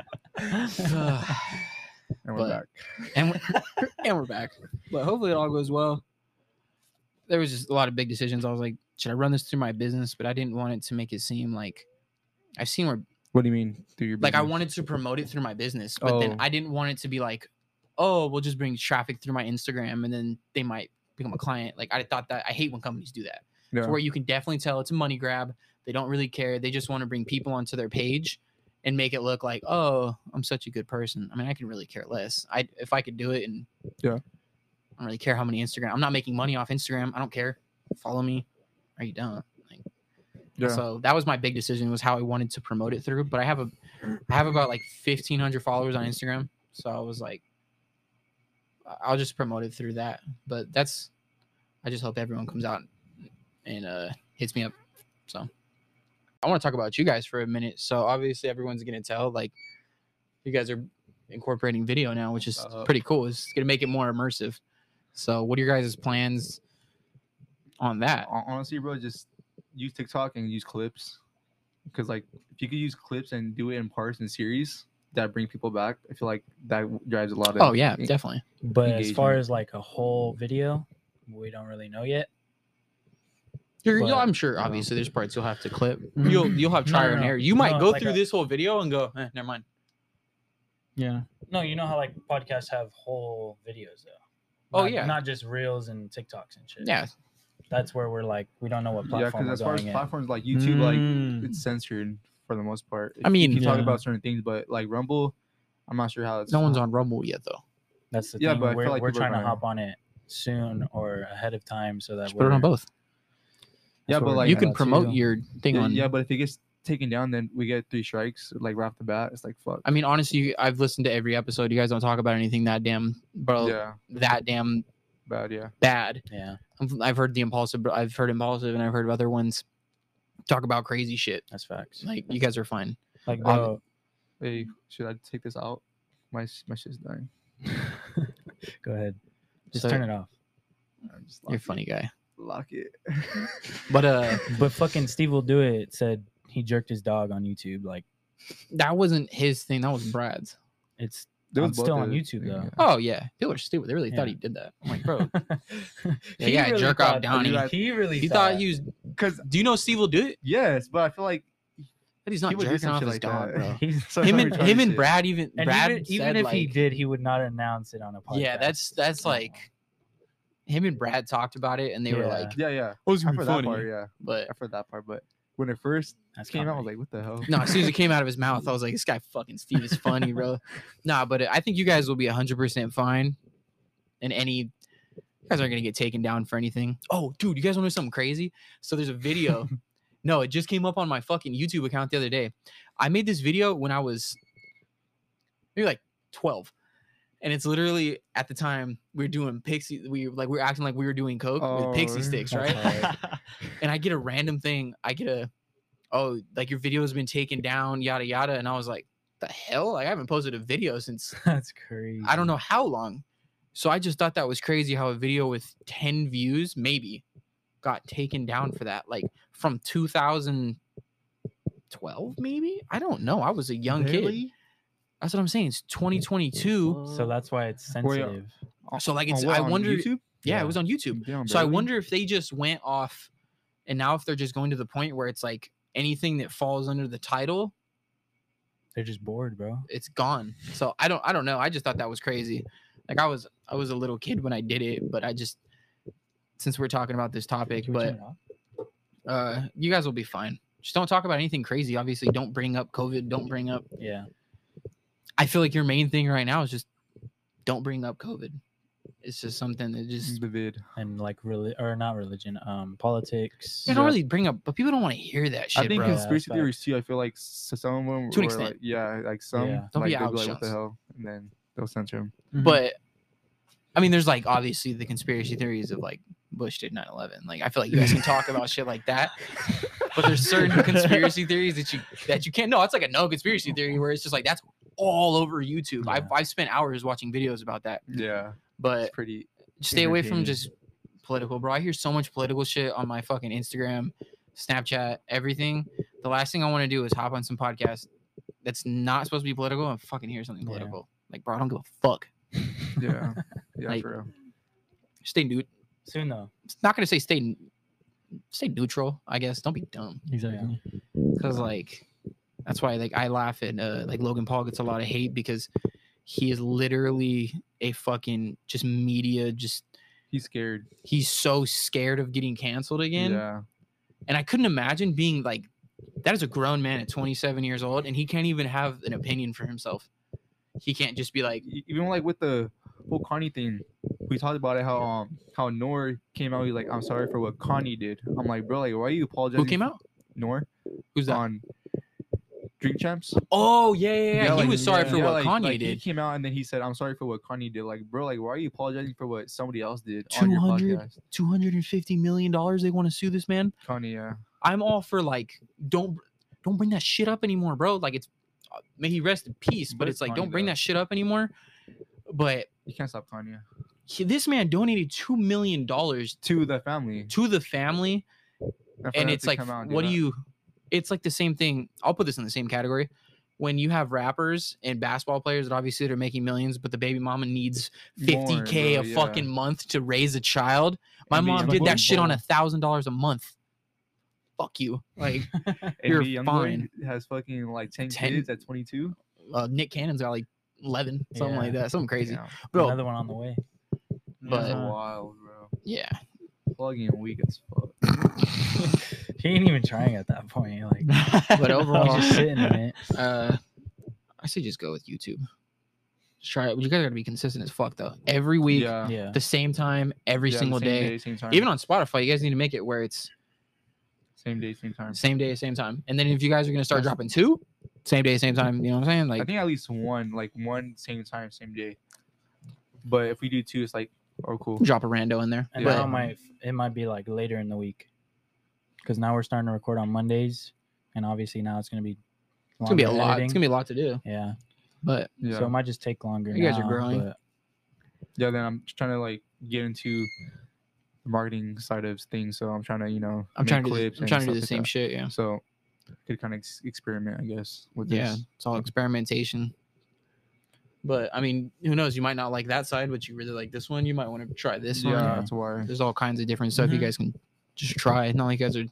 [SPEAKER 1] And we're
[SPEAKER 2] But-
[SPEAKER 1] back.
[SPEAKER 2] and we're, and we're back. But hopefully it all goes well. There was just a lot of big decisions. I was like, should I run this through my business? But I didn't want it to make it seem like I've seen where
[SPEAKER 1] What do you mean? Do your
[SPEAKER 2] like I
[SPEAKER 1] business?
[SPEAKER 2] wanted to promote it through my business, but then
[SPEAKER 1] Mm-hmm. Oh.
[SPEAKER 2] I didn't want it to be like, oh, we'll just bring traffic through my Instagram and then they might become a client. Like I thought that I hate when companies do that.
[SPEAKER 1] Yeah.
[SPEAKER 2] To where you can definitely tell it's a money grab. They don't really care. They just want to bring people onto their page and make it look like, oh, I'm such a good person. I mean, I can really care less. I if I could do it and
[SPEAKER 1] Yeah.
[SPEAKER 2] I don't really care how many Instagram. I'm not making money off Instagram. I don't care. Follow me. Are you done? Like
[SPEAKER 1] Yeah.
[SPEAKER 2] so that was my big decision was how I wanted to promote it through. But I have a I have about like fifteen hundred followers on Instagram. So I was like I- I'll just promote it through that. But that's I just hope everyone comes out and uh hits me up. So I want to talk about you guys for a minute. So obviously everyone's gonna tell like you guys are incorporating video now, which is
[SPEAKER 1] Uh,
[SPEAKER 2] pretty cool. It's gonna make it more immersive. So what are your guys' plans on that?
[SPEAKER 1] Hon- honestly, bro, just use TikTok and use clips. Because like, if you could use clips and do it in parts and series that bring people back, I feel like that w- drives a lot of.
[SPEAKER 2] Oh yeah,
[SPEAKER 1] en-
[SPEAKER 2] definitely.
[SPEAKER 4] But as far
[SPEAKER 1] Engagement.
[SPEAKER 4] as like a whole video, we don't really know yet.
[SPEAKER 2] You're, you'll-
[SPEAKER 4] but,
[SPEAKER 2] I'm sure.
[SPEAKER 4] you know.
[SPEAKER 2] Obviously, there's parts you'll have to clip.
[SPEAKER 4] Mhm.
[SPEAKER 2] You'll you'll have
[SPEAKER 4] No,
[SPEAKER 2] trial
[SPEAKER 4] no,
[SPEAKER 2] and
[SPEAKER 4] no.
[SPEAKER 2] error. You might
[SPEAKER 4] No,
[SPEAKER 2] go
[SPEAKER 4] like
[SPEAKER 2] through
[SPEAKER 4] a-
[SPEAKER 2] this whole video and go, eh, never mind.
[SPEAKER 5] Yeah.
[SPEAKER 4] No, you know how like podcasts have whole videos though.
[SPEAKER 2] Oh,
[SPEAKER 4] Not-
[SPEAKER 2] yeah.
[SPEAKER 4] not just reels and TikToks and shit.
[SPEAKER 2] Yeah,
[SPEAKER 4] that's where we're like we don't know what
[SPEAKER 1] Yeah,
[SPEAKER 4] platform
[SPEAKER 1] because as
[SPEAKER 4] we're
[SPEAKER 1] far as
[SPEAKER 4] going in.
[SPEAKER 1] platforms like YouTube,
[SPEAKER 5] Mm-hmm.
[SPEAKER 1] like it's censored for the most part.
[SPEAKER 2] Mm. I mean,
[SPEAKER 1] you can talk
[SPEAKER 5] Yeah.
[SPEAKER 1] about certain things, but like Rumble, I'm not sure how it's.
[SPEAKER 2] no one's on Rumble yet though.
[SPEAKER 4] That's the
[SPEAKER 1] Yeah,
[SPEAKER 4] thing.
[SPEAKER 1] but I feel
[SPEAKER 4] we're,
[SPEAKER 1] like
[SPEAKER 4] we're
[SPEAKER 1] people are
[SPEAKER 4] trying to
[SPEAKER 1] gonna-
[SPEAKER 4] hop on it soon or ahead of time so that
[SPEAKER 2] Just put it on
[SPEAKER 4] we're-
[SPEAKER 2] both.
[SPEAKER 1] Yeah,
[SPEAKER 4] that's what
[SPEAKER 1] but,
[SPEAKER 4] we're
[SPEAKER 1] like,
[SPEAKER 2] you
[SPEAKER 4] thinking
[SPEAKER 2] can
[SPEAKER 4] about too.
[SPEAKER 2] promote your thing
[SPEAKER 1] Yeah,
[SPEAKER 2] on.
[SPEAKER 1] yeah, but if it gets taken down, then we get three strikes like right off the bat. It's like fuck.
[SPEAKER 2] I mean, honestly, I've listened to every episode. You guys don't talk about anything that damn, bro,
[SPEAKER 1] yeah,
[SPEAKER 2] that damn
[SPEAKER 1] bad. Yeah,
[SPEAKER 2] bad.
[SPEAKER 4] Yeah,
[SPEAKER 2] I've- I've heard the impulsive. I've heard impulsive, and I've heard other ones talk about crazy shit.
[SPEAKER 4] that's facts.
[SPEAKER 2] Like you guys are fine.
[SPEAKER 4] Like
[SPEAKER 2] on-
[SPEAKER 4] bro,
[SPEAKER 1] hey, should I take this out? My s- my shit's dying.
[SPEAKER 4] go ahead. Just
[SPEAKER 2] So-
[SPEAKER 4] turn it off.
[SPEAKER 1] I'm just
[SPEAKER 2] You're a
[SPEAKER 1] lock
[SPEAKER 2] funny guy.
[SPEAKER 1] Lock it.
[SPEAKER 2] But uh,
[SPEAKER 4] But fucking Steve will do it. Said he jerked his dog on YouTube. Like
[SPEAKER 2] that wasn't his thing. That was Brad's.
[SPEAKER 4] it's
[SPEAKER 1] Those
[SPEAKER 4] I'm
[SPEAKER 1] both
[SPEAKER 4] still
[SPEAKER 1] are
[SPEAKER 4] on
[SPEAKER 1] the-
[SPEAKER 4] YouTube, though.
[SPEAKER 2] Oh yeah, people are stupid. They really thought
[SPEAKER 4] Yeah.
[SPEAKER 2] he did that. I'm like, bro,
[SPEAKER 4] He
[SPEAKER 2] Oh. yeah, jerk off
[SPEAKER 4] thought-
[SPEAKER 2] Donnie.
[SPEAKER 4] He really
[SPEAKER 2] He thought he was.
[SPEAKER 1] Because
[SPEAKER 2] Do you know Steve will do it?
[SPEAKER 1] yes, but I feel like
[SPEAKER 2] But he's not
[SPEAKER 1] people do
[SPEAKER 2] jerking
[SPEAKER 1] some
[SPEAKER 2] off
[SPEAKER 1] shit
[SPEAKER 2] his
[SPEAKER 1] like
[SPEAKER 2] dog,
[SPEAKER 1] that.
[SPEAKER 2] bro.
[SPEAKER 4] He's-
[SPEAKER 1] So
[SPEAKER 2] Him
[SPEAKER 1] some
[SPEAKER 2] and
[SPEAKER 1] retarded
[SPEAKER 2] him and
[SPEAKER 1] shit.
[SPEAKER 2] Brad even
[SPEAKER 4] and
[SPEAKER 2] Brad
[SPEAKER 4] even, even
[SPEAKER 2] said,
[SPEAKER 4] if
[SPEAKER 2] like,
[SPEAKER 4] he did, he would not announce it on a podcast.
[SPEAKER 2] yeah, that's that's like him and Brad talked about it, and they were like,
[SPEAKER 1] Yeah, yeah.
[SPEAKER 2] "Oh, it's
[SPEAKER 1] I
[SPEAKER 2] gonna be
[SPEAKER 1] heard that part.
[SPEAKER 2] funny,"
[SPEAKER 1] Yeah,
[SPEAKER 2] but
[SPEAKER 1] I heard that part. But when it first
[SPEAKER 4] that's
[SPEAKER 1] came out, I was
[SPEAKER 4] comedy.
[SPEAKER 1] like, what the hell?
[SPEAKER 2] no, as soon as it came out of his mouth, I was like, "This guy fucking Steve is funny, bro." nah, but I think you guys will be hundred percent fine in any You guys aren't gonna get taken down for anything. Oh, dude, you guys want to know something crazy? So there's a video. no, it just came up on my fucking YouTube account the other day. I made this video when I was maybe like 12. And it's literally at the time we were doing pixie, we like we were acting like we were doing coke
[SPEAKER 1] Oh,
[SPEAKER 2] with pixie sticks,
[SPEAKER 1] that's
[SPEAKER 2] right? and I get a random thing. I get a, oh, like your video has been taken down, yada yada. And I was like, the hell? Like I haven't posted a video since
[SPEAKER 4] That's crazy.
[SPEAKER 1] Mm.
[SPEAKER 2] I don't know how long. So I just thought that was crazy how a video with 10 views maybe got taken down for that. Like from 2012, maybe? I don't know. I was a young kid.
[SPEAKER 1] Really?
[SPEAKER 2] That's what I'm saying. It's 2022.
[SPEAKER 4] So that's why it's
[SPEAKER 1] Well, yeah.
[SPEAKER 4] sensitive.
[SPEAKER 1] On-
[SPEAKER 2] So like
[SPEAKER 1] on
[SPEAKER 2] it's
[SPEAKER 1] Oh, what,
[SPEAKER 2] I
[SPEAKER 1] on
[SPEAKER 2] wonder
[SPEAKER 1] YouTube?
[SPEAKER 2] yeah,
[SPEAKER 4] Yeah.
[SPEAKER 2] it was on YouTube.
[SPEAKER 1] Damn,
[SPEAKER 2] So I
[SPEAKER 1] barely?
[SPEAKER 2] wonder if they just went off and now if they're just going to the point where it's like anything that falls under the title,
[SPEAKER 4] They're just bored, bro.
[SPEAKER 2] it's gone. So I don't I don't know. I just thought that was crazy. Like I was I was a little kid when I did it, but I just since we're talking about this topic,
[SPEAKER 4] Can we turn
[SPEAKER 2] but
[SPEAKER 4] it off?
[SPEAKER 2] uh you guys will be fine. Just don't talk about anything crazy. Obviously, don't bring up COVID. Don't bring up
[SPEAKER 4] yeah,
[SPEAKER 2] I feel like your main thing right now is just don't bring up COVID. It's just something that just
[SPEAKER 1] the vid.
[SPEAKER 4] and like really or not religion, um, politics.
[SPEAKER 2] you don't really bring up, but people don't want to hear that shit,
[SPEAKER 1] I think
[SPEAKER 2] bro.
[SPEAKER 4] it's-
[SPEAKER 1] conspiracy
[SPEAKER 4] Yeah,
[SPEAKER 1] theories too. I feel like s- some of them
[SPEAKER 2] To
[SPEAKER 1] were,
[SPEAKER 2] an extent.
[SPEAKER 1] Like, yeah, like some.
[SPEAKER 4] Yeah.
[SPEAKER 2] Don't
[SPEAKER 1] like,
[SPEAKER 2] be
[SPEAKER 1] they'll like, what the
[SPEAKER 2] outshots.
[SPEAKER 1] hell? And then they'll censor them.
[SPEAKER 4] Mm-hmm.
[SPEAKER 2] But I mean, there's like obviously the conspiracy theories of like Bush did 9/11. Like I feel like you guys can talk about shit like that, but there's certain conspiracy theories that you that you can't. No, it's like a no conspiracy theory where it's just like that's all over YouTube.
[SPEAKER 4] Yeah.
[SPEAKER 2] I've I've spent hours watching videos about that,
[SPEAKER 1] Yeah,
[SPEAKER 2] but
[SPEAKER 1] it's pretty.
[SPEAKER 2] stay away from
[SPEAKER 1] entertaining.
[SPEAKER 2] just political, bro. I hear so much political shit on my fucking Instagram, Snapchat, everything. The last thing I want to do is hop on some podcast that's not supposed to be political and fucking hear something
[SPEAKER 4] Yeah.
[SPEAKER 2] political. Like, bro, I don't give a fuck.
[SPEAKER 1] Yeah, yeah,
[SPEAKER 2] Like-
[SPEAKER 1] for real.
[SPEAKER 2] Stay new.
[SPEAKER 4] soon though.
[SPEAKER 2] It's not gonna say stay stay neutral. I guess don't be dumb
[SPEAKER 5] Exactly.
[SPEAKER 2] because like that's why like I laugh at uh, like Logan Paul gets a lot of hate because he is literally a fucking just media just
[SPEAKER 1] He's scared.
[SPEAKER 2] he's so scared of getting canceled again.
[SPEAKER 1] yeah,
[SPEAKER 2] and I couldn't imagine being like that is a grown man at 27 years old and he can't even have an opinion for himself. He can't just be like,
[SPEAKER 1] E- even like with the whole Connie thing, we talked about it. How um how Nor came out. He's like, I'm sorry for what Connie did. I'm like, bro, like, why are you apologizing?
[SPEAKER 2] who came
[SPEAKER 1] for
[SPEAKER 2] out?
[SPEAKER 1] Nor
[SPEAKER 2] Who's that?
[SPEAKER 1] on Drink Champs.
[SPEAKER 2] Oh yeah, yeah, yeah. he
[SPEAKER 1] like-
[SPEAKER 2] was sorry
[SPEAKER 4] yeah.
[SPEAKER 2] for
[SPEAKER 1] Yeah, like-
[SPEAKER 2] what Kanye
[SPEAKER 1] like, He
[SPEAKER 2] did.
[SPEAKER 1] came out and then he said, "I'm sorry for what Kanye did." Like, bro, like, why are you apologizing for what somebody else did on your
[SPEAKER 2] 200?
[SPEAKER 1] podcast?
[SPEAKER 2] 250 million dollars. They want to sue this man.
[SPEAKER 1] Kanye, uh, yeah.
[SPEAKER 2] I'm all for like, don't don't bring that shit up anymore, bro. Like it's uh, may he rest in peace, but,
[SPEAKER 1] But
[SPEAKER 2] it's,
[SPEAKER 1] it's
[SPEAKER 2] like
[SPEAKER 1] Kanye,
[SPEAKER 2] don't bring
[SPEAKER 1] though.
[SPEAKER 2] that shit up anymore. But
[SPEAKER 1] you can't stop Kanye.
[SPEAKER 2] he, this man donated two million dollars
[SPEAKER 1] To the family,
[SPEAKER 2] to the family
[SPEAKER 1] for them
[SPEAKER 2] and it's
[SPEAKER 1] to
[SPEAKER 2] like
[SPEAKER 1] come out and
[SPEAKER 2] what do
[SPEAKER 1] that.
[SPEAKER 2] you it's like the same thing i'll put this in the same category when you have rappers and basketball players that obviously are making millions but the baby mama needs 50k
[SPEAKER 1] More,
[SPEAKER 2] a
[SPEAKER 1] bro, yeah.
[SPEAKER 2] fucking month to raise a child my
[SPEAKER 1] And be
[SPEAKER 2] mom
[SPEAKER 1] young
[SPEAKER 2] did
[SPEAKER 1] boy.
[SPEAKER 2] that shit on a thousand dollars a month fuck you like
[SPEAKER 1] And
[SPEAKER 2] You're
[SPEAKER 1] Lee Youngboy
[SPEAKER 2] fine.
[SPEAKER 1] Has fucking like 10,
[SPEAKER 2] 10?
[SPEAKER 1] kids at 22.
[SPEAKER 2] uh, nick cannon's got like 11 something like
[SPEAKER 4] Yeah.
[SPEAKER 2] that something crazy
[SPEAKER 1] Damn,
[SPEAKER 2] bro
[SPEAKER 4] Another one on the way.
[SPEAKER 1] that's
[SPEAKER 2] But-
[SPEAKER 1] wild, bro.
[SPEAKER 2] yeah
[SPEAKER 1] Plugging weak as fuck.
[SPEAKER 4] He ain't even trying at that point. Like
[SPEAKER 2] but overall
[SPEAKER 4] he's just sitting in it.
[SPEAKER 2] uh i say just go with youtube just try it you guys gotta be consistent as fuck though every week
[SPEAKER 1] yeah.
[SPEAKER 4] Yeah,
[SPEAKER 2] the same time every
[SPEAKER 1] Yeah, the
[SPEAKER 2] single
[SPEAKER 1] same
[SPEAKER 2] day.
[SPEAKER 1] same time.
[SPEAKER 2] Even on Spotify, you guys need to make it where it's
[SPEAKER 1] same day, same time.
[SPEAKER 2] same day, same time. And then if you guys are gonna start dropping two, same day, same time. You know what I'm saying?
[SPEAKER 1] I
[SPEAKER 2] Like
[SPEAKER 1] think at least one, like one same time, same day. But if we do two, it's like, oh cool.
[SPEAKER 2] drop a rando in there.
[SPEAKER 4] and
[SPEAKER 1] Yeah.
[SPEAKER 4] now it might it might be like later in the week, because now we're starting to record on Mondays, and obviously now it's gonna be.
[SPEAKER 2] It's gonna be a lot. It's gonna be a lot to do.
[SPEAKER 4] be. Yeah.
[SPEAKER 2] But
[SPEAKER 1] Yeah.
[SPEAKER 4] So it might just take longer.
[SPEAKER 2] You guys are
[SPEAKER 4] now,
[SPEAKER 2] growing.
[SPEAKER 4] but-
[SPEAKER 1] yeah. Then I'm just trying to like get into the marketing side of things. So I'm trying to, you know,
[SPEAKER 2] I'm
[SPEAKER 1] make
[SPEAKER 2] trying to do,
[SPEAKER 1] clips
[SPEAKER 2] the- I'm
[SPEAKER 1] and
[SPEAKER 2] trying to do the
[SPEAKER 1] stuff
[SPEAKER 2] same
[SPEAKER 1] like
[SPEAKER 2] shit. Yeah.
[SPEAKER 1] that. So could kind of ex- experiment, I guess, with this.
[SPEAKER 2] Yeah. It's all experimentation. But I mean, who knows? You might not like that side, but you really like this one. You might want to try this one. Mm-hmm.
[SPEAKER 1] yeah, that's why.
[SPEAKER 2] There's all kinds of different stuff you
[SPEAKER 4] Mhm.
[SPEAKER 2] guys can just try. Not like you guys are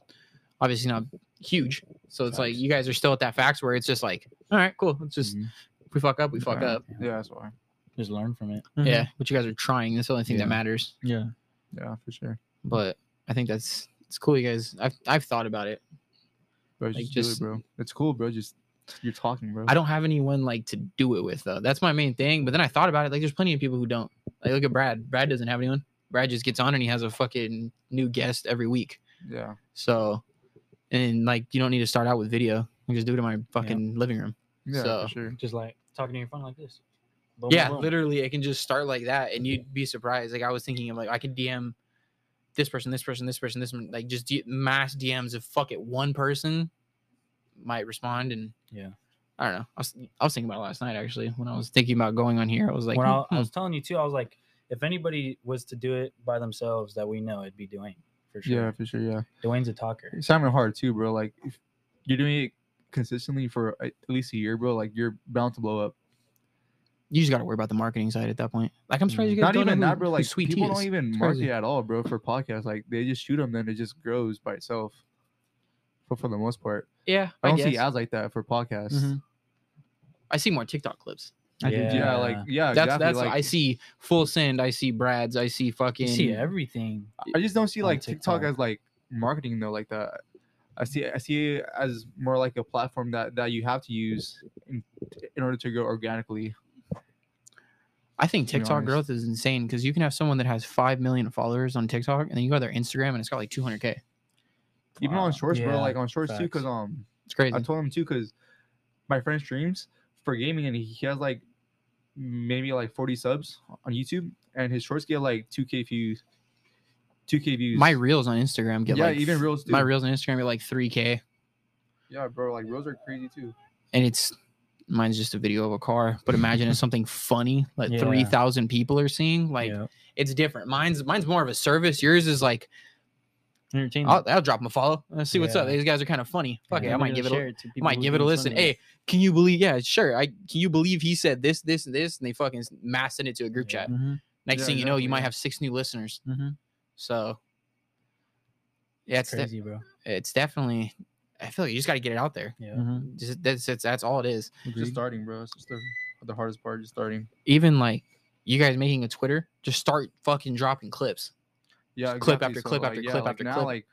[SPEAKER 2] obviously not huge. So it's like
[SPEAKER 1] Facts.
[SPEAKER 2] you guys are still at that facts where it's just like, all right, cool. Let's just
[SPEAKER 4] Mhm.
[SPEAKER 2] if we fuck up, we fuck
[SPEAKER 1] Yeah.
[SPEAKER 2] up.
[SPEAKER 1] Yeah, that's why.
[SPEAKER 4] just learn from it.
[SPEAKER 5] Mhm.
[SPEAKER 2] Yeah, but you guys are trying. That's the only thing
[SPEAKER 1] Yeah.
[SPEAKER 2] that matters.
[SPEAKER 5] Yeah.
[SPEAKER 1] Yeah, for sure.
[SPEAKER 2] But I think that's it's cool, you guys. I've I've thought about it.
[SPEAKER 1] Bro,
[SPEAKER 2] Like,
[SPEAKER 1] just, do it,
[SPEAKER 2] just-
[SPEAKER 1] bro. It's cool, bro. Just you're talking, bro.
[SPEAKER 2] I don't have anyone like to do it with though. That's my main thing. But then I thought about it. Like, there's plenty of people who don't. Like, look at Brad. Brad doesn't have anyone. Brad just gets on and he has a fucking new guest every week.
[SPEAKER 1] Yeah.
[SPEAKER 2] So, and like you don't need to start out with video. You just do it in my fucking living room.
[SPEAKER 1] Yeah,
[SPEAKER 2] So-
[SPEAKER 1] for sure.
[SPEAKER 4] Just like talking to your phone like this. Boom,
[SPEAKER 2] yeah,
[SPEAKER 4] boom, boom.
[SPEAKER 2] literally, it can just start like that, and you'd be surprised. Like I was thinking, of like I could DM this person, this person, this person, this one, like just d- mass DMs of fuck it, one person might respond, and
[SPEAKER 4] Yeah.
[SPEAKER 2] I don't know. I was, I was thinking about it last night actually when I was thinking about going on here. I was like,
[SPEAKER 4] when I,
[SPEAKER 2] hmm,
[SPEAKER 4] I was telling you too, I was like, if anybody was to do it by themselves that we know, it'd be Dwayne for sure.
[SPEAKER 1] Yeah, for sure. Yeah.
[SPEAKER 4] Dwayne's a talker.
[SPEAKER 1] It's sounding hard too, bro. Like if you're doing it consistently for at least a year, bro, like you're bound to blow up.
[SPEAKER 2] you just got to worry about the marketing side at that point. Like I'm surprised you guys
[SPEAKER 1] Mm, Not
[SPEAKER 2] don't
[SPEAKER 1] even
[SPEAKER 2] know who,
[SPEAKER 1] that, bro.
[SPEAKER 2] who
[SPEAKER 1] Like
[SPEAKER 2] Sweet
[SPEAKER 1] people
[SPEAKER 2] Tea
[SPEAKER 1] don't
[SPEAKER 2] is.
[SPEAKER 1] even
[SPEAKER 2] It's
[SPEAKER 1] market
[SPEAKER 2] crazy.
[SPEAKER 1] at all, bro, for podcasts. Like they just shoot them, then it just grows by itself. For for the most part,
[SPEAKER 2] Yeah,
[SPEAKER 1] I
[SPEAKER 2] I,
[SPEAKER 1] don't
[SPEAKER 2] guess.
[SPEAKER 1] see ads like that for podcasts.
[SPEAKER 2] Mhm. I see more TikTok clips.
[SPEAKER 5] I
[SPEAKER 1] Yeah.
[SPEAKER 5] did.
[SPEAKER 1] like yeah,
[SPEAKER 2] that's
[SPEAKER 1] exactly.
[SPEAKER 2] that's
[SPEAKER 1] like,
[SPEAKER 2] I see full send. I see Brad's. I see fucking.
[SPEAKER 4] You see everything.
[SPEAKER 1] I just don't see
[SPEAKER 4] on
[SPEAKER 1] like TikTok,
[SPEAKER 4] TikTok.
[SPEAKER 1] as like marketing though, like that. I see I see it as more like a platform that that you have to use in, in order to grow organically.
[SPEAKER 2] I think
[SPEAKER 1] to be
[SPEAKER 2] TikTok
[SPEAKER 1] honest.
[SPEAKER 2] growth is insane because you can have someone that has five million followers on TikTok, and then you go to their Instagram and it's got like 200k.
[SPEAKER 1] Even on
[SPEAKER 4] Wow.
[SPEAKER 1] shorts, bro.
[SPEAKER 4] Yeah,
[SPEAKER 1] Like on shorts too, because
[SPEAKER 4] facts.
[SPEAKER 1] um,
[SPEAKER 2] It's crazy.
[SPEAKER 1] I told him too, because my friend streams for gaming and he has like maybe like 40 subs on YouTube, and his shorts get like 2k views. 2k views.
[SPEAKER 2] My reels on Instagram get
[SPEAKER 1] yeah,
[SPEAKER 2] like
[SPEAKER 1] even reels. Too.
[SPEAKER 2] my reels on Instagram get like 3k,
[SPEAKER 1] yeah, bro. Like reels are crazy too.
[SPEAKER 2] and it's mine's just a video of a car. But imagine it's something funny like
[SPEAKER 4] Yeah.
[SPEAKER 2] 3,000 people are seeing. Like
[SPEAKER 4] Yeah.
[SPEAKER 2] it's different. Mine's mine's more of a service. Yours is like
[SPEAKER 5] Entertainment.
[SPEAKER 2] I'll, I'll drop them a follow. Let's see what's up.
[SPEAKER 4] Yeah.
[SPEAKER 2] These guys are kind of funny. Fuck it, I might give it. A,
[SPEAKER 5] it.
[SPEAKER 2] I might give it a listen. Hey, can you believe? Yeah, sure. I can you believe he said this, this, and this, and they fucking s- mass send it to a group
[SPEAKER 4] Yeah.
[SPEAKER 2] chat.
[SPEAKER 5] Mm-hmm.
[SPEAKER 2] Next
[SPEAKER 1] Yeah,
[SPEAKER 2] thing you know, you
[SPEAKER 1] exactly,
[SPEAKER 2] might
[SPEAKER 1] yeah.
[SPEAKER 2] have six new listeners.
[SPEAKER 5] Mhm.
[SPEAKER 2] So, yeah, it's
[SPEAKER 4] It's
[SPEAKER 2] de-
[SPEAKER 4] crazy, bro.
[SPEAKER 2] it's definitely. I feel like you just got to get it out there.
[SPEAKER 4] Yeah.
[SPEAKER 5] Mm-hmm.
[SPEAKER 2] Just, that's, that's that's all it is.
[SPEAKER 1] Just starting, bro. It's just the, the hardest part. Just starting.
[SPEAKER 2] Even like you guys making a Twitter, just start fucking dropping clips.
[SPEAKER 1] Yeah,
[SPEAKER 2] clip after
[SPEAKER 1] So,
[SPEAKER 2] clip
[SPEAKER 1] like,
[SPEAKER 2] after
[SPEAKER 1] yeah,
[SPEAKER 2] clip
[SPEAKER 1] like,
[SPEAKER 2] after
[SPEAKER 1] now,
[SPEAKER 2] clip.
[SPEAKER 1] Like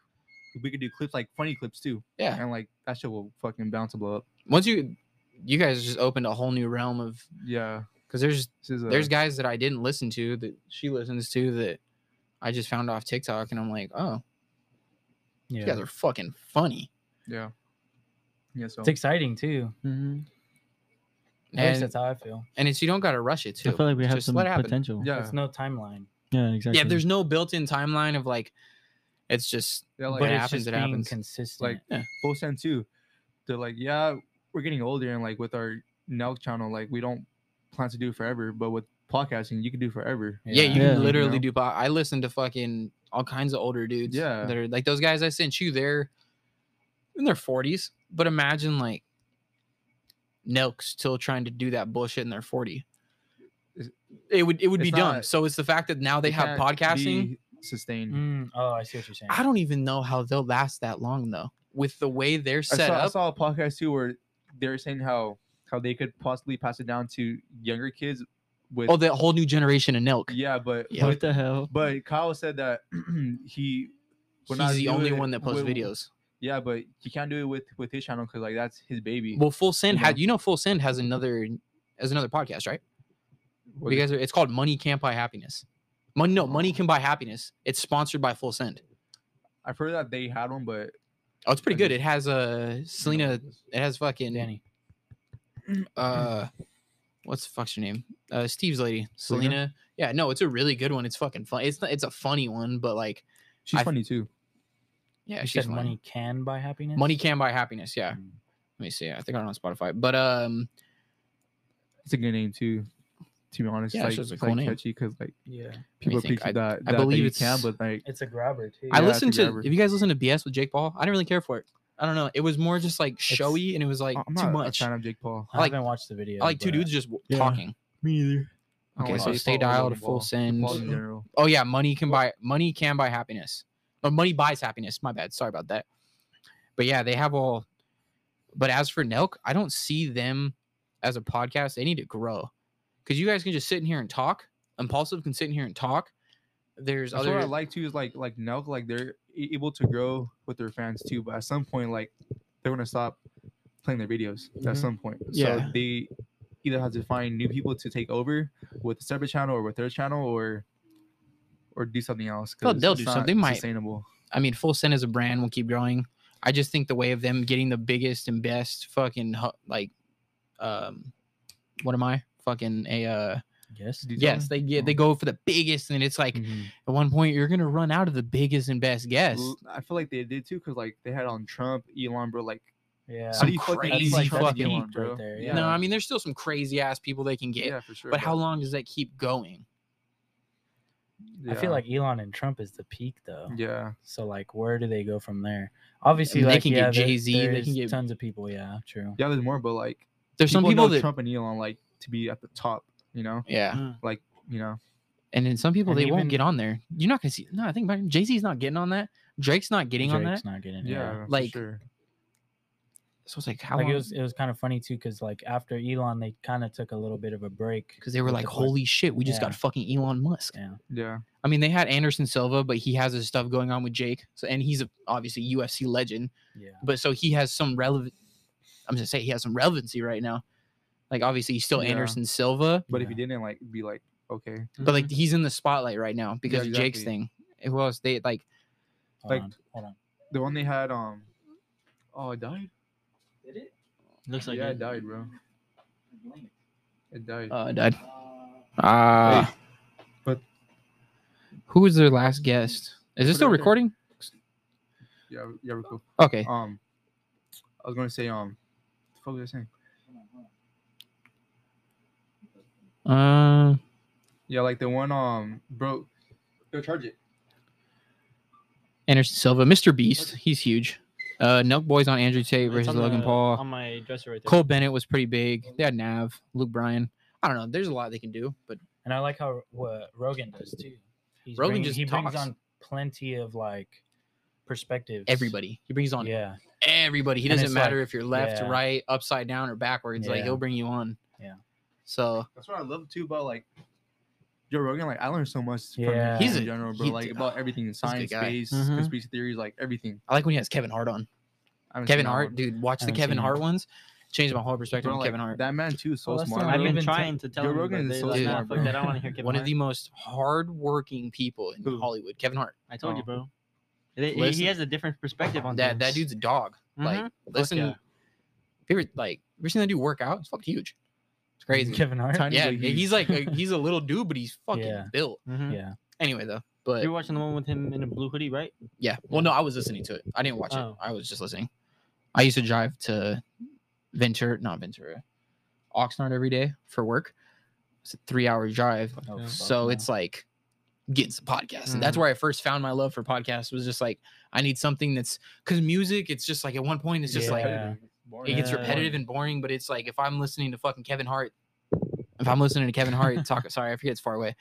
[SPEAKER 1] we could do clips like funny clips too.
[SPEAKER 2] Yeah.
[SPEAKER 1] and like that shit will fucking bounce and blow up.
[SPEAKER 2] Once you you guys just opened a whole new realm of
[SPEAKER 1] Yeah,
[SPEAKER 2] because there's
[SPEAKER 1] this is a,
[SPEAKER 2] there's guys that I didn't listen to that she listens to that I just found off TikTok and I'm like, oh,
[SPEAKER 4] Yeah.
[SPEAKER 2] you guys are fucking funny.
[SPEAKER 1] yeah, yeah. So
[SPEAKER 4] It's exciting too.
[SPEAKER 5] Mm-hmm.
[SPEAKER 4] At least
[SPEAKER 2] And,
[SPEAKER 4] that's how I feel.
[SPEAKER 2] and it's you don't gotta rush it too.
[SPEAKER 5] I feel like we have
[SPEAKER 2] Just
[SPEAKER 5] some
[SPEAKER 2] let it happen.
[SPEAKER 5] potential.
[SPEAKER 1] yeah,
[SPEAKER 4] It's no timeline.
[SPEAKER 5] Yeah, exactly.
[SPEAKER 2] Yeah, there's no built-in timeline of like, it's just
[SPEAKER 1] yeah.
[SPEAKER 2] but
[SPEAKER 1] Like
[SPEAKER 2] it
[SPEAKER 4] it's
[SPEAKER 2] happens,
[SPEAKER 4] just
[SPEAKER 2] it
[SPEAKER 4] being
[SPEAKER 2] happens.
[SPEAKER 4] consistent.
[SPEAKER 1] like full send too. They're like, yeah, we're getting older, and like with our Nelk channel, like we don't plan to do forever. But with podcasting, you can do forever.
[SPEAKER 2] yeah, you
[SPEAKER 5] Yeah.
[SPEAKER 2] can literally
[SPEAKER 1] know?
[SPEAKER 2] do. po- I listen to fucking all kinds of older dudes.
[SPEAKER 1] Yeah.
[SPEAKER 2] that are like those guys I sent you. They're in their forties, but imagine like Nelk still trying to do that bullshit in their forty.
[SPEAKER 1] It's-
[SPEAKER 2] It would it would be
[SPEAKER 1] it's
[SPEAKER 2] dumb.
[SPEAKER 1] not-
[SPEAKER 2] So it's the fact that now they
[SPEAKER 1] It
[SPEAKER 2] have
[SPEAKER 1] can't
[SPEAKER 2] podcasting.
[SPEAKER 1] be sustained.
[SPEAKER 4] Mm, oh, I see what you're saying.
[SPEAKER 2] I don't even know how they'll last that long though. With the way they're
[SPEAKER 1] I,
[SPEAKER 2] set
[SPEAKER 1] saw, I
[SPEAKER 2] up,
[SPEAKER 1] saw a podcast too where they were saying how how they could possibly pass it down to younger kids with
[SPEAKER 2] oh, that whole new generation of Nelk.
[SPEAKER 1] yeah, but
[SPEAKER 2] Yeah.
[SPEAKER 5] What the hell?
[SPEAKER 1] But Kyle said that he
[SPEAKER 2] He's
[SPEAKER 1] when I
[SPEAKER 2] the
[SPEAKER 1] do
[SPEAKER 2] only
[SPEAKER 1] it
[SPEAKER 2] one that posts
[SPEAKER 1] with-
[SPEAKER 2] videos.
[SPEAKER 1] yeah, but he can't do it with with his channel because like that's his baby.
[SPEAKER 2] Well, Full Send
[SPEAKER 1] You
[SPEAKER 2] had
[SPEAKER 1] know?
[SPEAKER 2] you know Full Send has another has another podcast, right?
[SPEAKER 1] What
[SPEAKER 2] you
[SPEAKER 1] is-
[SPEAKER 2] guys are, it's called Money Can't Buy Happiness. Money no, money can buy happiness. It's sponsored by Full Send.
[SPEAKER 1] I've heard that they had one, but
[SPEAKER 2] Oh, it's pretty
[SPEAKER 1] I
[SPEAKER 2] good.
[SPEAKER 1] just-
[SPEAKER 2] It has uh, Selena. It has fucking
[SPEAKER 4] Danny.
[SPEAKER 2] uh, what's the fuck's her name? Uh, Steve's lady,
[SPEAKER 1] Selena?
[SPEAKER 2] Selena. Yeah, no, it's a really good one. It's fucking fun. It's not, it's a funny one, but like,
[SPEAKER 1] she's
[SPEAKER 2] I-
[SPEAKER 1] funny too.
[SPEAKER 2] yeah,
[SPEAKER 4] You
[SPEAKER 2] she's
[SPEAKER 4] said
[SPEAKER 2] funny.
[SPEAKER 4] money can buy happiness.
[SPEAKER 2] Money can buy happiness. Yeah,
[SPEAKER 4] Mm.
[SPEAKER 2] let me see. I think I'm on Spotify, but um,
[SPEAKER 1] It's a good name too. To be honest,
[SPEAKER 2] Yeah,
[SPEAKER 1] like,
[SPEAKER 2] it's just a
[SPEAKER 1] it's
[SPEAKER 2] cool
[SPEAKER 1] like
[SPEAKER 2] name.
[SPEAKER 1] catchy because like
[SPEAKER 4] Yeah.
[SPEAKER 1] people
[SPEAKER 2] think.
[SPEAKER 1] appreciate
[SPEAKER 2] I-
[SPEAKER 1] that,
[SPEAKER 2] I
[SPEAKER 1] that- that
[SPEAKER 2] believe
[SPEAKER 1] you
[SPEAKER 2] it's-
[SPEAKER 1] can, but like
[SPEAKER 4] It's a grabber too.
[SPEAKER 2] I
[SPEAKER 1] Yeah,
[SPEAKER 2] listened
[SPEAKER 1] it's a
[SPEAKER 2] to.
[SPEAKER 1] grabber.
[SPEAKER 2] If you guys listen to BS with Jake Paul, I didn't really care for it. I don't know. It was more just like showy, and it was like
[SPEAKER 1] I'm
[SPEAKER 2] too
[SPEAKER 1] not
[SPEAKER 2] much.
[SPEAKER 1] a fan of Jake Paul.
[SPEAKER 4] I
[SPEAKER 2] like-
[SPEAKER 4] haven't watched the video.
[SPEAKER 2] I like two
[SPEAKER 4] but-
[SPEAKER 2] dudes just w-
[SPEAKER 5] Yeah.
[SPEAKER 2] talking.
[SPEAKER 5] Me either.
[SPEAKER 1] I don't
[SPEAKER 2] Okay,
[SPEAKER 1] like
[SPEAKER 2] so
[SPEAKER 1] Jake
[SPEAKER 2] stay
[SPEAKER 1] Paul or
[SPEAKER 2] dialed,
[SPEAKER 1] Logan
[SPEAKER 2] full
[SPEAKER 1] Paul.
[SPEAKER 2] send.
[SPEAKER 1] Paul in general.
[SPEAKER 2] Oh yeah, money can buy money can buy happiness. Or money buys happiness. My bad. Sorry about that. But yeah, they have all. But as for Nelk, I don't see them as a podcast. They need to grow because you guys can just sit in here and talk. Impulsive can sit in here and talk. There's
[SPEAKER 1] That's
[SPEAKER 2] other
[SPEAKER 1] what I like too is like like now like they're e- able to grow with their fans too, but at some point like they're gonna stop playing their videos at
[SPEAKER 2] Mhm.
[SPEAKER 1] some point.
[SPEAKER 2] Yeah.
[SPEAKER 1] So they either have to find new people to take over with a separate channel or with their channel or or do something else.
[SPEAKER 2] They'll-
[SPEAKER 1] 'cause
[SPEAKER 2] they'll
[SPEAKER 1] it's
[SPEAKER 2] do
[SPEAKER 1] not
[SPEAKER 2] something. They might.
[SPEAKER 1] Sustainable.
[SPEAKER 2] I mean, Full Send as a brand will keep growing. I just think the way of them getting the biggest and best fucking hu- like, um, what am I? Fucking a uh,
[SPEAKER 4] Yes.
[SPEAKER 1] Do
[SPEAKER 2] yes,
[SPEAKER 1] something.
[SPEAKER 2] they get they go for the biggest, and it's like
[SPEAKER 4] Mhm.
[SPEAKER 2] at one point you're gonna run out of the biggest and best guess.
[SPEAKER 1] L- I feel like they did too, because like they had on Trump, Elon, bro. Like,
[SPEAKER 4] Yeah.
[SPEAKER 1] how do you
[SPEAKER 2] Some
[SPEAKER 1] fucking
[SPEAKER 2] crazy
[SPEAKER 1] like,
[SPEAKER 2] fucking
[SPEAKER 4] deep
[SPEAKER 1] Elon,
[SPEAKER 4] right
[SPEAKER 1] bro?
[SPEAKER 4] there,
[SPEAKER 1] yeah.
[SPEAKER 2] No, I mean there's still some crazy ass people they can get,
[SPEAKER 1] yeah, for sure.
[SPEAKER 2] but how long does that keep going?
[SPEAKER 1] yeah,
[SPEAKER 4] I feel like Elon and Trump is the peak though.
[SPEAKER 1] yeah,
[SPEAKER 4] So like, where do they go from there? Obviously,
[SPEAKER 2] mean, they
[SPEAKER 4] like,
[SPEAKER 2] can get
[SPEAKER 4] yeah,
[SPEAKER 2] Jay-Z, they
[SPEAKER 4] There, there's
[SPEAKER 2] can get-
[SPEAKER 4] tons of people. Yeah, true.
[SPEAKER 1] yeah. There's more, but like
[SPEAKER 2] There's some people
[SPEAKER 1] know
[SPEAKER 2] that
[SPEAKER 1] Trump and Elon like to be at the top. You know,
[SPEAKER 2] yeah,
[SPEAKER 1] you know.
[SPEAKER 2] and then some people
[SPEAKER 4] And
[SPEAKER 2] they won't
[SPEAKER 4] even-
[SPEAKER 2] get on there. You're not gonna see. No, I think Jay Z's not getting on that. Drake's not getting on that.
[SPEAKER 4] Drake's not getting.
[SPEAKER 1] for
[SPEAKER 4] Yeah.
[SPEAKER 2] Like,
[SPEAKER 1] sure.
[SPEAKER 2] So it's like how
[SPEAKER 4] like
[SPEAKER 2] long?
[SPEAKER 4] it was, it was kind of funny too, because like after Elon, they kind of took a little bit of a break.
[SPEAKER 2] because they were
[SPEAKER 4] with
[SPEAKER 2] like,
[SPEAKER 4] the point.
[SPEAKER 2] "Holy shit, we just
[SPEAKER 4] Yeah.
[SPEAKER 2] got fucking Elon Musk."
[SPEAKER 4] Yeah.
[SPEAKER 1] yeah,
[SPEAKER 2] I mean, they had Anderson Silva, but he has his stuff going on with Jake, so and he's a, obviously UFC legend,
[SPEAKER 4] Yeah.
[SPEAKER 2] but so he has some relevant. I'm gonna say he has some relevancy right now. Like obviously he's still
[SPEAKER 1] Yeah.
[SPEAKER 2] Anderson Silva,
[SPEAKER 1] but if
[SPEAKER 4] Yeah.
[SPEAKER 1] you didn't like, be like, okay,
[SPEAKER 2] but like he's in the spotlight right now because of Jake's
[SPEAKER 1] Mm-hmm. exactly.
[SPEAKER 2] thing. And Who else? They like
[SPEAKER 4] Hold
[SPEAKER 1] like-
[SPEAKER 4] on. Hold on.
[SPEAKER 1] the one they had, um, oh, it died.
[SPEAKER 5] Looks like
[SPEAKER 1] yeah, it
[SPEAKER 5] it.
[SPEAKER 1] died, bro. It died.
[SPEAKER 2] uh died. Ah,
[SPEAKER 1] Hey, but-
[SPEAKER 2] who was their last guest? Is
[SPEAKER 1] Put it
[SPEAKER 2] this still
[SPEAKER 1] right there.
[SPEAKER 2] recording?
[SPEAKER 1] yeah, yeah, we're cool.
[SPEAKER 2] Okay,
[SPEAKER 1] Um, I was gonna say, um, the fuck was I saying?
[SPEAKER 2] uh,
[SPEAKER 1] Yeah, like the one, um, bro, go charge it.
[SPEAKER 2] Anderson Silva, Mr. Beast, he's huge. Uh, Nelk Boys on Andrew Tate
[SPEAKER 5] It's
[SPEAKER 2] versus
[SPEAKER 5] on
[SPEAKER 2] Logan
[SPEAKER 5] the-
[SPEAKER 2] Paul.
[SPEAKER 5] on my dresser right there.
[SPEAKER 2] Cole Bennett was pretty big. They had Nav, Luke Bryan. I don't know. There's a lot they can do, but
[SPEAKER 4] And I like how what Rogan does too. He's
[SPEAKER 2] Rogan
[SPEAKER 4] bringing-
[SPEAKER 2] just
[SPEAKER 4] he
[SPEAKER 2] talks.
[SPEAKER 4] brings on plenty of like perspectives.
[SPEAKER 2] everybody. He brings on
[SPEAKER 4] Yeah.
[SPEAKER 2] everybody. He
[SPEAKER 4] And
[SPEAKER 2] doesn't
[SPEAKER 4] it's
[SPEAKER 2] matter
[SPEAKER 4] like-
[SPEAKER 2] if you're left,
[SPEAKER 4] yeah.
[SPEAKER 2] right, upside down, or backwards. Like
[SPEAKER 4] Yeah.
[SPEAKER 2] he'll bring you on.
[SPEAKER 4] Yeah.
[SPEAKER 2] So
[SPEAKER 1] That's what I love too about like Joe Rogan. Like I learned so much from
[SPEAKER 4] Yeah.
[SPEAKER 1] him
[SPEAKER 2] He's
[SPEAKER 1] in
[SPEAKER 2] a-
[SPEAKER 1] general, bro.
[SPEAKER 2] he-
[SPEAKER 1] like about everything,
[SPEAKER 2] a good
[SPEAKER 1] science,
[SPEAKER 2] guy.
[SPEAKER 1] space,
[SPEAKER 5] Mhm.
[SPEAKER 1] conspiracy theories, like everything.
[SPEAKER 2] I like when he has Kevin Hart on.
[SPEAKER 1] I haven't seen
[SPEAKER 2] Kevin
[SPEAKER 1] that
[SPEAKER 2] Hart,
[SPEAKER 1] one.
[SPEAKER 2] dude, watch the
[SPEAKER 4] Haven't
[SPEAKER 2] Kevin
[SPEAKER 4] seen
[SPEAKER 2] Hart
[SPEAKER 4] him.
[SPEAKER 2] ones. Changed my whole perspective
[SPEAKER 1] Bro,
[SPEAKER 2] on
[SPEAKER 1] like,
[SPEAKER 2] Kevin Hart.
[SPEAKER 1] That man too is so
[SPEAKER 4] Well, that's
[SPEAKER 1] smart.
[SPEAKER 4] not-
[SPEAKER 5] I've
[SPEAKER 1] bro.
[SPEAKER 4] Rogan
[SPEAKER 5] been
[SPEAKER 4] tell-
[SPEAKER 5] trying to tell
[SPEAKER 1] Joe
[SPEAKER 5] him,
[SPEAKER 1] Rogan
[SPEAKER 5] but
[SPEAKER 1] is
[SPEAKER 5] they
[SPEAKER 1] so
[SPEAKER 5] like, nah,
[SPEAKER 1] smart,
[SPEAKER 5] fuck
[SPEAKER 1] bro.
[SPEAKER 5] that, I want to hear Kevin
[SPEAKER 2] One of
[SPEAKER 5] Hart."
[SPEAKER 2] the most hardworking people in
[SPEAKER 1] Who?
[SPEAKER 2] Hollywood, Kevin Hart.
[SPEAKER 5] I told you,
[SPEAKER 1] Oh.
[SPEAKER 5] bro. They- he-
[SPEAKER 2] Listen.
[SPEAKER 5] he has a different perspective on
[SPEAKER 2] That that
[SPEAKER 5] things.
[SPEAKER 2] dude's a dog.
[SPEAKER 4] Mm-hmm.
[SPEAKER 2] Like
[SPEAKER 5] Mhm.
[SPEAKER 2] listen,
[SPEAKER 5] yeah.
[SPEAKER 2] you ever like you ever seen that dude work out? It's fucking huge. It's crazy.
[SPEAKER 4] Kevin Hart.
[SPEAKER 1] Tiny
[SPEAKER 2] yeah,
[SPEAKER 1] but
[SPEAKER 2] he's,
[SPEAKER 1] huge.
[SPEAKER 2] like a, he's a little dude, but he's fucking
[SPEAKER 4] Yeah.
[SPEAKER 2] built.
[SPEAKER 5] Mhm.
[SPEAKER 4] Yeah.
[SPEAKER 2] Anyway, though, but
[SPEAKER 5] You're watching the one with him in a blue hoodie, right?
[SPEAKER 2] yeah. Well, no, I was listening to it. I didn't watch
[SPEAKER 5] Oh.
[SPEAKER 2] it. I was just listening. I used to drive to Ventura, not Ventura, Oxnard every day for work. It's a three-hour drive,
[SPEAKER 4] Oh, fuck Mm.
[SPEAKER 2] so
[SPEAKER 4] no.
[SPEAKER 2] it's like getting some podcasts, and that's where I first found my love for podcasts. Was just like I need something that's because music. It's just like at one point, it's just like
[SPEAKER 4] Yeah.
[SPEAKER 2] it gets
[SPEAKER 5] Yeah.
[SPEAKER 2] repetitive and boring, but it's like if I'm listening to fucking Kevin Hart, if I'm listening to Kevin Hart talk, sorry, I forget it's far away,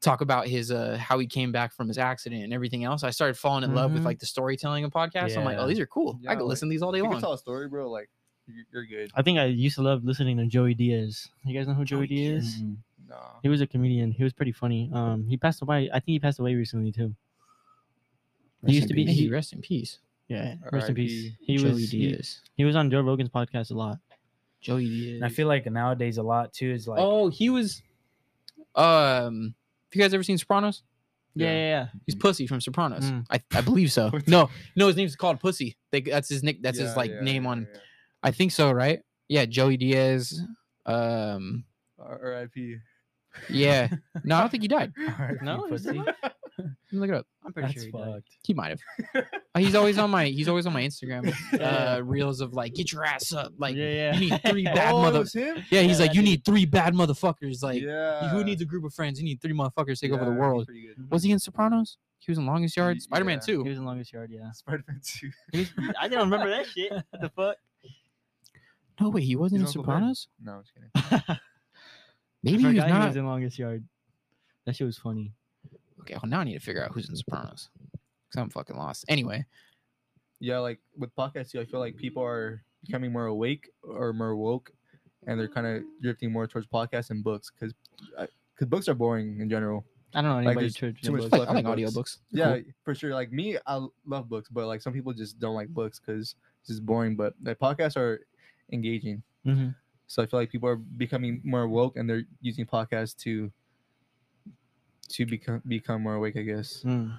[SPEAKER 2] talk about his uh how he came back from his accident and everything else. I started falling in love with
[SPEAKER 4] Mhm.
[SPEAKER 2] like the storytelling of podcasts. I'm like, oh,
[SPEAKER 4] Yeah.
[SPEAKER 2] these are cool.
[SPEAKER 1] Yeah,
[SPEAKER 2] I could
[SPEAKER 1] like,
[SPEAKER 2] listen to these all day
[SPEAKER 1] You
[SPEAKER 2] long.
[SPEAKER 1] can tell a story, bro. Like you're, you're good.
[SPEAKER 5] I think I used to love listening to Joey Diaz. You guys know who Joey,
[SPEAKER 2] Joey
[SPEAKER 5] Diaz?
[SPEAKER 4] Mhm.
[SPEAKER 1] Nah.
[SPEAKER 5] He was a comedian. He was pretty funny. Um, he passed away. I think he passed away recently too. He
[SPEAKER 2] Rest
[SPEAKER 5] used
[SPEAKER 2] in
[SPEAKER 5] to be.
[SPEAKER 2] peace.
[SPEAKER 5] He,
[SPEAKER 2] rest in peace.
[SPEAKER 5] yeah. Rest in peace.
[SPEAKER 1] R.I.P.
[SPEAKER 5] He
[SPEAKER 2] Joey
[SPEAKER 5] was. He,
[SPEAKER 2] Diaz.
[SPEAKER 5] he was on Joe Rogan's podcast a lot.
[SPEAKER 2] Joey Diaz.
[SPEAKER 4] And I feel like nowadays a lot too is like
[SPEAKER 2] oh, he was. Um, have you guys ever seen Sopranos?
[SPEAKER 1] Yeah.
[SPEAKER 5] Yeah, yeah,
[SPEAKER 2] He's Pussy from Sopranos.
[SPEAKER 5] Mm.
[SPEAKER 2] I, I believe so.
[SPEAKER 1] What the-
[SPEAKER 2] no, no, his name's called Pussy. They, that's his nick. That's
[SPEAKER 1] Yeah,
[SPEAKER 2] his like
[SPEAKER 1] yeah,
[SPEAKER 2] name
[SPEAKER 1] yeah,
[SPEAKER 2] on
[SPEAKER 1] yeah.
[SPEAKER 2] I think so, right? Yeah, Joey Diaz. Um,
[SPEAKER 1] R- R.I.P.
[SPEAKER 2] yeah. No, I don't think he died.
[SPEAKER 5] yeah. No,
[SPEAKER 4] you
[SPEAKER 5] he's
[SPEAKER 4] pussy.
[SPEAKER 5] not.
[SPEAKER 2] Let me look it up.
[SPEAKER 5] I'm pretty
[SPEAKER 4] That's
[SPEAKER 5] sure he died.
[SPEAKER 4] fucked.
[SPEAKER 2] He might have. Uh, He's always on my. He's always on my Instagram uh, reels of like, get your ass up, like
[SPEAKER 5] yeah, yeah.
[SPEAKER 2] you need three bad
[SPEAKER 1] oh, it
[SPEAKER 2] mother.
[SPEAKER 1] was him.
[SPEAKER 2] Yeah, he's
[SPEAKER 5] Yeah,
[SPEAKER 2] like,
[SPEAKER 5] that
[SPEAKER 2] you
[SPEAKER 5] dude.
[SPEAKER 2] need three bad motherfuckers. Like,
[SPEAKER 1] yeah.
[SPEAKER 2] who needs a group of friends? You need three motherfuckers to take over the
[SPEAKER 1] Yeah, he's
[SPEAKER 2] world.
[SPEAKER 1] pretty good.
[SPEAKER 2] Was he in Sopranos? He was in Longest Yard,
[SPEAKER 1] Ye-
[SPEAKER 2] Spider Man
[SPEAKER 1] yeah.
[SPEAKER 5] He
[SPEAKER 2] Two.
[SPEAKER 5] was in longest yard. Yeah.
[SPEAKER 1] Spider-Man 2.
[SPEAKER 5] He was, I didn't remember that shit. What the fuck?
[SPEAKER 2] No, wait, he wasn't
[SPEAKER 1] He's
[SPEAKER 2] in
[SPEAKER 1] Uncle Ben.
[SPEAKER 2] Sopranos.
[SPEAKER 1] No, I'm just kidding.
[SPEAKER 5] I
[SPEAKER 2] Maybe he was
[SPEAKER 5] forgot he
[SPEAKER 2] not.
[SPEAKER 5] was in longest yard. That shit was funny.
[SPEAKER 2] Okay, well now I need to figure out who's in Sopranos. Cause I'm fucking lost. Anyway,
[SPEAKER 1] yeah, like with podcasts, too, I feel like people are becoming more awake or more woke, and they're kind of drifting more towards podcasts and books because because books are boring in general.
[SPEAKER 5] I don't know
[SPEAKER 1] Like,
[SPEAKER 5] anybody
[SPEAKER 1] there's
[SPEAKER 5] church.
[SPEAKER 1] too much
[SPEAKER 2] I like, I
[SPEAKER 1] fucking
[SPEAKER 2] like
[SPEAKER 1] books.
[SPEAKER 2] audiobooks. They're
[SPEAKER 1] Yeah,
[SPEAKER 2] cool.
[SPEAKER 1] for sure. Like me, I l- love books, but like some people just don't like books because it's just boring. But like podcasts are engaging,
[SPEAKER 5] hmm
[SPEAKER 1] so I feel like people are becoming more woke and they're using podcasts to to become become more awake, I guess.
[SPEAKER 5] Mm.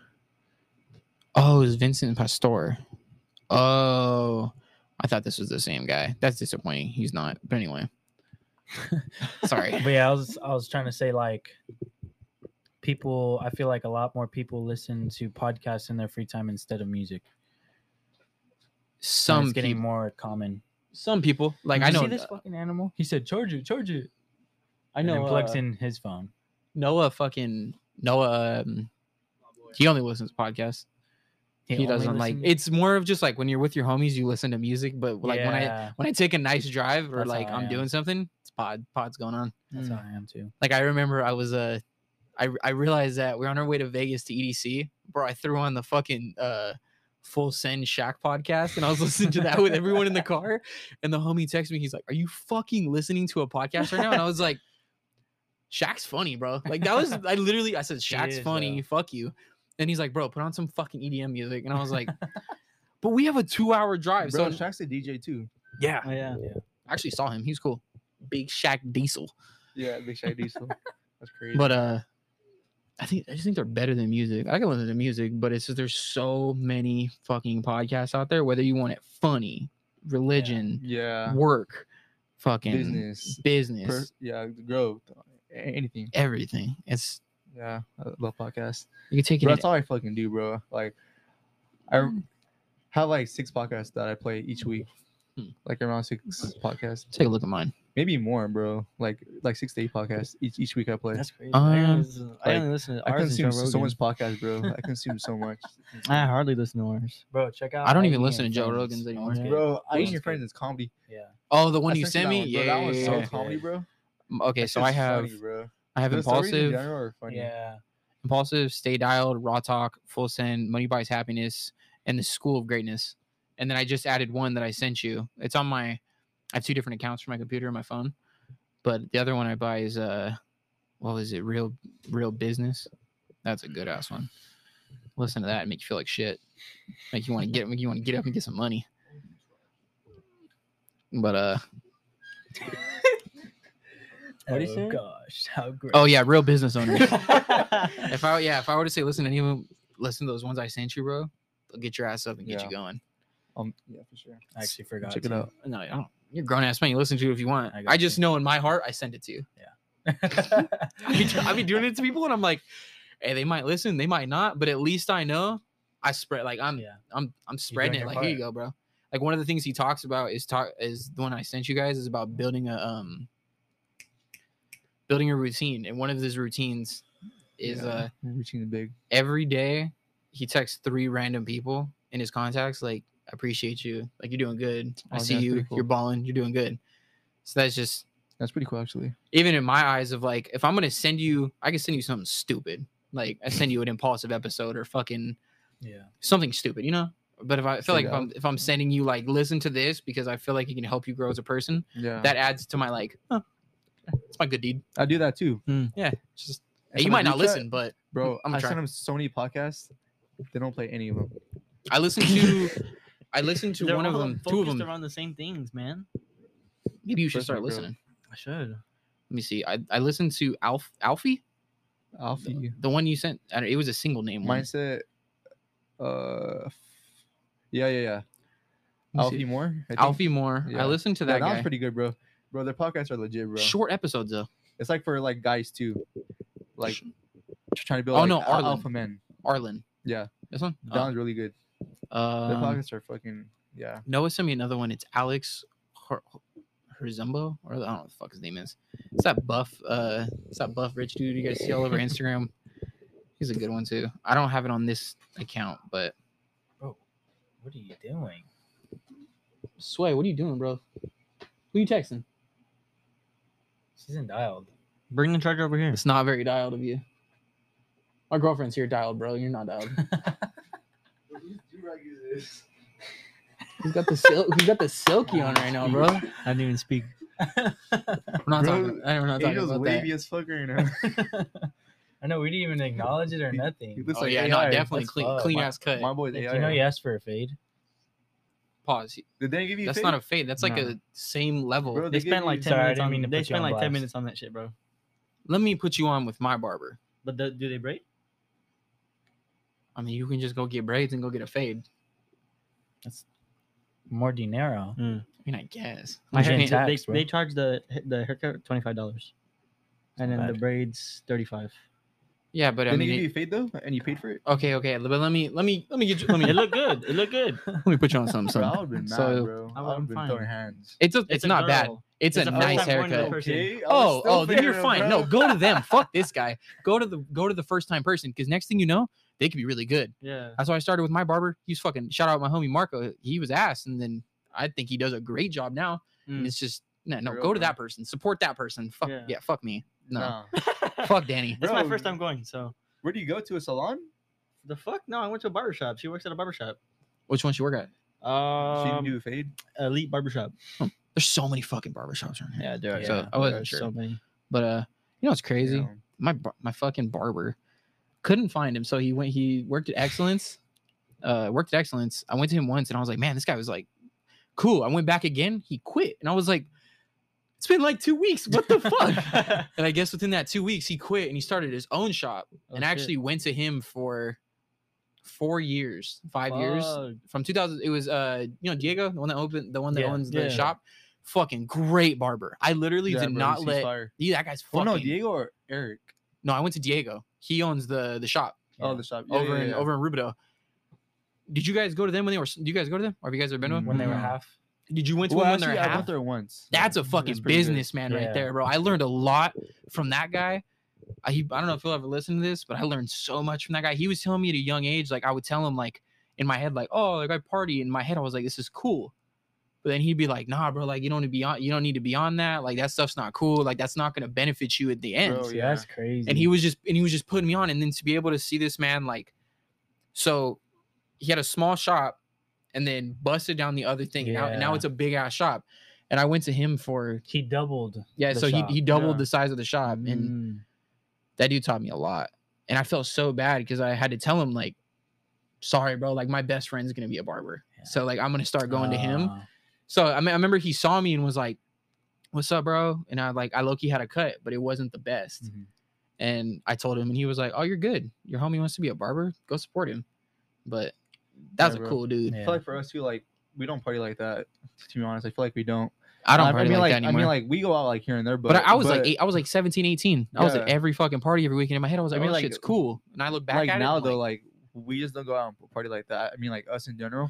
[SPEAKER 2] Oh, it was Vincent Pastore. Oh, I thought this was the same guy. That's disappointing. He's not. But anyway, sorry.
[SPEAKER 4] But yeah, I was I was trying to say like people. I feel like a lot more people listen to podcasts in their free time instead of music. And
[SPEAKER 2] Some
[SPEAKER 4] it's getting
[SPEAKER 2] peop-
[SPEAKER 4] more common.
[SPEAKER 2] some people like
[SPEAKER 4] Did
[SPEAKER 2] I
[SPEAKER 4] you
[SPEAKER 2] know uh,
[SPEAKER 4] see this fucking animal. He said, "Charge it, charge it."
[SPEAKER 5] I
[SPEAKER 4] And
[SPEAKER 5] know.
[SPEAKER 4] then plugs
[SPEAKER 5] uh,
[SPEAKER 4] in his phone.
[SPEAKER 2] Noah fucking Noah. Um, he only listens to podcasts. He,
[SPEAKER 4] only
[SPEAKER 2] doesn't like.
[SPEAKER 4] listens-
[SPEAKER 2] It's more of just like when you're with your homies, you listen to music. But like when I
[SPEAKER 4] Yeah,
[SPEAKER 2] when I take a nice drive or
[SPEAKER 4] That's how
[SPEAKER 2] like
[SPEAKER 4] I
[SPEAKER 2] I'm
[SPEAKER 4] am.
[SPEAKER 2] doing something, it's pod pods going on. Mm.
[SPEAKER 4] that's how I am too.
[SPEAKER 2] Like I remember I was uh I I realized that we are on our way to Vegas to EDC, bro. I threw on the fucking uh full send Shaq podcast and I was listening to that with everyone in the car. And the homie texted me, he's like, Are you fucking listening to a podcast right now? And I was like, Shaq's funny, bro. Like that was I literally I said, Shaq's
[SPEAKER 4] is,
[SPEAKER 2] funny,
[SPEAKER 4] though.
[SPEAKER 2] fuck you. And he's like, bro, put on some fucking EDM music. And I was like, But we have a two hour drive.
[SPEAKER 1] Bro,
[SPEAKER 2] so
[SPEAKER 1] Shaq's a DJ too.
[SPEAKER 2] yeah.
[SPEAKER 5] oh, yeah.
[SPEAKER 2] I actually saw him. He's cool. Big Shaq Diesel.
[SPEAKER 1] Yeah, Big Shaq Diesel. That's crazy.
[SPEAKER 2] But uh I think I just think they're better than music. I can listen to music, but it's just there's so many fucking podcasts out there, whether you want it funny, religion,
[SPEAKER 1] yeah,
[SPEAKER 2] work, fucking business,
[SPEAKER 1] business,
[SPEAKER 2] business
[SPEAKER 1] per, yeah, growth, a- anything.
[SPEAKER 2] everything. It's
[SPEAKER 1] Yeah, I love podcasts.
[SPEAKER 2] you can take it.
[SPEAKER 1] Bro,
[SPEAKER 2] in-
[SPEAKER 1] that's all I fucking do, bro. Like, I have like six podcasts that I play each week,
[SPEAKER 2] Hmm.
[SPEAKER 1] like around six podcasts,
[SPEAKER 2] take a look at mine.
[SPEAKER 1] maybe more, bro. Like like six to eight podcasts each each week I play.
[SPEAKER 5] That's crazy.
[SPEAKER 2] Um,
[SPEAKER 5] I, only listen- I
[SPEAKER 1] like,
[SPEAKER 5] only listen to
[SPEAKER 1] I
[SPEAKER 5] ours. and
[SPEAKER 1] consume
[SPEAKER 5] Joe
[SPEAKER 1] so, so
[SPEAKER 5] Rogan.
[SPEAKER 1] much podcasts, bro. I consume so much,
[SPEAKER 5] I hardly listen to ours.
[SPEAKER 4] Bro, check out.
[SPEAKER 2] I don't
[SPEAKER 4] ID
[SPEAKER 2] even listen to
[SPEAKER 4] and
[SPEAKER 2] Joe
[SPEAKER 4] Friends
[SPEAKER 2] Rogan's
[SPEAKER 4] on
[SPEAKER 2] anymore.
[SPEAKER 4] there.
[SPEAKER 1] bro. I
[SPEAKER 4] Yeah.
[SPEAKER 1] use your friends is comedy.
[SPEAKER 4] Yeah.
[SPEAKER 2] Oh, the one
[SPEAKER 1] I
[SPEAKER 2] you
[SPEAKER 1] sent you that
[SPEAKER 2] sent me?
[SPEAKER 1] one,
[SPEAKER 2] yeah,
[SPEAKER 1] bro.
[SPEAKER 2] yeah,
[SPEAKER 1] that one's
[SPEAKER 2] yeah,
[SPEAKER 1] so
[SPEAKER 2] yeah.
[SPEAKER 1] comedy, bro.
[SPEAKER 2] M- Okay,
[SPEAKER 1] That
[SPEAKER 2] so
[SPEAKER 1] shit's
[SPEAKER 2] I have
[SPEAKER 1] funny, bro.
[SPEAKER 2] I have
[SPEAKER 1] The stories in
[SPEAKER 2] impulsive,
[SPEAKER 1] general are funny.
[SPEAKER 4] Yeah.
[SPEAKER 2] impulsive, stay dialed, raw talk, full send, money buys happiness, and the school of greatness. And then I just added one that I sent you. It's on my I have two different accounts for my computer and my phone. But the other one I buy is uh what was it? Real real business. That's a good ass one. Listen to that and make you feel like shit. Make you want to get make you want to get up and get some money. But uh
[SPEAKER 5] What do you
[SPEAKER 4] oh,
[SPEAKER 5] say?
[SPEAKER 4] Gosh, how great.
[SPEAKER 2] oh yeah, real business owners. if I yeah, if I were to say listen to any of them, listen to those ones I sent you, bro, they'll get your ass up and get
[SPEAKER 1] Yeah.
[SPEAKER 2] you going.
[SPEAKER 1] Um, yeah, for sure.
[SPEAKER 4] I actually forgot.
[SPEAKER 1] Check it
[SPEAKER 4] to.
[SPEAKER 1] out.
[SPEAKER 2] No, I don't. "Oh, You're a grown ass man. You listen to it if you want.
[SPEAKER 4] I
[SPEAKER 2] I,
[SPEAKER 4] got
[SPEAKER 2] just
[SPEAKER 4] you.
[SPEAKER 2] know in my heart, I send it to you. I be, I be doing it to people, and I'm like, hey, they might listen, they might not, but at least I know. I spread like I'm,
[SPEAKER 4] Yeah.
[SPEAKER 2] I'm, I'm spreading it.
[SPEAKER 4] your
[SPEAKER 2] Like here you go, bro. Like one of the things he talks about is talk is the one I sent you guys is about building a um, building a routine, and one of his routines is
[SPEAKER 1] yeah.
[SPEAKER 2] uh
[SPEAKER 1] reaching the big.
[SPEAKER 2] every day he texts three random people in his contacts like I appreciate you like you're doing good i
[SPEAKER 1] Oh,
[SPEAKER 2] see
[SPEAKER 1] that's
[SPEAKER 2] you
[SPEAKER 1] pretty cool.
[SPEAKER 2] you're balling you're doing good so that's just
[SPEAKER 1] That's pretty cool, actually.
[SPEAKER 2] even in my eyes of like if i'm gonna send you i can send you something stupid like i send you an impulsive episode or fucking
[SPEAKER 4] Yeah.
[SPEAKER 2] something stupid you know but if i feel like if
[SPEAKER 1] Yeah.
[SPEAKER 2] i'm if i'm sending you like listen to this because i feel like it can help you grow as a person
[SPEAKER 1] Yeah,
[SPEAKER 2] that adds to my like huh, it's my good deed
[SPEAKER 1] I do that too.
[SPEAKER 2] yeah it's just
[SPEAKER 1] And
[SPEAKER 2] you
[SPEAKER 1] when I
[SPEAKER 2] might
[SPEAKER 1] do
[SPEAKER 2] not
[SPEAKER 1] that-
[SPEAKER 2] listen but
[SPEAKER 1] bro.
[SPEAKER 2] I'm
[SPEAKER 1] i
[SPEAKER 2] gonna try.
[SPEAKER 1] sent him so many podcasts. They don't play any of them.
[SPEAKER 2] i listened to i listened to one of them two of them
[SPEAKER 5] around the same things, man.
[SPEAKER 2] maybe you should
[SPEAKER 1] Listen,
[SPEAKER 2] start
[SPEAKER 1] bro.
[SPEAKER 2] listening
[SPEAKER 5] I should.
[SPEAKER 2] let me see. I, I listened to Alf Alfie,
[SPEAKER 1] Alfie,
[SPEAKER 2] the one you sent. I don't, it was a single name. one.
[SPEAKER 1] mindset. Uh, f- yeah, yeah, yeah.
[SPEAKER 2] Let me
[SPEAKER 1] Alfie
[SPEAKER 2] see.
[SPEAKER 1] Moore. I think.
[SPEAKER 2] Alfie Moore.
[SPEAKER 1] Yeah.
[SPEAKER 2] I listened to
[SPEAKER 1] Yeah,
[SPEAKER 2] that
[SPEAKER 1] that
[SPEAKER 2] guy.
[SPEAKER 1] was pretty good, bro. Bro, their podcasts are legit, bro.
[SPEAKER 2] Short episodes though.
[SPEAKER 1] It's like for like guys too, like
[SPEAKER 2] Sh-
[SPEAKER 1] trying to build.
[SPEAKER 2] Oh,
[SPEAKER 1] like,
[SPEAKER 2] no,
[SPEAKER 1] al-
[SPEAKER 2] Arlen.
[SPEAKER 1] alpha men.
[SPEAKER 2] Arlen.
[SPEAKER 1] Yeah,
[SPEAKER 2] This one.
[SPEAKER 1] that
[SPEAKER 2] Uh,
[SPEAKER 1] one's really good. Their
[SPEAKER 2] um,
[SPEAKER 1] podcasts are fucking yeah.
[SPEAKER 2] Noah sent me another one. It's Alex Her- Herzumbo, or I don't know what the fuck his name is. It's that buff. Uh, it's that buff rich dude you guys see all over Instagram. He's a good one too. I don't have it on this account, but
[SPEAKER 4] What are you doing?
[SPEAKER 2] Sway, what are you doing, bro? Who you texting?
[SPEAKER 4] She's in dialed.
[SPEAKER 5] Bring the charger over here.
[SPEAKER 2] It's not very dialed of you. My girlfriend's here dialed, bro. You're not dialed. He's got the sil- he's got the silky on right now, bro. We're
[SPEAKER 5] I didn't even speak.
[SPEAKER 2] not
[SPEAKER 1] Bro,
[SPEAKER 2] talking. I don't know. Talking
[SPEAKER 1] Angel's
[SPEAKER 2] about
[SPEAKER 1] wavy
[SPEAKER 2] that.
[SPEAKER 1] as fucker you know.
[SPEAKER 4] I know we didn't even acknowledge it or
[SPEAKER 1] He-
[SPEAKER 4] nothing.
[SPEAKER 1] he looks
[SPEAKER 2] Oh
[SPEAKER 1] like
[SPEAKER 2] yeah,
[SPEAKER 1] AI.
[SPEAKER 2] no, definitely
[SPEAKER 4] That's
[SPEAKER 2] clean,
[SPEAKER 4] fucked.
[SPEAKER 2] clean
[SPEAKER 4] My-
[SPEAKER 2] ass cut.
[SPEAKER 1] My boy's
[SPEAKER 4] Nick,
[SPEAKER 1] AI.
[SPEAKER 4] you know you asked for a fade.
[SPEAKER 2] Pause.
[SPEAKER 1] Did they give you?
[SPEAKER 2] That's not a fade. That's like
[SPEAKER 5] No.
[SPEAKER 2] a same level.
[SPEAKER 1] Bro,
[SPEAKER 5] They
[SPEAKER 1] gave
[SPEAKER 5] spent like
[SPEAKER 1] you-
[SPEAKER 5] ten
[SPEAKER 4] Sorry, I
[SPEAKER 5] minutes
[SPEAKER 4] didn't
[SPEAKER 5] on.
[SPEAKER 4] mean to
[SPEAKER 5] they
[SPEAKER 4] put you
[SPEAKER 5] spent
[SPEAKER 4] on
[SPEAKER 5] like ten
[SPEAKER 4] blast.
[SPEAKER 5] minutes on that shit, bro.
[SPEAKER 2] Let me put you on with my barber.
[SPEAKER 5] But the, do they braid?
[SPEAKER 2] I mean, you can just go get braids and go get a fade.
[SPEAKER 4] More dinero.
[SPEAKER 2] I mean, I guess.
[SPEAKER 4] My
[SPEAKER 2] Like, you
[SPEAKER 4] hair
[SPEAKER 2] can't-
[SPEAKER 4] too.
[SPEAKER 5] they,
[SPEAKER 4] tax, bro.
[SPEAKER 5] they charge the the haircut twenty five dollars, and
[SPEAKER 4] not
[SPEAKER 5] then the
[SPEAKER 4] bad.
[SPEAKER 5] braids thirty five.
[SPEAKER 2] yeah, but I
[SPEAKER 1] Didn't they give
[SPEAKER 2] mean,
[SPEAKER 1] you a fade though, and you paid for it?
[SPEAKER 2] it- okay, okay. But let me, let me, let me get you. Let me,
[SPEAKER 5] It
[SPEAKER 2] let
[SPEAKER 5] looked good. It looked good.
[SPEAKER 2] me put you on something.
[SPEAKER 1] Bro, I would
[SPEAKER 2] son.
[SPEAKER 1] have been mad,
[SPEAKER 2] So-
[SPEAKER 1] bro. I
[SPEAKER 5] I'm-
[SPEAKER 1] would
[SPEAKER 5] I'm
[SPEAKER 1] have been
[SPEAKER 5] fine.
[SPEAKER 1] throwing hands.
[SPEAKER 2] It's a, it's,
[SPEAKER 5] a
[SPEAKER 2] not bad.
[SPEAKER 5] girl.
[SPEAKER 2] It's,
[SPEAKER 5] It's
[SPEAKER 2] a
[SPEAKER 5] a
[SPEAKER 2] nice
[SPEAKER 5] first-time foreigner
[SPEAKER 2] haircut.
[SPEAKER 5] person.
[SPEAKER 1] I
[SPEAKER 2] Oh,
[SPEAKER 1] was still
[SPEAKER 2] oh, then you're
[SPEAKER 1] figuring, bro.
[SPEAKER 2] fine. No, go to them. Fuck this guy. Go to the go to the first time person because next thing you know, they could be really good.
[SPEAKER 5] Yeah.
[SPEAKER 2] That's why I started with my barber. He's fucking shout out my homie Marco. He was ass, and then I think he does a great job now. And
[SPEAKER 5] Mm.
[SPEAKER 2] it's just no, no.
[SPEAKER 1] For
[SPEAKER 2] Go
[SPEAKER 1] real,
[SPEAKER 2] to
[SPEAKER 1] bro.
[SPEAKER 2] that person. Support that person. Fuck yeah,
[SPEAKER 5] Yeah.
[SPEAKER 2] fuck me. No,
[SPEAKER 1] Nah.
[SPEAKER 2] fuck Danny.
[SPEAKER 5] It's my
[SPEAKER 1] Bro,
[SPEAKER 5] first time going, so
[SPEAKER 1] Where do you go to a salon?
[SPEAKER 5] the fuck? No, I went to a barbershop. She works at a barbershop.
[SPEAKER 2] Which one should work at?
[SPEAKER 1] she
[SPEAKER 5] Um,
[SPEAKER 1] didn't do a fade.
[SPEAKER 5] elite barbershop.
[SPEAKER 2] There's so many fucking barbershops around here.
[SPEAKER 5] there
[SPEAKER 2] So I wasn't sure,
[SPEAKER 5] So many.
[SPEAKER 2] but uh, you know it's crazy.
[SPEAKER 1] You know,
[SPEAKER 2] my bar- my fucking barber couldn't find him so he went he worked at excellence uh worked at excellence i went to him once and i was like man this guy was like cool i went back again he quit and i was like it's been like two weeks what the fuck and i guess within that two weeks he quit and he started his own shop
[SPEAKER 5] Oh,
[SPEAKER 2] and I
[SPEAKER 5] shit.
[SPEAKER 2] actually went to him for four years five years
[SPEAKER 5] Fuck.
[SPEAKER 2] from 2000 it was uh you know diego the one that opened the one that
[SPEAKER 5] Yeah,
[SPEAKER 2] owns the
[SPEAKER 5] yeah.
[SPEAKER 2] shop fucking great barber i literally
[SPEAKER 1] yeah,
[SPEAKER 2] did
[SPEAKER 1] bro,
[SPEAKER 2] not
[SPEAKER 1] she's
[SPEAKER 2] let
[SPEAKER 1] fire.
[SPEAKER 2] yeah, that guy's
[SPEAKER 1] Well,
[SPEAKER 2] fucking
[SPEAKER 1] no, Diego or Eric.
[SPEAKER 2] no, I went to Diego. He owns the the shop
[SPEAKER 1] Oh,
[SPEAKER 4] Yeah.
[SPEAKER 1] the shop
[SPEAKER 2] over in over in Rubido. Did you guys go to them when they were? Do you guys go to them? Or have you guys ever been to them?
[SPEAKER 4] When they were
[SPEAKER 1] Mm.
[SPEAKER 4] half.
[SPEAKER 2] Did you went to
[SPEAKER 1] Well,
[SPEAKER 2] them when
[SPEAKER 1] actually,
[SPEAKER 2] they're
[SPEAKER 1] I went
[SPEAKER 2] half?
[SPEAKER 1] there once.
[SPEAKER 2] That's a
[SPEAKER 1] It's
[SPEAKER 2] fucking
[SPEAKER 1] pretty good.
[SPEAKER 2] businessman right
[SPEAKER 4] Yeah.
[SPEAKER 2] there, bro. I learned a lot from that guy. I, he, I don't know if he'll ever listen to this, but I learned so much from that guy. He was telling me at a young age, like I would tell him, like in my head, like oh, like I party. In my head, I was like, this is cool. But then he'd be like, nah, bro, like you don't need to be on, you don't need to be on that. Like that stuff's not cool. Like that's not gonna benefit you at the end
[SPEAKER 1] Bro,
[SPEAKER 4] See,
[SPEAKER 1] yeah.
[SPEAKER 4] that's crazy.
[SPEAKER 2] Oh, and he was just and he was just putting me on and then to be able to see this man like so he had a small shop and then busted down the other thing and now, and now
[SPEAKER 4] Yeah.
[SPEAKER 2] it's a big ass shop and i went to him for
[SPEAKER 4] he doubled.
[SPEAKER 2] yeah
[SPEAKER 4] The
[SPEAKER 2] so
[SPEAKER 4] shop,
[SPEAKER 2] he, he doubled
[SPEAKER 1] yeah.
[SPEAKER 2] the size of the shop and
[SPEAKER 4] Mm.
[SPEAKER 2] that dude taught me a lot and i felt so bad because i had to tell him like sorry bro like my best friend's gonna be a barber
[SPEAKER 4] Yeah.
[SPEAKER 2] so like i'm gonna start going to him
[SPEAKER 4] Ah,
[SPEAKER 2] so I, mean, I remember he saw me and was like, "What's up, bro?" And I like I Loki had a cut, but it wasn't the best.
[SPEAKER 4] Mm-hmm.
[SPEAKER 1] Mhm.
[SPEAKER 2] And I told him, and he was like, "Oh, you're good. Your homie wants to be a barber. Go support him." But that's
[SPEAKER 1] Yeah,
[SPEAKER 2] a
[SPEAKER 1] bro.
[SPEAKER 2] cool dude.
[SPEAKER 1] I
[SPEAKER 4] yeah.
[SPEAKER 1] feel like for us too, like we don't party like that. To be honest, I feel like we don't.
[SPEAKER 2] I don't
[SPEAKER 1] I,
[SPEAKER 2] party
[SPEAKER 1] mean,
[SPEAKER 2] like,
[SPEAKER 1] like,
[SPEAKER 2] that anymore.
[SPEAKER 1] I mean, like we go out like here and there, but
[SPEAKER 2] but, I I was like
[SPEAKER 1] but,
[SPEAKER 2] eight, I was like 17, 18. I was at
[SPEAKER 1] Yeah.
[SPEAKER 2] every fucking party every weekend. In my head, I was
[SPEAKER 1] I
[SPEAKER 2] like,
[SPEAKER 1] mean,
[SPEAKER 2] "Oh,
[SPEAKER 1] like,
[SPEAKER 2] shit's cool." And I look back
[SPEAKER 1] like
[SPEAKER 2] at
[SPEAKER 1] now
[SPEAKER 2] it, and I'm
[SPEAKER 1] though,
[SPEAKER 2] like,
[SPEAKER 1] like we just don't go out and party like that. I mean, like us in general,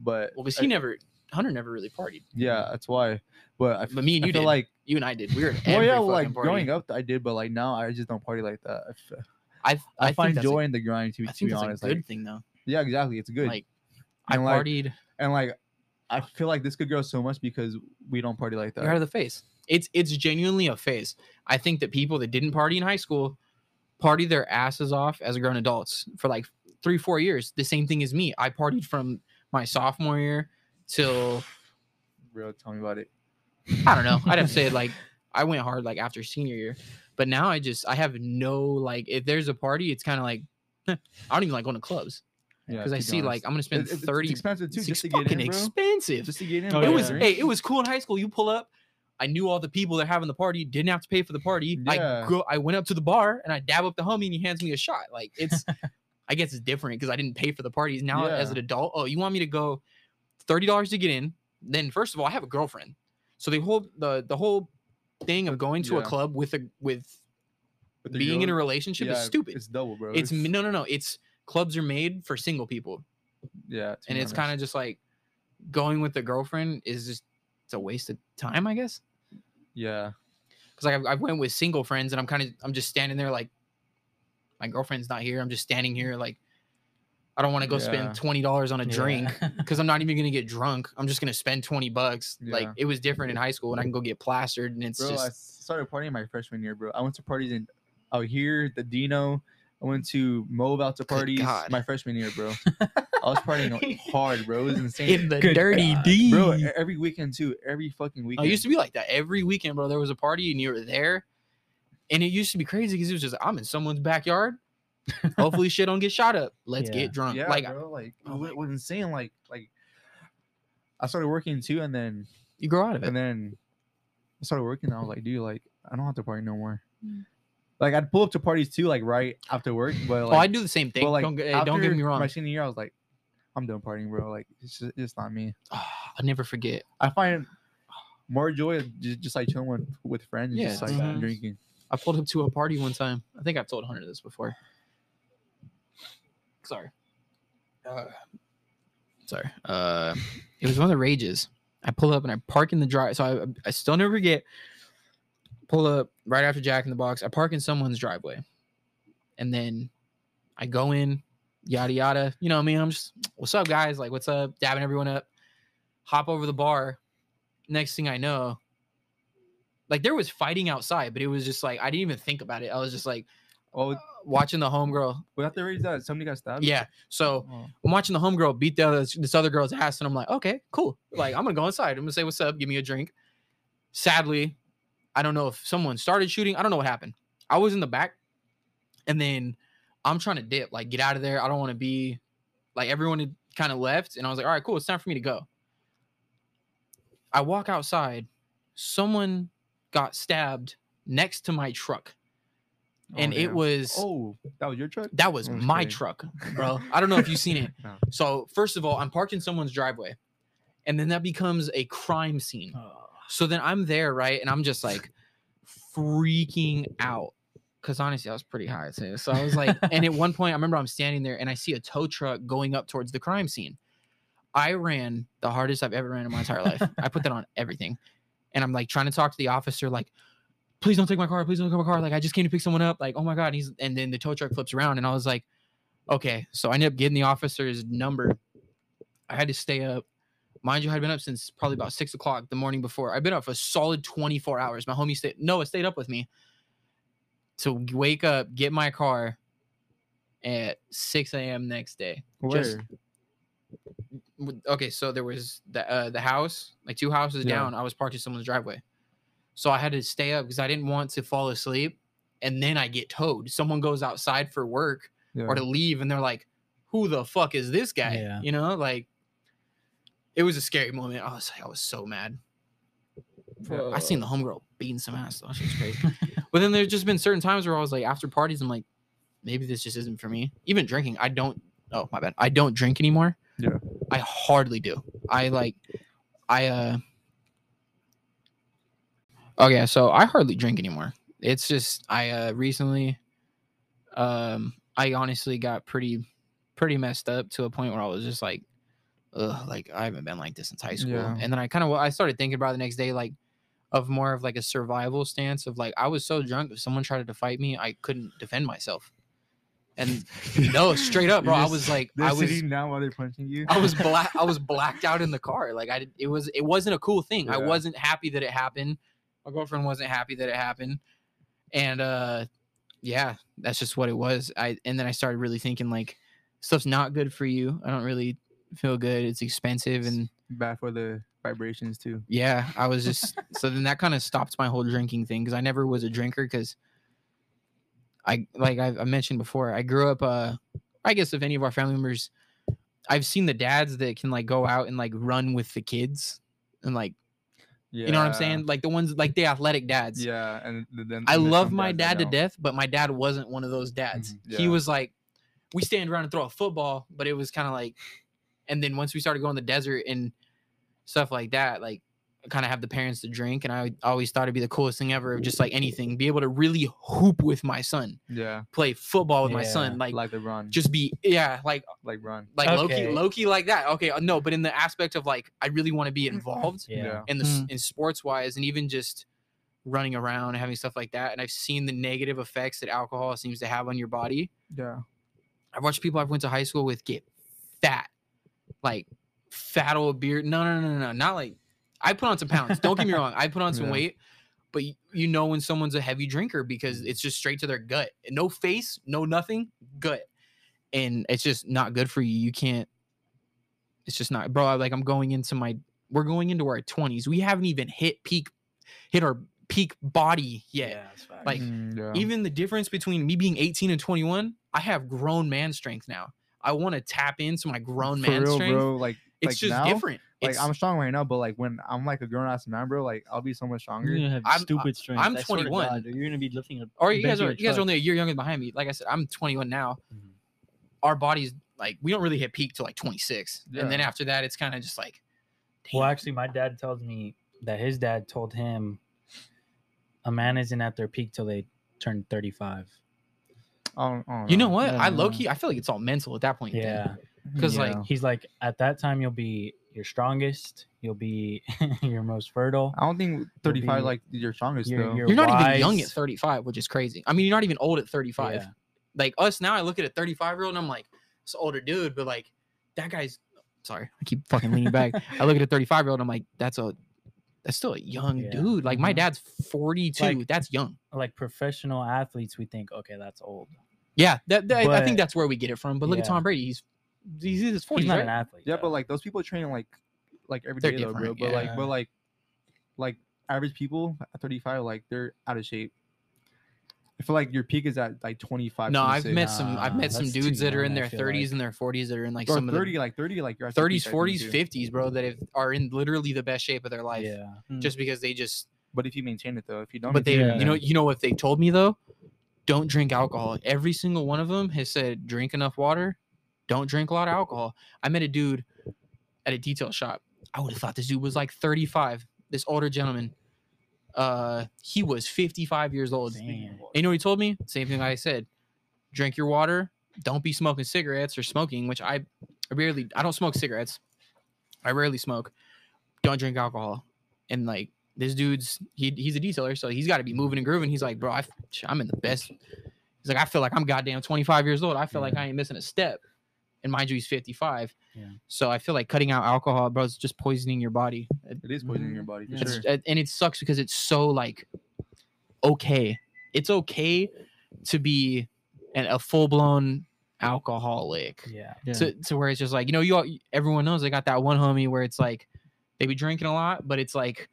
[SPEAKER 1] but
[SPEAKER 2] well, because
[SPEAKER 1] I-
[SPEAKER 2] he never, Hunter never really partied.
[SPEAKER 1] yeah, that's why. But I, f-
[SPEAKER 2] But me and
[SPEAKER 1] I
[SPEAKER 2] you
[SPEAKER 1] feel
[SPEAKER 2] did.
[SPEAKER 1] like
[SPEAKER 2] You and I did. We were at
[SPEAKER 1] well,
[SPEAKER 2] every
[SPEAKER 1] yeah,
[SPEAKER 2] fucking
[SPEAKER 1] well, like
[SPEAKER 2] party.
[SPEAKER 1] growing up, I did, but like now, I just don't party like that. I f-
[SPEAKER 2] I, th-
[SPEAKER 1] I,
[SPEAKER 2] I,
[SPEAKER 1] find
[SPEAKER 2] think
[SPEAKER 1] joy
[SPEAKER 2] That's
[SPEAKER 1] in the grind. To,
[SPEAKER 2] a, I
[SPEAKER 1] to
[SPEAKER 2] think
[SPEAKER 1] be
[SPEAKER 2] that's
[SPEAKER 1] honest,
[SPEAKER 2] a good
[SPEAKER 1] like
[SPEAKER 2] thing though.
[SPEAKER 1] yeah, exactly, it's good.
[SPEAKER 2] Like I
[SPEAKER 1] And, like,
[SPEAKER 2] partied.
[SPEAKER 1] and like I feel like this could grow so much because we don't party like that.
[SPEAKER 2] You're out of the phase. It's it's genuinely a phase. I think that people that didn't party in high school party their asses off as grown adults for like three, four years. The same thing as me. I partied from my sophomore year till
[SPEAKER 1] Bro, tell me about it.
[SPEAKER 2] I don't know. I'd have to say like I went hard like after senior year. But now I just I have no like if there's a party, it's kind of like I don't even like going to clubs
[SPEAKER 1] Yeah,
[SPEAKER 2] because I
[SPEAKER 1] to be
[SPEAKER 2] see like
[SPEAKER 1] honest.
[SPEAKER 2] I'm gonna spend
[SPEAKER 1] It- it-
[SPEAKER 2] thirty.
[SPEAKER 1] It's expensive too,
[SPEAKER 2] it's
[SPEAKER 1] just to get
[SPEAKER 2] fucking
[SPEAKER 1] in, bro.
[SPEAKER 2] expensive.
[SPEAKER 1] Just to get in. bro,
[SPEAKER 5] Oh,
[SPEAKER 2] it
[SPEAKER 5] yeah.
[SPEAKER 2] was
[SPEAKER 1] drink.
[SPEAKER 2] hey, it was cool in high school. You pull up, I knew all the people that are having the party, didn't have to pay for the party.
[SPEAKER 1] Yeah.
[SPEAKER 2] I go, I went up to the bar and I dab up the homie and he hands me a shot. Like it's I guess it's different because I didn't pay for the parties. Now as
[SPEAKER 1] Yeah.
[SPEAKER 2] an adult, oh, you want me to go thirty dollars to get in? Then first of all, I have a girlfriend. So the whole the the whole thing of going to a
[SPEAKER 1] Yeah.
[SPEAKER 2] club with a with
[SPEAKER 1] With the
[SPEAKER 2] being in a
[SPEAKER 1] girls,
[SPEAKER 2] relationship is
[SPEAKER 1] yeah,
[SPEAKER 2] stupid.
[SPEAKER 1] It's double, bro.
[SPEAKER 2] it's no no no. It's clubs are made for single people
[SPEAKER 1] yeah, to
[SPEAKER 2] and
[SPEAKER 1] be
[SPEAKER 2] it's kind
[SPEAKER 1] honest.
[SPEAKER 2] of just like going with the girlfriend is just it's a waste of time i guess
[SPEAKER 1] yeah.
[SPEAKER 2] because like I've, i went with single friends and i'm kind of i'm just standing there like my girlfriend's not here i'm just standing here like i don't want to go
[SPEAKER 1] Yeah.
[SPEAKER 2] spend $20 on a
[SPEAKER 4] yeah.
[SPEAKER 2] drink because i'm not even gonna get drunk i'm just gonna spend 20 bucks like
[SPEAKER 1] Yeah.
[SPEAKER 2] it was different in high school and i can go get plastered and it's
[SPEAKER 1] Bro, I
[SPEAKER 2] just
[SPEAKER 1] started partying my freshman year, bro. I went to parties in out here, the Dino. I went to Move out to
[SPEAKER 2] Good
[SPEAKER 1] parties
[SPEAKER 2] God.
[SPEAKER 1] my freshman year, bro. I was partying hard, bro. It was insane.
[SPEAKER 2] in the
[SPEAKER 4] Good
[SPEAKER 2] dirty
[SPEAKER 4] God.
[SPEAKER 2] D.
[SPEAKER 1] bro, e- every weekend too. Every fucking
[SPEAKER 2] I
[SPEAKER 1] weekend.
[SPEAKER 2] Oh, used to be like that every weekend, bro. There was a party and you were there, and it used to be crazy because it was just I'm in someone's backyard. Hopefully, shit don't get shot up. Let's
[SPEAKER 4] Yeah.
[SPEAKER 2] get drunk.
[SPEAKER 1] yeah,
[SPEAKER 2] like
[SPEAKER 1] bro, like
[SPEAKER 2] oh
[SPEAKER 1] it was insane. Like like I started working too, and then
[SPEAKER 2] you grow out of it. Mm.
[SPEAKER 1] and then I started working. I was like, dude, like I don't have to party no more. Like I'd pull up to parties too, like right after work. But like,
[SPEAKER 2] oh, I do the same thing.
[SPEAKER 1] But like,
[SPEAKER 2] don't, get- hey, don't get
[SPEAKER 1] after
[SPEAKER 2] me wrong.
[SPEAKER 1] My senior year, I was like, I'm done partying, bro. Like it's just, it's not me.
[SPEAKER 2] Ah, I'll never forget.
[SPEAKER 1] I find more joy in just, just like chilling with, with friends, and
[SPEAKER 2] Yeah, Mm-hmm.
[SPEAKER 1] just like
[SPEAKER 5] sometimes.
[SPEAKER 1] drinking.
[SPEAKER 2] I pulled up to a party one time. I think I've told Hunter this before. Sorry. Uh, sorry. Uh, it was one of the rages. I pull up and I park in the drive. So I, I still never forget. Pull up right after Jack in the Box. I park in someone's driveway, and then I go in. Yada yada. You know what I mean? I'm just what's up, guys? Like what's up? Dabbing everyone up. Hop over the bar. Next thing I know, like there was fighting outside, but it was just like I didn't even think about it. I was just like
[SPEAKER 1] Oh,
[SPEAKER 2] watching the homegirl.
[SPEAKER 1] we have to raise that somebody got stabbed.
[SPEAKER 2] Yeah. So
[SPEAKER 1] Oh.
[SPEAKER 2] I'm watching the homegirl beat the other, this other girl's ass, and I'm like, okay, cool. Like I'm gonna go inside. I'm gonna say what's up. Give me a drink. Sadly, I don't know if someone started shooting. I don't know what happened. I was in the back, and then I'm trying to dip, like get out of there. I don't want to be like everyone had kind of left, and I was like, all right, cool. It's time for me to go. I walk outside. Someone got stabbed next to my truck,
[SPEAKER 1] Oh,
[SPEAKER 2] and it
[SPEAKER 1] damn.
[SPEAKER 2] was
[SPEAKER 1] Oh, that was your truck,
[SPEAKER 2] that was
[SPEAKER 1] Oh, that's
[SPEAKER 2] my
[SPEAKER 1] crazy.
[SPEAKER 2] truck, bro. I don't know if you've seen it.
[SPEAKER 1] No.
[SPEAKER 2] So first of all, I'm parked in someone's driveway, and then that becomes a crime scene.
[SPEAKER 4] Oh,
[SPEAKER 2] So then I'm there, right, and I'm just like freaking out because honestly, I was pretty high too. So I was like, and at one point, I remember I'm standing there and I see a tow truck going up towards the crime scene. I ran the hardest I've ever ran in my entire life. I put that on everything, and I'm like trying to talk to the officer, like. Please don't take my car. Please don't take my car. Like I just came to pick someone up. Like oh my god. And he's and then the tow truck flips around, and I was like, okay. So I ended up getting the officer's number. I had to stay up. Mind you, I had been up since probably about six o'clock the morning before. I've been up for a solid 24 hours. My homie stayed, Noah stayed up with me to wake up, get my car at 6 a.m. next day.
[SPEAKER 1] Where?
[SPEAKER 2] Just- With- Okay, so there was the, uh, the house, like two houses
[SPEAKER 1] Yeah.
[SPEAKER 2] down. I was parked in someone's driveway. So I had to stay up because I didn't want to fall asleep. And then I get towed. Someone goes outside for work
[SPEAKER 1] Yeah.
[SPEAKER 2] or to leave and they're like who the fuck is this guy
[SPEAKER 4] Yeah.
[SPEAKER 2] you know like it was a scary moment i was like i was so mad
[SPEAKER 1] Yeah.
[SPEAKER 2] i seen the homegirl beating some ass though she's crazy but then there's just been certain times where i was like after parties i'm like maybe this just isn't for me even drinking i don't oh my bad i don't drink anymore
[SPEAKER 1] Yeah.
[SPEAKER 2] i hardly do i like i uh okay so i hardly drink anymore it's just i uh recently um i honestly got pretty pretty messed up to a point where i was just like Ugh, like i haven't been like this since high school
[SPEAKER 1] Yeah.
[SPEAKER 2] and then i kind of i started thinking about it the next day like of more of like a survival stance of like i was so drunk if someone tried to fight me i couldn't defend myself and no straight up
[SPEAKER 1] You're
[SPEAKER 2] bro i
[SPEAKER 1] just-
[SPEAKER 2] was like
[SPEAKER 1] They're
[SPEAKER 2] i was
[SPEAKER 1] sitting down while they're punching you.
[SPEAKER 2] I was black. I was blacked out in the car. Like I, did, it was, it wasn't a cool thing. I
[SPEAKER 1] Yeah.
[SPEAKER 2] wasn't happy that it happened. My girlfriend wasn't happy that it happened, and uh, yeah, that's just what it was. I and then I started really thinking like, stuff's not good for you. I don't really feel good. It's expensive, and
[SPEAKER 1] bad for the vibrations too.
[SPEAKER 2] yeah, I was just so then that kind of stopped my whole drinking thing because I never was a drinker because I like I, I mentioned before I grew up. Uh, I guess if any of our family members, I've seen the dads that can like go out and like run with the kids and like
[SPEAKER 1] Yeah.
[SPEAKER 2] you know what I'm saying, like the ones like the athletic dads.
[SPEAKER 1] Yeah, and th- then
[SPEAKER 2] I
[SPEAKER 1] and there's
[SPEAKER 2] love
[SPEAKER 1] some
[SPEAKER 2] my
[SPEAKER 1] dads that
[SPEAKER 2] dad to
[SPEAKER 1] don't.
[SPEAKER 2] death, but my dad wasn't one of those dads.
[SPEAKER 1] Mhm,
[SPEAKER 2] He
[SPEAKER 1] yeah.
[SPEAKER 2] was like, we stand around and throw a football, but it was kind of like, and then once we started going to the desert and stuff like that, like kind of have the parents to drink, and I always thought it'd be the coolest thing ever of just like anything, be able to really hoop with my son,
[SPEAKER 1] Yeah,
[SPEAKER 2] play football with my
[SPEAKER 4] Yeah,
[SPEAKER 2] son, like,
[SPEAKER 1] like LeBron, just
[SPEAKER 2] just be yeah, like
[SPEAKER 1] like LeBron.
[SPEAKER 2] like
[SPEAKER 4] Okay.
[SPEAKER 2] Loki, Loki like that. Okay, uh, no, but in the aspect of like I really want to be involved
[SPEAKER 4] Yeah.
[SPEAKER 2] and the s
[SPEAKER 5] Mm.
[SPEAKER 2] in sports wise and even just running around and having stuff like that and i've seen the negative effects that alcohol seems to have on your body
[SPEAKER 1] yeah,
[SPEAKER 2] i've watched people i've went to high school with get fat like fat old beard no no no no, no not like i put on some pounds don't get me wrong i put on some
[SPEAKER 1] Yeah.
[SPEAKER 2] weight but y- you know when someone's a heavy drinker because it's just straight to their gut no face no nothing gut and it's just not good for you you can't it's just not bro I- like i'm going into my we're going into our 20s we haven't even hit peak hit our peak body yet
[SPEAKER 4] that's fine.
[SPEAKER 2] like
[SPEAKER 1] Mm, yeah.
[SPEAKER 2] even the difference between me being 18 and 21 i have grown man strength now i want to tap into my grown
[SPEAKER 1] for
[SPEAKER 2] man
[SPEAKER 1] real,
[SPEAKER 2] strength
[SPEAKER 1] bro. Like
[SPEAKER 2] it's
[SPEAKER 1] like
[SPEAKER 2] just
[SPEAKER 1] now,
[SPEAKER 2] different
[SPEAKER 1] Like
[SPEAKER 2] It's-
[SPEAKER 1] I'm strong right now, but like when I'm like a grown ass man, bro, like I'll be so much stronger.
[SPEAKER 5] You're gonna have
[SPEAKER 2] I'm-
[SPEAKER 5] stupid strength.
[SPEAKER 2] I'm
[SPEAKER 5] I swear to
[SPEAKER 2] 21.
[SPEAKER 5] God, dude, you're gonna be lifting up.
[SPEAKER 2] or you guys are you guys are only a year younger behind me. Like I said, I'm 21 now.
[SPEAKER 1] Mm-hmm.
[SPEAKER 4] Mhm.
[SPEAKER 2] Our bodies like we don't really hit peak till like 26, and then
[SPEAKER 1] Yeah.
[SPEAKER 2] after that, it's kind of just like,
[SPEAKER 4] Well, actually, my dad tells me that his dad told him a man isn't at their peak till they turn 35.
[SPEAKER 1] I don't- I don't
[SPEAKER 2] you know what? I
[SPEAKER 4] Yeah.
[SPEAKER 2] low key I feel like it's all mental at that point. dude.
[SPEAKER 4] Yeah.
[SPEAKER 2] 'Cause,
[SPEAKER 1] Yeah.
[SPEAKER 2] like,
[SPEAKER 4] He's like, at that time, you'll be your strongest, you'll be your most fertile.
[SPEAKER 1] I don't think 35
[SPEAKER 4] be-
[SPEAKER 1] like your strongest
[SPEAKER 4] you're-
[SPEAKER 1] though.
[SPEAKER 4] you're-
[SPEAKER 2] you're not even young
[SPEAKER 4] wise.
[SPEAKER 2] at 35, which is crazy. I mean, you're not even old at 35.
[SPEAKER 4] Yeah.
[SPEAKER 2] Like us now, I look at a 35 year old and I'm like, it's an older dude, but like that guy's sorry, I keep fucking leaning back. I look at a 35 year old, I'm like, that's a that's still a young
[SPEAKER 4] Yeah.
[SPEAKER 2] dude. Like my
[SPEAKER 4] Mhm.
[SPEAKER 2] dad's 42.
[SPEAKER 4] Like-
[SPEAKER 2] that's young.
[SPEAKER 4] Like professional athletes, we think, okay, that's old.
[SPEAKER 2] Yeah, that, that- I think
[SPEAKER 4] But-
[SPEAKER 2] that's where we get it from. But look at
[SPEAKER 4] Yeah.
[SPEAKER 2] Tom Brady. He's he's in his
[SPEAKER 4] He's
[SPEAKER 2] forties,
[SPEAKER 4] not
[SPEAKER 2] right?
[SPEAKER 4] an athlete.
[SPEAKER 1] yeah, but
[SPEAKER 4] though.
[SPEAKER 1] like those people train like like every
[SPEAKER 2] They're
[SPEAKER 1] day though, bro.
[SPEAKER 2] different,
[SPEAKER 1] But like
[SPEAKER 4] yeah.
[SPEAKER 1] but like like average people at 35 like they're out of shape. I feel like your peak is at like 25.
[SPEAKER 2] no, I've
[SPEAKER 1] 26.
[SPEAKER 2] met some. I've
[SPEAKER 4] Nah,
[SPEAKER 2] met some
[SPEAKER 4] that's too
[SPEAKER 2] dudes that are in
[SPEAKER 4] young, I
[SPEAKER 2] their
[SPEAKER 4] feel
[SPEAKER 2] 30s
[SPEAKER 4] like.
[SPEAKER 2] and their 40s that are in like
[SPEAKER 1] Or
[SPEAKER 2] some
[SPEAKER 1] 30
[SPEAKER 2] of
[SPEAKER 1] like 30 like you're
[SPEAKER 2] the
[SPEAKER 1] at
[SPEAKER 2] 30s,
[SPEAKER 1] 50, I think,
[SPEAKER 2] 40s,
[SPEAKER 1] too.
[SPEAKER 2] 50s, bro. That have, are in literally the best shape of their life,
[SPEAKER 4] yeah.
[SPEAKER 5] Mm,
[SPEAKER 2] just because they just.
[SPEAKER 1] But if you maintain it though, if you don't,
[SPEAKER 2] But they,
[SPEAKER 1] maintain it,
[SPEAKER 2] you
[SPEAKER 1] then-
[SPEAKER 2] know, you know what they told me though. Don't drink alcohol. Every single one of them has said drink enough water. Don't drink a lot of alcohol. I met a dude at a detail shop. I would have thought this dude was like 35. This older gentleman. Uh, he was 55 years old.
[SPEAKER 4] Damn.
[SPEAKER 2] And you know what he told me? Same thing I said. Drink your water. Don't be smoking cigarettes or smoking, which I I rarely I don't smoke cigarettes. I rarely smoke. Don't drink alcohol. And like this dude's he he's a detailer, so he's got to be moving and grooving. He's like, bro, I, am in the best. He's like, I feel like I'm goddamn 25 years old. I feel like I ain't missing a step. And mind you, he's 55.
[SPEAKER 4] Yeah.
[SPEAKER 2] So I feel like cutting out alcohol, bro, is just poisoning your body. It-
[SPEAKER 1] it is poisoning your body for
[SPEAKER 2] it's-
[SPEAKER 1] sure.
[SPEAKER 2] uh, and it sucks because it's so like okay it's okay to be an, a full-blown alcoholic
[SPEAKER 4] Yeah.
[SPEAKER 2] to, to where it's just like you know you all, everyone knows they got that one homie where it's like they be drinking a lot but it's like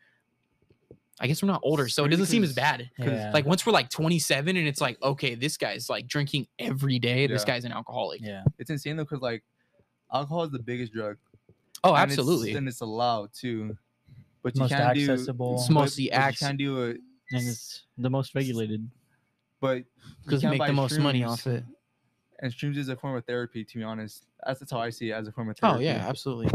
[SPEAKER 2] i guess we're not older so it
[SPEAKER 1] Maybe
[SPEAKER 2] doesn't seem as
[SPEAKER 1] because-
[SPEAKER 2] bad
[SPEAKER 4] Yeah.
[SPEAKER 2] like once we're like 27 and it's like okay this guy's like drinking every day this
[SPEAKER 1] Yeah.
[SPEAKER 2] guy's an alcoholic
[SPEAKER 4] yeah.
[SPEAKER 1] It's insane though, because like alcohol is the biggest drug.
[SPEAKER 2] oh
[SPEAKER 1] and it's-
[SPEAKER 2] absolutely
[SPEAKER 1] and it's allowed too. But you
[SPEAKER 4] Most
[SPEAKER 1] can't do
[SPEAKER 4] accessible.
[SPEAKER 2] It's
[SPEAKER 1] but-
[SPEAKER 2] mostly
[SPEAKER 1] but
[SPEAKER 2] acc-
[SPEAKER 1] You can't do it,
[SPEAKER 5] and it's the most regulated.
[SPEAKER 1] but you
[SPEAKER 2] because
[SPEAKER 1] can't
[SPEAKER 2] make
[SPEAKER 1] buy
[SPEAKER 2] the most money
[SPEAKER 1] shrooms,
[SPEAKER 2] off it
[SPEAKER 1] And streams is a form of therapy, to be honest. That's, that's how I see it as a form of
[SPEAKER 2] oh
[SPEAKER 1] therapy.
[SPEAKER 2] yeah absolutely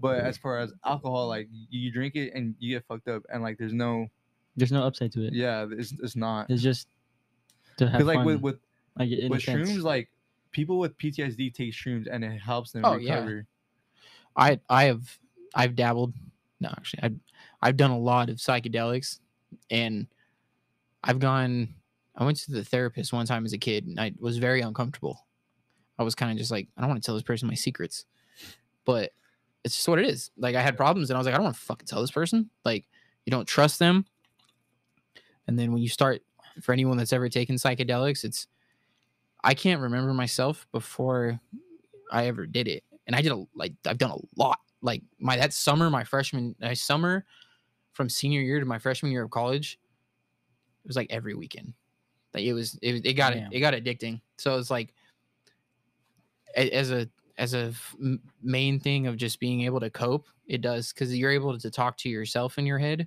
[SPEAKER 1] But as far as alcohol, like you, you drink it and you get fucked up, and like there's no,
[SPEAKER 5] There's no upside to it.
[SPEAKER 1] yeah, it's, it's not.
[SPEAKER 5] It's just to have
[SPEAKER 1] Because like
[SPEAKER 5] fun.
[SPEAKER 1] with with,
[SPEAKER 5] I get in a
[SPEAKER 1] with
[SPEAKER 5] sense.
[SPEAKER 1] shrooms, like people with PTSD take shrooms and it helps them
[SPEAKER 2] Oh, yeah.
[SPEAKER 1] recover.
[SPEAKER 2] I I have I've dabbled. No, actually, I've I've done a lot of psychedelics, and I've gone. I went to the therapist one time as a kid, and I was very uncomfortable. I was kind of just like, I don't want to tell this person my secrets, but it's just what it is. Like I had problems, and I was like, I don't want to fucking tell this person. Like you don't trust them, and then when you start, for anyone that's ever taken psychedelics, it's I can't remember myself before I ever did it. And I did a like I've done a lot. Like my that summer, my freshman my summer from senior year to my freshman year of college, it was like every weekend. Like it was it, was- it got
[SPEAKER 4] Damn.
[SPEAKER 2] it got addicting. So it's like a- as a as a f- m- main thing of just being able to cope, it does because you're able to talk to yourself in your head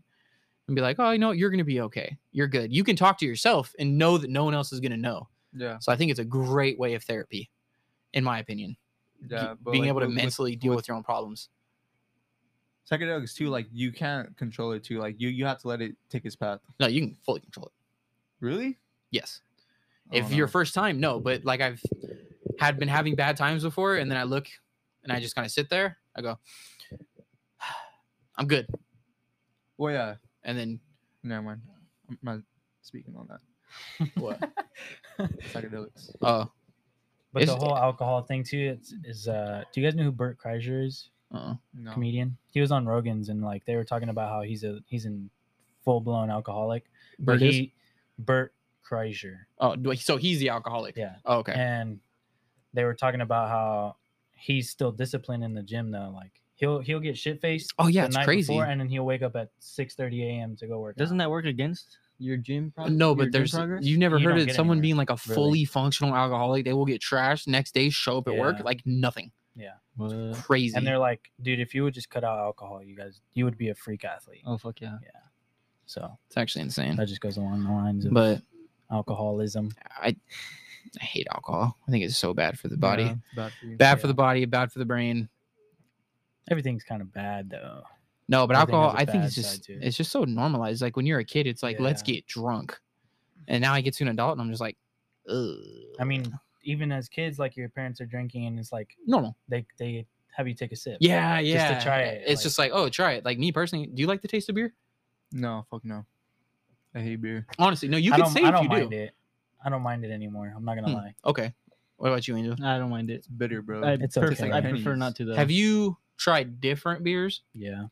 [SPEAKER 2] and be like, oh, you know, you're gonna be okay. You're good. You can talk to yourself and know that no one else is gonna know.
[SPEAKER 1] Yeah,
[SPEAKER 2] So I think it's a great way of therapy, in my opinion. G-
[SPEAKER 1] yeah. but,
[SPEAKER 2] being
[SPEAKER 1] like,
[SPEAKER 2] able to
[SPEAKER 1] with- with-
[SPEAKER 2] mentally deal with, your own problems.
[SPEAKER 1] psychedelics too, like you can't control it too. Like you you have to let it take its path.
[SPEAKER 2] No, you can fully control it.
[SPEAKER 1] Really?
[SPEAKER 2] Yes.
[SPEAKER 1] I
[SPEAKER 2] if
[SPEAKER 1] don't
[SPEAKER 2] your
[SPEAKER 1] know.
[SPEAKER 2] first time, no. But like I've had been having bad times before, and then I look and I just kind of sit there. I go, I'm good.
[SPEAKER 1] well, yeah,
[SPEAKER 2] And then
[SPEAKER 1] never mind. I'm not speaking on that.
[SPEAKER 2] what?
[SPEAKER 1] Psychedelics.
[SPEAKER 2] Oh,
[SPEAKER 4] But the
[SPEAKER 2] It's-
[SPEAKER 4] whole alcohol thing too it's, is uh do you guys know who Burt Kreischer is?
[SPEAKER 2] uh-uh.
[SPEAKER 1] No.
[SPEAKER 4] Comedian. He was on Rogan's and like they were talking about how he's a he's in full blown alcoholic. But
[SPEAKER 2] Bert is?
[SPEAKER 4] he Bert Kreischer.
[SPEAKER 2] oh, do I- so he's the alcoholic.
[SPEAKER 4] Yeah.
[SPEAKER 2] Oh, okay.
[SPEAKER 4] And they were talking about how he's still disciplined in the gym though. Like he'll he'll get shit faced
[SPEAKER 2] oh yeah,
[SPEAKER 4] the
[SPEAKER 2] it's
[SPEAKER 4] night
[SPEAKER 2] crazy.
[SPEAKER 4] before and then he'll wake up at six thirty AM to go work.
[SPEAKER 5] Doesn't that work against your gym? prog-
[SPEAKER 2] Uh, no,
[SPEAKER 5] your
[SPEAKER 2] but
[SPEAKER 5] gym
[SPEAKER 2] there's
[SPEAKER 5] progress?
[SPEAKER 2] you've never
[SPEAKER 4] You
[SPEAKER 2] heard
[SPEAKER 4] don't
[SPEAKER 2] of
[SPEAKER 4] get
[SPEAKER 2] someone
[SPEAKER 4] anywhere,
[SPEAKER 2] being like a
[SPEAKER 4] really.
[SPEAKER 2] fully functional alcoholic. They will get trashed next day, show up at work
[SPEAKER 4] Yeah.
[SPEAKER 2] like nothing.
[SPEAKER 4] Yeah.
[SPEAKER 5] What?
[SPEAKER 2] Crazy.
[SPEAKER 4] And they're like, dude, if you would just cut out alcohol, you guys, you would be a freak athlete.
[SPEAKER 5] Oh fuck yeah.
[SPEAKER 4] So
[SPEAKER 2] it's actually insane.
[SPEAKER 4] that just goes along the lines of
[SPEAKER 2] But
[SPEAKER 4] alcoholism.
[SPEAKER 2] I, I hate alcohol. I think it's so bad for the body.
[SPEAKER 1] Yeah, bad for you.
[SPEAKER 2] Bad for the body. Bad for the brain.
[SPEAKER 4] Everything's kind of bad though.
[SPEAKER 2] No, but
[SPEAKER 4] I think
[SPEAKER 2] alcohol.
[SPEAKER 4] has a
[SPEAKER 2] I think it's
[SPEAKER 4] bad side
[SPEAKER 2] just
[SPEAKER 4] to it.
[SPEAKER 2] it's just so normalized. Like when you're a kid, it's like let's
[SPEAKER 4] Yeah.
[SPEAKER 2] get drunk, and now I get to an adult, and I'm just like, Ugh.
[SPEAKER 4] I mean, even as kids, like your parents are drinking, and it's like
[SPEAKER 2] normal.
[SPEAKER 4] they they have you take a sip.
[SPEAKER 2] Yeah,
[SPEAKER 4] to
[SPEAKER 2] yeah.
[SPEAKER 4] try it,
[SPEAKER 2] It's
[SPEAKER 4] like-
[SPEAKER 2] just like oh, try it. Like me personally, do you like the taste of beer?
[SPEAKER 1] No, fuck no. I hate beer.
[SPEAKER 2] Honestly, no. You
[SPEAKER 4] I
[SPEAKER 2] can
[SPEAKER 4] don't,
[SPEAKER 2] say
[SPEAKER 4] I
[SPEAKER 2] if
[SPEAKER 4] don't
[SPEAKER 2] you
[SPEAKER 4] mind
[SPEAKER 2] do.
[SPEAKER 4] it. I don't mind it anymore. I'm not gonna
[SPEAKER 2] Hmm.
[SPEAKER 4] lie.
[SPEAKER 2] Okay. What about you, Angel?
[SPEAKER 5] I don't mind it.
[SPEAKER 1] It's bitter, bro.
[SPEAKER 5] I
[SPEAKER 4] It's
[SPEAKER 5] prefer,
[SPEAKER 4] okay.
[SPEAKER 5] I prefer not to though.
[SPEAKER 2] Have you tried different beers?
[SPEAKER 4] Yeah.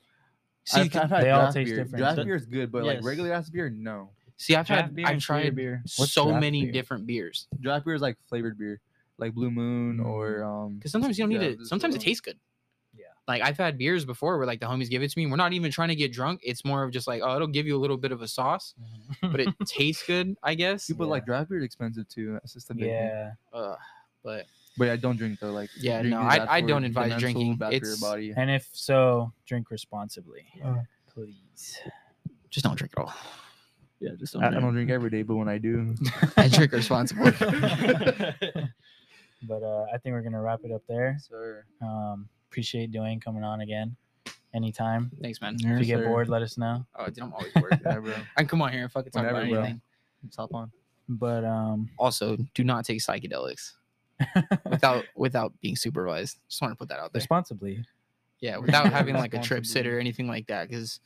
[SPEAKER 2] See,
[SPEAKER 1] I've- I've had
[SPEAKER 4] They all
[SPEAKER 1] draft
[SPEAKER 4] taste
[SPEAKER 1] beer.
[SPEAKER 4] different.
[SPEAKER 1] Draft
[SPEAKER 4] But-
[SPEAKER 1] beer is good, but like
[SPEAKER 5] Yes.
[SPEAKER 1] regular ass beer, no.
[SPEAKER 2] see, I've
[SPEAKER 5] Draft
[SPEAKER 2] had,
[SPEAKER 5] beer
[SPEAKER 2] I've
[SPEAKER 5] and clear
[SPEAKER 2] tried
[SPEAKER 5] beer?
[SPEAKER 4] What's
[SPEAKER 2] so
[SPEAKER 4] draft
[SPEAKER 2] many
[SPEAKER 4] beer?
[SPEAKER 2] different beers
[SPEAKER 1] Draft beer is like flavored beer, like Blue Moon
[SPEAKER 4] Mm.
[SPEAKER 1] or um.
[SPEAKER 2] because sometimes you don't need
[SPEAKER 1] Yeah,
[SPEAKER 2] it.
[SPEAKER 1] this
[SPEAKER 2] Sometimes it
[SPEAKER 1] one.
[SPEAKER 2] tastes good.
[SPEAKER 4] Yeah.
[SPEAKER 2] Like I've had beers before where like the homies give it to me. and We're not even trying to get drunk. It's more of just like oh, it'll give you a little bit of a sauce,
[SPEAKER 4] Mm-hmm.
[SPEAKER 2] but it tastes good, I guess.
[SPEAKER 1] People
[SPEAKER 4] Yeah.
[SPEAKER 1] like draft beer is expensive too. That's just a big thing.
[SPEAKER 4] Yeah.
[SPEAKER 2] Ugh, but
[SPEAKER 1] But I don't drink though. Like
[SPEAKER 2] Yeah,
[SPEAKER 1] drinking
[SPEAKER 2] no,
[SPEAKER 1] is
[SPEAKER 2] I-
[SPEAKER 1] bad
[SPEAKER 2] I
[SPEAKER 1] for
[SPEAKER 2] don't
[SPEAKER 1] your
[SPEAKER 2] advise
[SPEAKER 1] mental,
[SPEAKER 2] drinking.
[SPEAKER 1] Bad for your
[SPEAKER 2] It's-
[SPEAKER 1] body.
[SPEAKER 4] And if so, drink responsibly, please.
[SPEAKER 2] just don't drink at all.
[SPEAKER 5] Yeah, just
[SPEAKER 1] I, I don't drink every day, but when I do,
[SPEAKER 2] I drink responsibly.
[SPEAKER 4] But uh, I think we're gonna wrap it up there.
[SPEAKER 1] sir,
[SPEAKER 4] Um, appreciate Dwayne coming on again, anytime.
[SPEAKER 2] Thanks, man.
[SPEAKER 4] If you
[SPEAKER 1] Yes,
[SPEAKER 4] get
[SPEAKER 1] sir.
[SPEAKER 4] bored, let us know.
[SPEAKER 2] Oh, dude, I'm always worried.
[SPEAKER 1] yeah, bro,
[SPEAKER 2] I can come on here and fucking talk about
[SPEAKER 1] Whenever, bro.
[SPEAKER 2] anything.
[SPEAKER 1] Let's hop on.
[SPEAKER 4] But um,
[SPEAKER 2] Also, do not take psychedelics without without being supervised. Just want to put that out there.
[SPEAKER 4] responsibly.
[SPEAKER 2] Yeah, without having like a trip
[SPEAKER 1] Responsibility.
[SPEAKER 2] sit or anything like that, because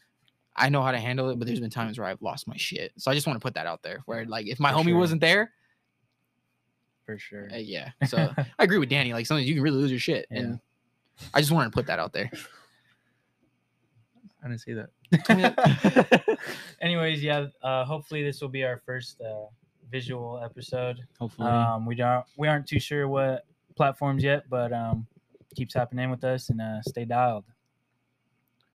[SPEAKER 2] I know how to handle it. But there's been times where I've lost my shit, so I just want to put that out there. Where like if my
[SPEAKER 4] For
[SPEAKER 2] homie
[SPEAKER 4] sure.
[SPEAKER 2] wasn't there,
[SPEAKER 4] for sure.
[SPEAKER 2] uh, yeah. So I agree with Danny. Like sometimes you can really lose your shit,
[SPEAKER 4] Yeah.
[SPEAKER 2] and I just wanted to put that out there.
[SPEAKER 1] I didn't say that.
[SPEAKER 4] Anyways, yeah. Uh, hopefully, this will be our first uh, visual episode.
[SPEAKER 5] Hopefully.
[SPEAKER 4] Um, we don't we aren't too sure what platforms yet, but um, keeps happening with us and uh, stay dialed.